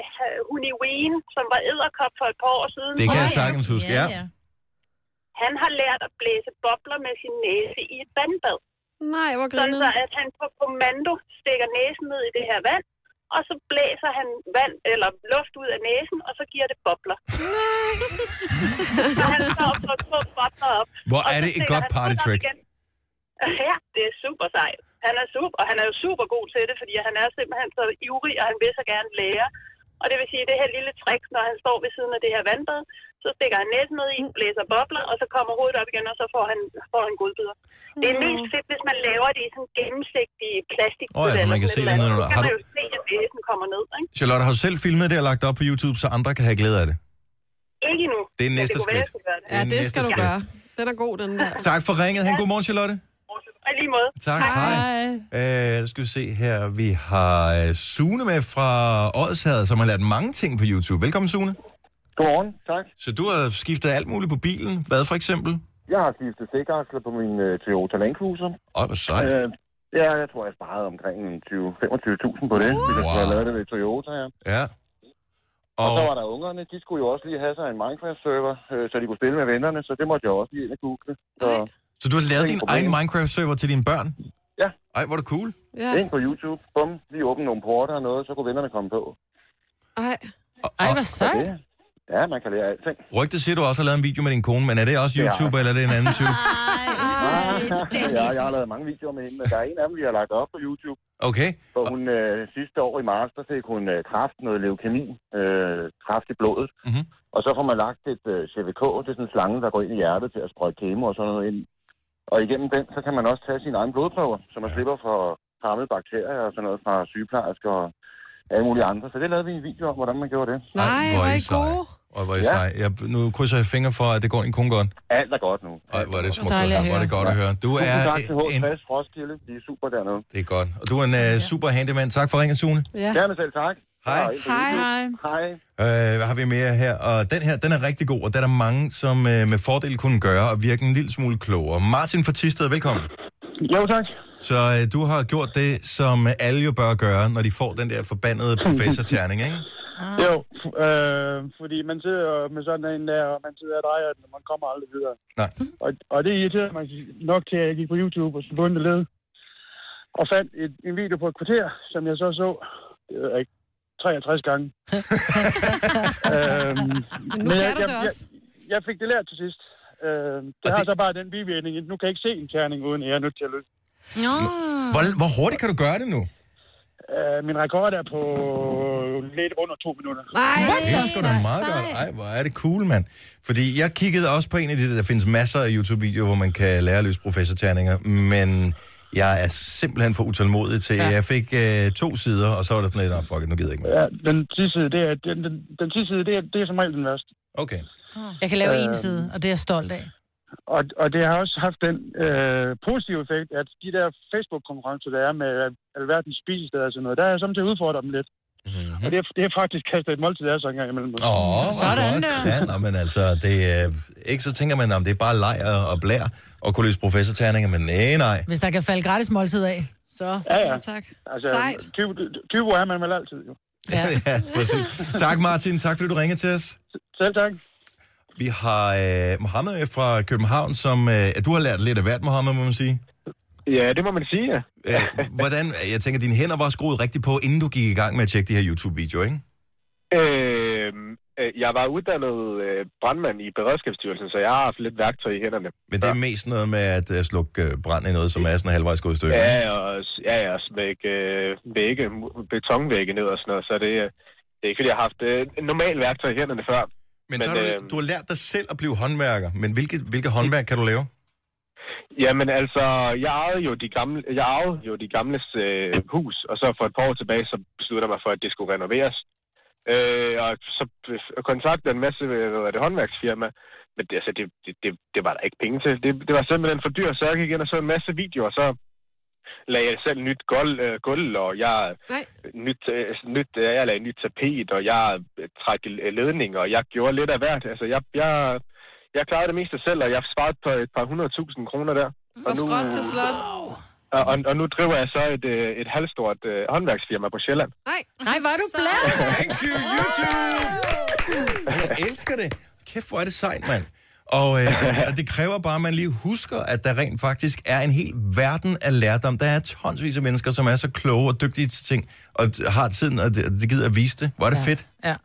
Speaker 8: Huniveen, som var æderkop for et par år siden?
Speaker 1: Det kan jeg sagtens huske, ja.
Speaker 8: Han har lært at blæse bobler med sin næse i et vandbad.
Speaker 3: Nej, hvor
Speaker 8: Sådan så, at han på kommando stikker næsen ned i det her vand, og så blæser han vand eller luft ud af næsen, og så giver det bobler. så han står og får to bobler op.
Speaker 1: Hvor
Speaker 8: og
Speaker 1: er
Speaker 8: så
Speaker 1: det et
Speaker 8: stikker
Speaker 1: godt
Speaker 8: han
Speaker 1: party
Speaker 8: hovedet op
Speaker 1: trick.
Speaker 8: igen. Ja, det er super sejt. Han er super, og han er jo super god til det, fordi han er simpelthen så ivrig, og han vil så gerne lære. Og det vil sige, at det her lille trick, når han står ved siden af det her vandbad, så stikker han næsen ned i, blæser bobler, og så kommer hovedet op igen, og så får han, får han godbidder. Det er mest fedt, hvis man laver det i sådan gennemsigtige plastik.
Speaker 1: Åh ja, så man kan se det nedenunder.
Speaker 8: Så kan
Speaker 1: Har
Speaker 8: man
Speaker 1: du-
Speaker 8: jo se, at næsen kommer ned. Ikke,
Speaker 1: Charlotte, har du selv filmet det og lagt det op på YouTube, så andre kan have glæde af det?
Speaker 8: ikke endnu.
Speaker 1: Det er
Speaker 8: men
Speaker 1: næste
Speaker 8: kunne være,
Speaker 1: skridt.
Speaker 8: jeg skulle gøre det.
Speaker 1: Ja, det skal
Speaker 3: Skal du
Speaker 1: Skal.
Speaker 3: gøre. Den er god, den der.
Speaker 1: Tak for ringet. Ha' en god morgen, Charlotte.
Speaker 8: Og
Speaker 14: lige måde.
Speaker 1: Tak, hej. hej. Øh, skal vi se her. Vi har øh, Sune med fra Odshavet, som har lært mange ting på YouTube. Velkommen, Sune.
Speaker 18: Godmorgen, tak.
Speaker 1: Så du har skiftet alt muligt på bilen. Hvad for eksempel?
Speaker 18: Jeg har skiftet stikakser på min øh, Toyota Land Cruiser.
Speaker 1: Åh, hvor sejt.
Speaker 18: Øh, ja, jeg tror, jeg sparede omkring en 20 25.000 på det, wow. hvis jeg skulle have lavet det ved Toyota, ja.
Speaker 1: Ja.
Speaker 18: Og... og så var der ungerne, de skulle jo også lige have sig en Minecraft-server, øh, så de kunne spille med vennerne, så det måtte jeg også lige ind og google. Så,
Speaker 1: Så du har lavet
Speaker 18: Ingen
Speaker 1: din
Speaker 18: problem.
Speaker 1: egen Minecraft-server til dine børn?
Speaker 18: Ja.
Speaker 1: Ej, hvor er det cool.
Speaker 18: ja. Ind på YouTube, bum, lige åbne nogle porter og noget, så kunne vennerne komme på.
Speaker 3: Ej.
Speaker 1: Ej, hvor
Speaker 18: sejt. Ja, man kan lære alting.
Speaker 1: Rygtet siger, du også har lavet en video med din kone, men er det også
Speaker 18: Det er
Speaker 1: YouTube, eller er det en anden type? Ah.
Speaker 18: Ja, jeg har lavet mange videoer med hende, men der er en af dem, vi har lagt op på YouTube.
Speaker 1: Okay.
Speaker 18: For hun øh, sidste år i marts, der fik hun øh, kræft, noget leukemi, øh, kræft i blodet.
Speaker 1: Mm-hmm.
Speaker 18: Og så får man lagt et øh, CVK, det er sådan en slange, der går ind i hjertet til at sprøjte kemo og sådan noget ind. Og igennem den, så kan man også tage sine egne blodprøver, så man ja. slipper for fremmede bakterier og sådan noget fra sygeplejersker og alle mulige andre. Så det lavede vi en video om, hvordan man gjorde det.
Speaker 3: Nej,
Speaker 1: hvor er I gode. Og hvor er I
Speaker 18: Ja.
Speaker 1: sej. Jeg, nu krydser jeg fingre for, at det går din kone godt.
Speaker 18: Alt er godt nu.
Speaker 1: Ej, hvor er det smukt.
Speaker 18: Dejligt at
Speaker 1: Hvor er det
Speaker 18: høre.
Speaker 1: godt at høre. Du
Speaker 18: Tusind
Speaker 1: er
Speaker 18: tak til H60 Roskilde. De er super dernede.
Speaker 1: Det er godt. Og du er en uh, super handyman. Tak for ringen, Sune.
Speaker 3: Ja.
Speaker 18: Gerne selv tak.
Speaker 1: Hej.
Speaker 3: Hej, hej.
Speaker 18: Hej.
Speaker 1: Øh, hvad har vi mere her? Og den her, den er rigtig god, og der er der mange, som øh, med fordel kunne gøre og virke en lille smule klogere. Martin fra Tisted, velkommen.
Speaker 18: Jo, tak.
Speaker 1: Så øh, du har gjort det, som øh, alle jo bør gøre, når de får den der forbandede professorterning, ikke?
Speaker 19: Ah.
Speaker 20: Jo, øh, fordi man sidder med sådan en der, og man sidder og drejer den, og man kommer aldrig videre.
Speaker 1: Nej.
Speaker 20: Og, og det irriterede mig nok til, at jeg gik på YouTube og så begyndte at lede. Og fandt et, en video på et kvarter, som jeg så så det ved jeg ikke, 63 gange. øhm,
Speaker 19: Men nu kan du det også.
Speaker 20: Jeg, jeg fik det lært til sidst. Øhm, det har så bare den bivirkning, at nu kan jeg ikke se en terning, uden at jeg er nødt til at løbe.
Speaker 4: Nå.
Speaker 1: Hvor, hvor hurtigt kan du gøre det nu?
Speaker 20: Øh, min rekord er på lidt under to minutter.
Speaker 1: Nej, det er sgu da meget godt. Ej, hvor er det cool, mand. Fordi jeg kiggede også på en af de der, der findes masser af YouTube-videoer, hvor man kan lære at løse professorterninger, men jeg er simpelthen for utålmodig til. Ja. Jeg fik øh, to sider, og så var der sådan lidt, oh, fuck it, nu gider jeg ikke mere.
Speaker 20: Ja, den sidste, det er, den, den, den sidste, side, det er, det er som regel den værste.
Speaker 1: Okay.
Speaker 2: Jeg kan lave en
Speaker 20: Øhm.
Speaker 2: side, og det er jeg stolt af.
Speaker 20: Og, og det har også haft den øh, positive effekt, at de der Facebook-konkurrencer, der er med alverdens spisesteder og sådan noget, der er jeg samtidig udfordret dem lidt. Mm-hmm. Og det, er- det er faktisk kastet et måltid af sig en gang imellem.
Speaker 1: Mhm. Åh, oh, sådan der. Ja, nå, men altså, det, øh, ikke så tænker man, om det er bare leg og, og blær og kunne løse professorterninger, men nej, nej.
Speaker 2: Hvis der kan falde gratis måltid af, så
Speaker 20: Ja, ja.
Speaker 2: tak.
Speaker 20: Altså,
Speaker 2: Sejt.
Speaker 20: 20, 20 er man vel altid, jo.
Speaker 1: Ja. ja, præcis. Tak, Martin. Tak, fordi du ringede til os.
Speaker 20: Selv tak.
Speaker 1: Vi har øh, Mohammed fra København, som øh, du har lært lidt af hvert, Mohammed, må man sige.
Speaker 21: Ja, det må man sige, ja.
Speaker 1: Øh, hvordan, jeg tænker, dine hænder var skruet rigtigt på, inden du gik i gang med at tjekke de her YouTube-videoer, ikke?
Speaker 21: Øh, øh, jeg var uddannet øh, brandmand i Beredskabsstyrelsen, så jeg har haft lidt værktøj i hænderne.
Speaker 1: Men det er mest noget med at øh, slukke øh, brand i noget, som er sådan halvvejs gået i stykker.
Speaker 21: Ja, og, s- ja, ja, og smække øh, vægge, mu- betonvægge ned og sådan noget, så det, øh, det er ikke, fordi jeg har haft øh, normalt værktøj i hænderne før.
Speaker 1: Men, men så har du,
Speaker 21: øh, Mm.
Speaker 1: du har lært dig selv at blive håndværker, men hvilke, hvilke håndværk kan du lave?
Speaker 21: Jamen altså, jeg arvede jo de gamle, jeg arvede jo de gamles øh, hus, og så for et par år tilbage, så besluttede jeg mig for, at det skulle renoveres. Øh, og så øh, kontaktede jeg en masse øh, hvad var det, håndværksfirma, men det, altså, det, det, det, det, var der ikke penge til. Det, det var simpelthen for dyrt, så jeg gik ind og så en masse videoer, og så lagde jeg selv nyt gulv, øh, gulv og jeg, nyt, øh, nyt, øh, jeg lagde nyt tapet, og jeg øh, trak øh, ledninger, og jeg gjorde lidt af hvert. Altså, jeg, jeg, jeg klarede det meste selv, og jeg sparede på et par hundrede tusind kroner der. øh,
Speaker 19: Og skråt til slot.
Speaker 21: Og, og, og nu driver jeg så et, øh, et halvstort øh, håndværksfirma på Sjælland.
Speaker 19: Nej, nej, var du blad?
Speaker 1: Thank you, YouTube! Jeg elsker det. Kæft, hvor er det sejt, mand. Og, øh, og det kræver bare, at man lige husker, at der rent faktisk er en hel verden af lærdom. Der er tonsvis af mennesker, som er så kloge og dygtige til ting, og t- har tiden, og det, det gider at vise det. Hvor er det ja. fedt.
Speaker 2: Ja.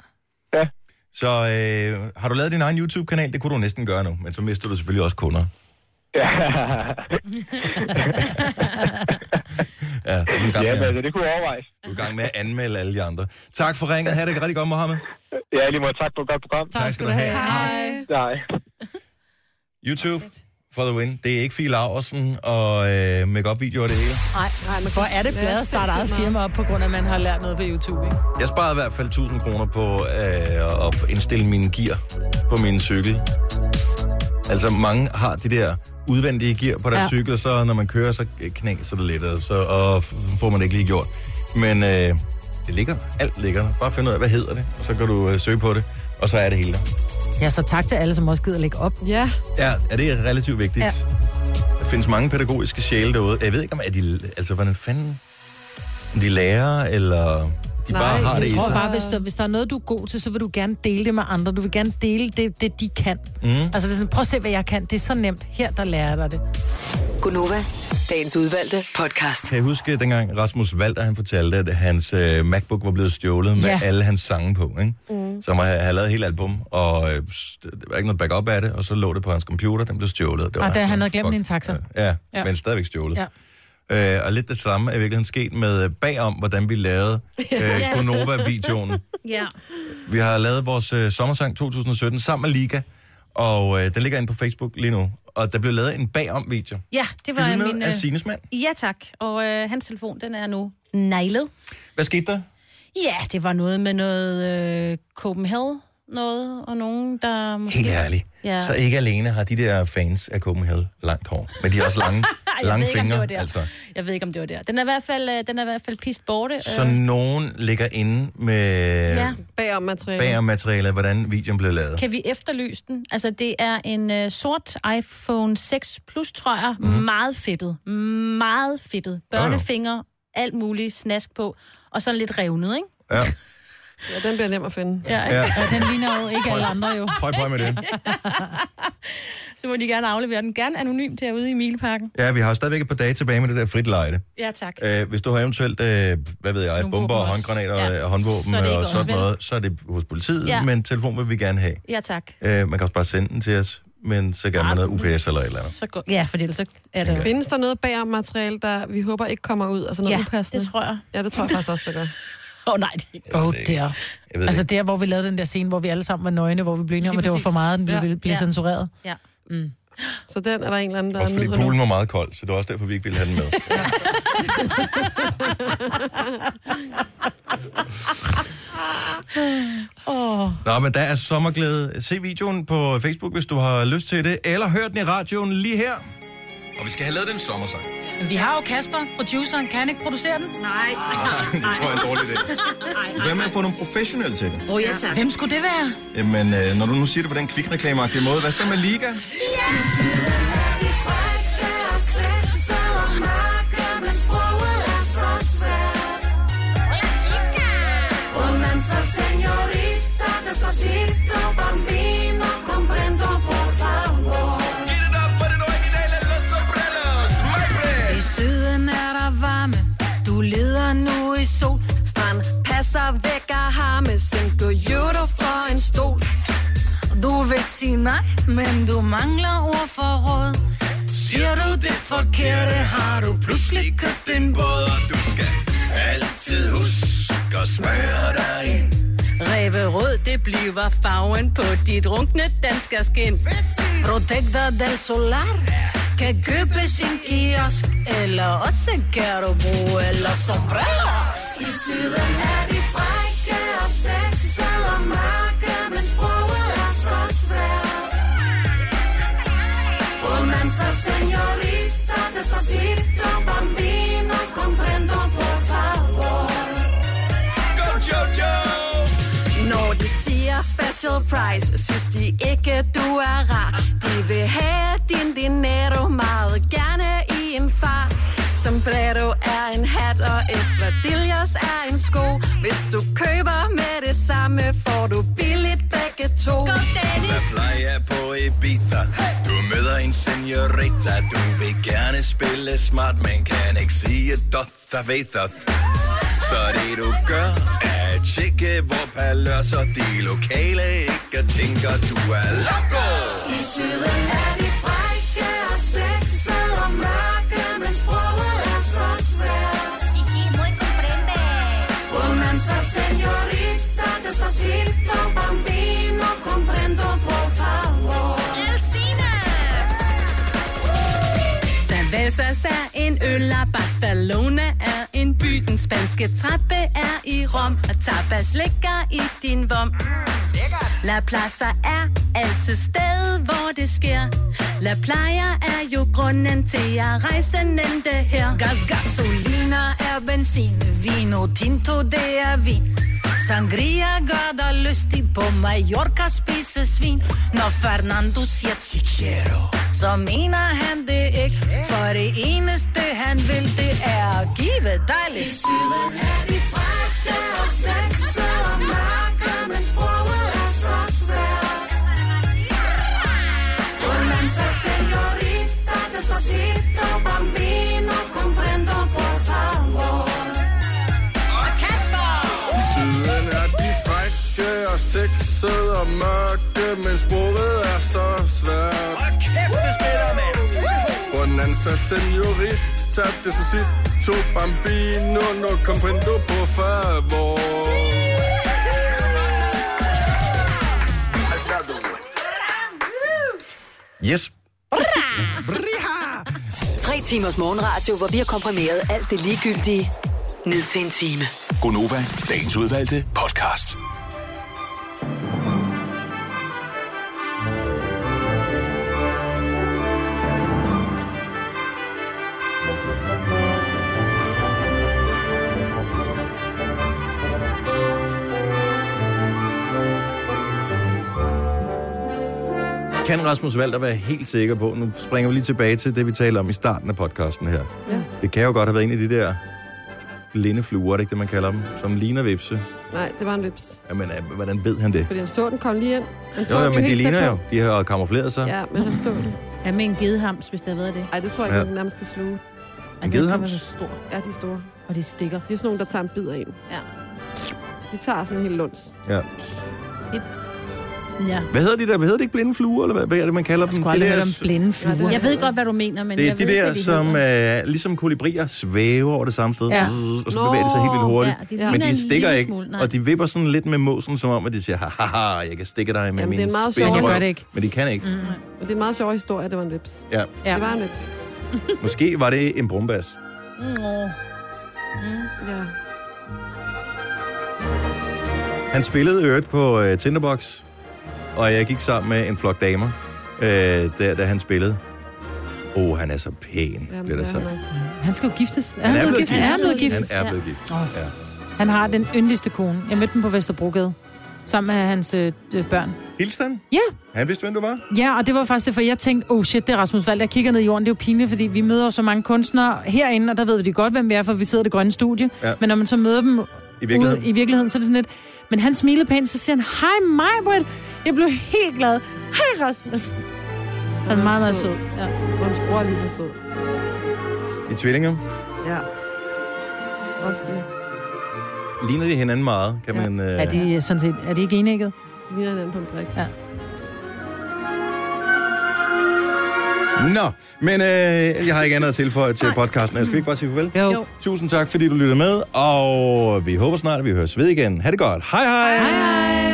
Speaker 21: Ja.
Speaker 1: Så øh, har du lavet din egen YouTube-kanal? Det kunne du næsten gøre nu, men så mister du selvfølgelig også kunder.
Speaker 21: Ja,
Speaker 1: Ja, du er i gang
Speaker 21: ja
Speaker 1: med,
Speaker 21: men, det kunne overvejes.
Speaker 1: du er i gang med at anmelde alle de andre. Tak for ringet. Ha' det rigtig godt, Mohammed.
Speaker 21: Ja, lige måde. Tak for et godt program.
Speaker 1: Tak, tak skal du have.
Speaker 21: Hej. Hej.
Speaker 1: YouTube for the win. Det er ikke Fie Laversen og øh, make-up-videoer det hele.
Speaker 2: Nej, nej, men hvor er det bladet at starte eget firma op, på grund af, at man har lært noget på YouTube, ikke?
Speaker 1: Jeg sparede i hvert fald 1000 kroner på øh, at indstille mine gear på min cykel. Altså mange har de der udvendige gear på deres
Speaker 2: Ja.
Speaker 1: ja. cykel, så når man kører, så knæser det lidt, og, så, og f- får man det ikke lige gjort. Men øh, det ligger der. Alt ligger der. Bare find ud af, hvad hedder det, og så kan du øh, søge på det, og så er det hele der.
Speaker 2: Ja, så tak til alle, som også gider lægge op.
Speaker 3: Ja.
Speaker 1: Ja, er det relativt vigtigt.
Speaker 2: Ja.
Speaker 1: Ja. Der findes mange pædagogiske sjæle derude. Jeg ved ikke, om er de, altså, hvordan fanden om de lærer, eller de Nej, bare har
Speaker 2: jeg
Speaker 1: det i
Speaker 2: tror
Speaker 1: sig.
Speaker 2: bare, hvis der, hvis der er noget, du er god til, så vil du gerne dele det med andre. Du vil gerne dele det, det de kan. Mm.
Speaker 1: Mm.
Speaker 2: Altså, det er sådan, prøv at se, hvad jeg kan. Det er så nemt. Her, der lærer jeg dig det.
Speaker 5: Gunova, dagens udvalgte podcast.
Speaker 1: Kan jeg huske dengang Rasmus Valder, han fortalte, at hans øh, MacBook var blevet stjålet med
Speaker 5: Ja.
Speaker 1: alle hans sange på, ikke?
Speaker 5: Mm.
Speaker 1: Som han havde lavet et helt album, og øh, s- der var ikke noget backup af det, og så lå det på hans computer, den blev stjålet. Det var
Speaker 2: Og da
Speaker 1: sådan,
Speaker 2: Ah, han havde glemt
Speaker 1: altså fuck.
Speaker 2: din taxa.
Speaker 1: Ja,
Speaker 2: Ja.
Speaker 1: ja, men stadigvæk stjålet.
Speaker 2: Ja.
Speaker 1: Øh, og lidt det samme er i virkeligheden sket med øh, bagom, hvordan vi lavede øh,
Speaker 4: Ja.
Speaker 1: Gonova-videoen.
Speaker 4: Ja.
Speaker 1: Vi har lavet vores øh, sommersang 2017 sammen med Liga, og øh, den ligger inde på Facebook lige nu. Og der blev lavet en bagom-video.
Speaker 4: ja, det var
Speaker 1: Filmet
Speaker 4: min...
Speaker 1: af
Speaker 4: øh,
Speaker 1: Sines mand.
Speaker 4: Ja, tak. Og øh, hans telefon, den er nu neglet.
Speaker 1: Hvad skete der?
Speaker 4: Ja, det var noget med noget øh, Copenhagen noget, og nogen, der måske...
Speaker 1: Helt ærligt.
Speaker 4: Ja.
Speaker 1: Så ikke alene har de der fans af Copenhagen langt hår, men de har også lange,
Speaker 4: Jeg
Speaker 1: lange
Speaker 4: ved ikke, om det
Speaker 1: fingre.
Speaker 4: var der.
Speaker 1: altså.
Speaker 4: Jeg ved ikke, om det var der. Den er i hvert fald, øh, den er i hvert fald pist borte.
Speaker 1: Så
Speaker 4: øh,
Speaker 1: nogen ligger inde med
Speaker 4: ja.
Speaker 1: ja.
Speaker 3: Bagom materiale.
Speaker 1: bagermateriale, hvordan videoen blev lavet.
Speaker 4: Kan vi efterlyse den? Altså, det er en øh, sort iPhone 6 Plus, tror jeg.
Speaker 1: Mhm.
Speaker 4: Mm. Meget fedtet. Meget fedtet. Børnefinger, alt muligt snask på. Og sådan lidt revnet, ikke?
Speaker 1: Ja.
Speaker 3: Ja, den bliver nem at finde.
Speaker 4: Ja, ikke? Ja. Ja, den ligner jo ikke alle andre, jo.
Speaker 1: Prøv, prøv med det.
Speaker 4: Så må de gerne aflevere den. Gerne anonymt herude i Mileparken.
Speaker 1: Ja, vi har jo stadigvæk et par dage tilbage med det der frit lejde.
Speaker 4: Ja, tak.
Speaker 1: Øh, hvis du har eventuelt, øh, hvad ved jeg, bomber, og
Speaker 4: også.
Speaker 1: håndgranater
Speaker 4: Ja.
Speaker 1: ja. og håndvåben
Speaker 4: Så er det ikke
Speaker 1: og
Speaker 4: os,
Speaker 1: sådan
Speaker 4: vel?
Speaker 1: noget, så er det hos politiet,
Speaker 4: Ja.
Speaker 1: ja. men telefon vil vi gerne have.
Speaker 4: Ja, tak.
Speaker 1: Øh, man kan også bare sende den til os, men så gerne med noget UPS eller et eller andet.
Speaker 4: Så gå. Ja, for ellers så er det...
Speaker 3: Findes der noget bagom materiale, der vi håber ikke kommer ud? Altså noget
Speaker 4: Ja,
Speaker 3: upassende?
Speaker 4: det tror jeg.
Speaker 3: Ja, det tror jeg faktisk også, det gør.
Speaker 4: Åh, oh, nej, det er ikke.
Speaker 2: Åh, oh, der.
Speaker 1: ved det
Speaker 2: Altså der, hvor vi lavede den der scene, hvor vi alle sammen var nøgne, hvor vi blev enige om,
Speaker 3: Lige
Speaker 2: at det var for
Speaker 3: præcis.
Speaker 2: meget, den
Speaker 3: Ja.
Speaker 2: ja. ville blive
Speaker 3: Ja.
Speaker 2: ja. censureret.
Speaker 4: Ja.
Speaker 2: Mm.
Speaker 3: Så den er der en eller anden, der
Speaker 1: Også
Speaker 3: er
Speaker 1: fordi
Speaker 3: nødt til
Speaker 1: poolen var meget kold, så det var også derfor, vi ikke ville have den med.
Speaker 4: Åh.
Speaker 1: Nå, men der er sommerglæde. Se videoen på Facebook, hvis du har lyst til det, eller hør den i radioen lige her. Og vi skal have lavet den sommersang.
Speaker 2: Men vi har jo Kasper, produceren. Kan han ikke producere den? Nej.
Speaker 1: det tror jeg er en dårlig idé. Hvad med at få nogle professionelle til det?
Speaker 2: Åh, oh, ja tak. Hvem skulle det være?
Speaker 1: Jamen, øh, når du nu siger det på den kvikreklameagtige måde, hvad så med Liga?
Speaker 11: I syden er der varme, du leder nu i sol. Strand passer væk og har med simple euro for en stol. Du vil sige nej, men du mangler ord for råd. Siger du det forkerte, har du pludselig købt en båd, og du skal altid huske at smøre dig ind. Ræverød, det bliver farven på dit runkne danske skin. Protector del Solar kan købes i en kiosk, eller også kan du bruge eller sombreros. I syden er vi frække og sexede og mørke, men sproget er så svært. Romanza, señorita, despacito, bambino, comprendo, por favor. Go Jojo! Når de siger special price, synes de ikke, du er rar. De vil have din dinero meget gerne i en far. Sombrero er en hat, og espadrilles er en sko. Hvis du køber med det samme, får du billigt begge to. Go Dennis!
Speaker 22: Hvad plejer på Ibiza? Du møder en seniorita Du vil gerne spille smart Men kan ikke sige doth og ved doth. Så det du gør Er at tjekke hvor palør Så de lokale ikke tænker Du er loco
Speaker 11: I syden er vi frække og sexede og mørke, men sproget er så svært. Si, si, muy comprende. Romanza, señorita, despacito, bambino, comprendo, por favor. Elsina! Cervezas er en øl, og Barcelona er en by. Den spanske trappe er i Rom, og tapas ligger i din vom. La Plaza er altid sted, hvor det sker.
Speaker 7: La Playa er jo grunden til at rejse nente her.
Speaker 11: Gas, gasolina er benzin, vino tinto det er vin. Sangria gør dig lystig på Mallorca spise svin. Når Fernando siger si quiero, så mener han det ikke. For det eneste han vil, det er at give dig lidt. I syden er vi frække og sexede og mørke, men sproget er så svært. Bonanza, señorita, despacito, bambino, comprendo, por favor. Og Kasper!
Speaker 23: I syden er de frække og sexede og mørke, men sproget er så svært. Og kæft, det spiller, mand! Bonanza, senorita, despacito, bambino, no comprendo, por favor.
Speaker 1: Yes.
Speaker 5: Tre timers morgenradio, hvor vi har komprimeret alt det ligegyldige ned til en time.
Speaker 6: Gonova, dagens udvalgte podcast.
Speaker 1: Kan Rasmus Valder være helt sikker på, nu springer vi lige tilbage til det, vi talte om i starten af podcasten her.
Speaker 3: Ja.
Speaker 1: Det kan jo godt have været en af de der lindefluer, er det ikke det, man kalder dem, som ligner vipse.
Speaker 3: Nej, det var en vips.
Speaker 1: Jamen, øh, hvordan ved han det?
Speaker 3: Fordi han så den kom lige ind. Han så
Speaker 1: Jo, jo,
Speaker 3: den
Speaker 1: men de
Speaker 3: helt tæt
Speaker 1: ligner
Speaker 3: på.
Speaker 1: jo. De har kamufleret sig.
Speaker 3: Ja, men han så den.
Speaker 4: Ja, med en gedehams, hvis det har været det.
Speaker 3: Nej, det tror jeg ikke,
Speaker 1: Ja.
Speaker 3: ja. den nærmest skal sluge.
Speaker 1: En gedehams?
Speaker 3: så stor. Ja, de er store. Og de stikker. Det er sådan nogle, der tager en bid af en. Ja. De tager sådan en hel luns.
Speaker 1: Ja.
Speaker 4: Hips. Ja.
Speaker 1: Hvad hedder de der? Hvad hedder de ikke blinde fluer, eller hvad, hvad er det, man kalder dem?
Speaker 4: aldrig
Speaker 1: de
Speaker 4: hørt
Speaker 1: der,
Speaker 4: om
Speaker 1: s-
Speaker 2: blinde
Speaker 4: fluer. Jeg ved godt, hvad du mener, men
Speaker 1: det er
Speaker 4: jeg
Speaker 1: de
Speaker 4: ved ikke,
Speaker 1: der,
Speaker 4: hvad de
Speaker 1: som
Speaker 4: hedder.
Speaker 1: øh, ligesom kolibrier svæver over det samme sted,
Speaker 4: Ja.
Speaker 1: ja. og så
Speaker 4: Nå.
Speaker 1: bevæger de sig helt vildt hurtigt.
Speaker 4: Ja, de
Speaker 1: men
Speaker 4: ligner en
Speaker 1: de stikker
Speaker 4: lille
Speaker 1: ikke,
Speaker 4: smule, nej.
Speaker 1: og de vipper sådan lidt med måsen, som om, at de siger, haha, jeg kan stikke dig med
Speaker 3: Jamen, det er
Speaker 1: min
Speaker 3: en meget
Speaker 1: spidse
Speaker 3: sjov- Jeg gør
Speaker 1: røv."
Speaker 3: det ikke.
Speaker 1: Men de kan ikke. Mm.
Speaker 3: Men det er en meget sjov historie, at det var en vips.
Speaker 1: Ja.
Speaker 3: Ja. Det var en vips.
Speaker 1: Måske var det en brumbas.
Speaker 3: Mm, mm. Ja.
Speaker 1: Han spillede i øvrigt på øh, Tinderbox, og jeg gik sammen med en flok damer, øh, der, da han spillede. Åh, oh, han er så pæn, Jamen, bliver der sagt.
Speaker 2: Han skal jo giftes. Er han, blevet gift? Han er blevet gift.
Speaker 1: Han er blevet gift.
Speaker 2: Ja.
Speaker 1: Ja.
Speaker 2: Han har den yndigste kone. Jeg mødte den på Vesterbrogade, sammen med hans øh, øh, børn.
Speaker 1: Hilsen?
Speaker 2: Ja.
Speaker 1: Han vidste, hvem du var?
Speaker 2: Ja, og det var faktisk det, for jeg tænkte, oh shit, det er Rasmus Vald, jeg kigger ned i jorden, det er jo pinligt, fordi vi møder jo så mange kunstnere herinde, og der ved vi godt, hvem vi er, for vi sidder i det grønne studie.
Speaker 1: Ja.
Speaker 2: Men når man så møder dem
Speaker 1: I virkeligheden.
Speaker 2: Ude, i virkeligheden, så er det sådan lidt, men han smilede pænt, så siger han, hej mig, Britt. Jeg blev helt glad. Hej Rasmus. Han er meget, meget sød. Ja.
Speaker 3: Hans bror er lige så sød.
Speaker 1: I tvillinger.
Speaker 3: Ja. Også det.
Speaker 1: Ligner de hinanden meget, kan man... Øh...
Speaker 2: Er de øh, sådan set, er de ikke enægget?
Speaker 3: De ligner hinanden på en brik.
Speaker 2: Ja.
Speaker 1: Nå, men øh, jeg har ikke andet at tilføje til podcasten. Jeg skal vi ikke bare sige farvel?
Speaker 2: Jo. Jo.
Speaker 1: Tusind tak, fordi du lyttede med, og vi håber snart, at vi høres ved igen. Ha' det godt. Hej hej! hej, hej.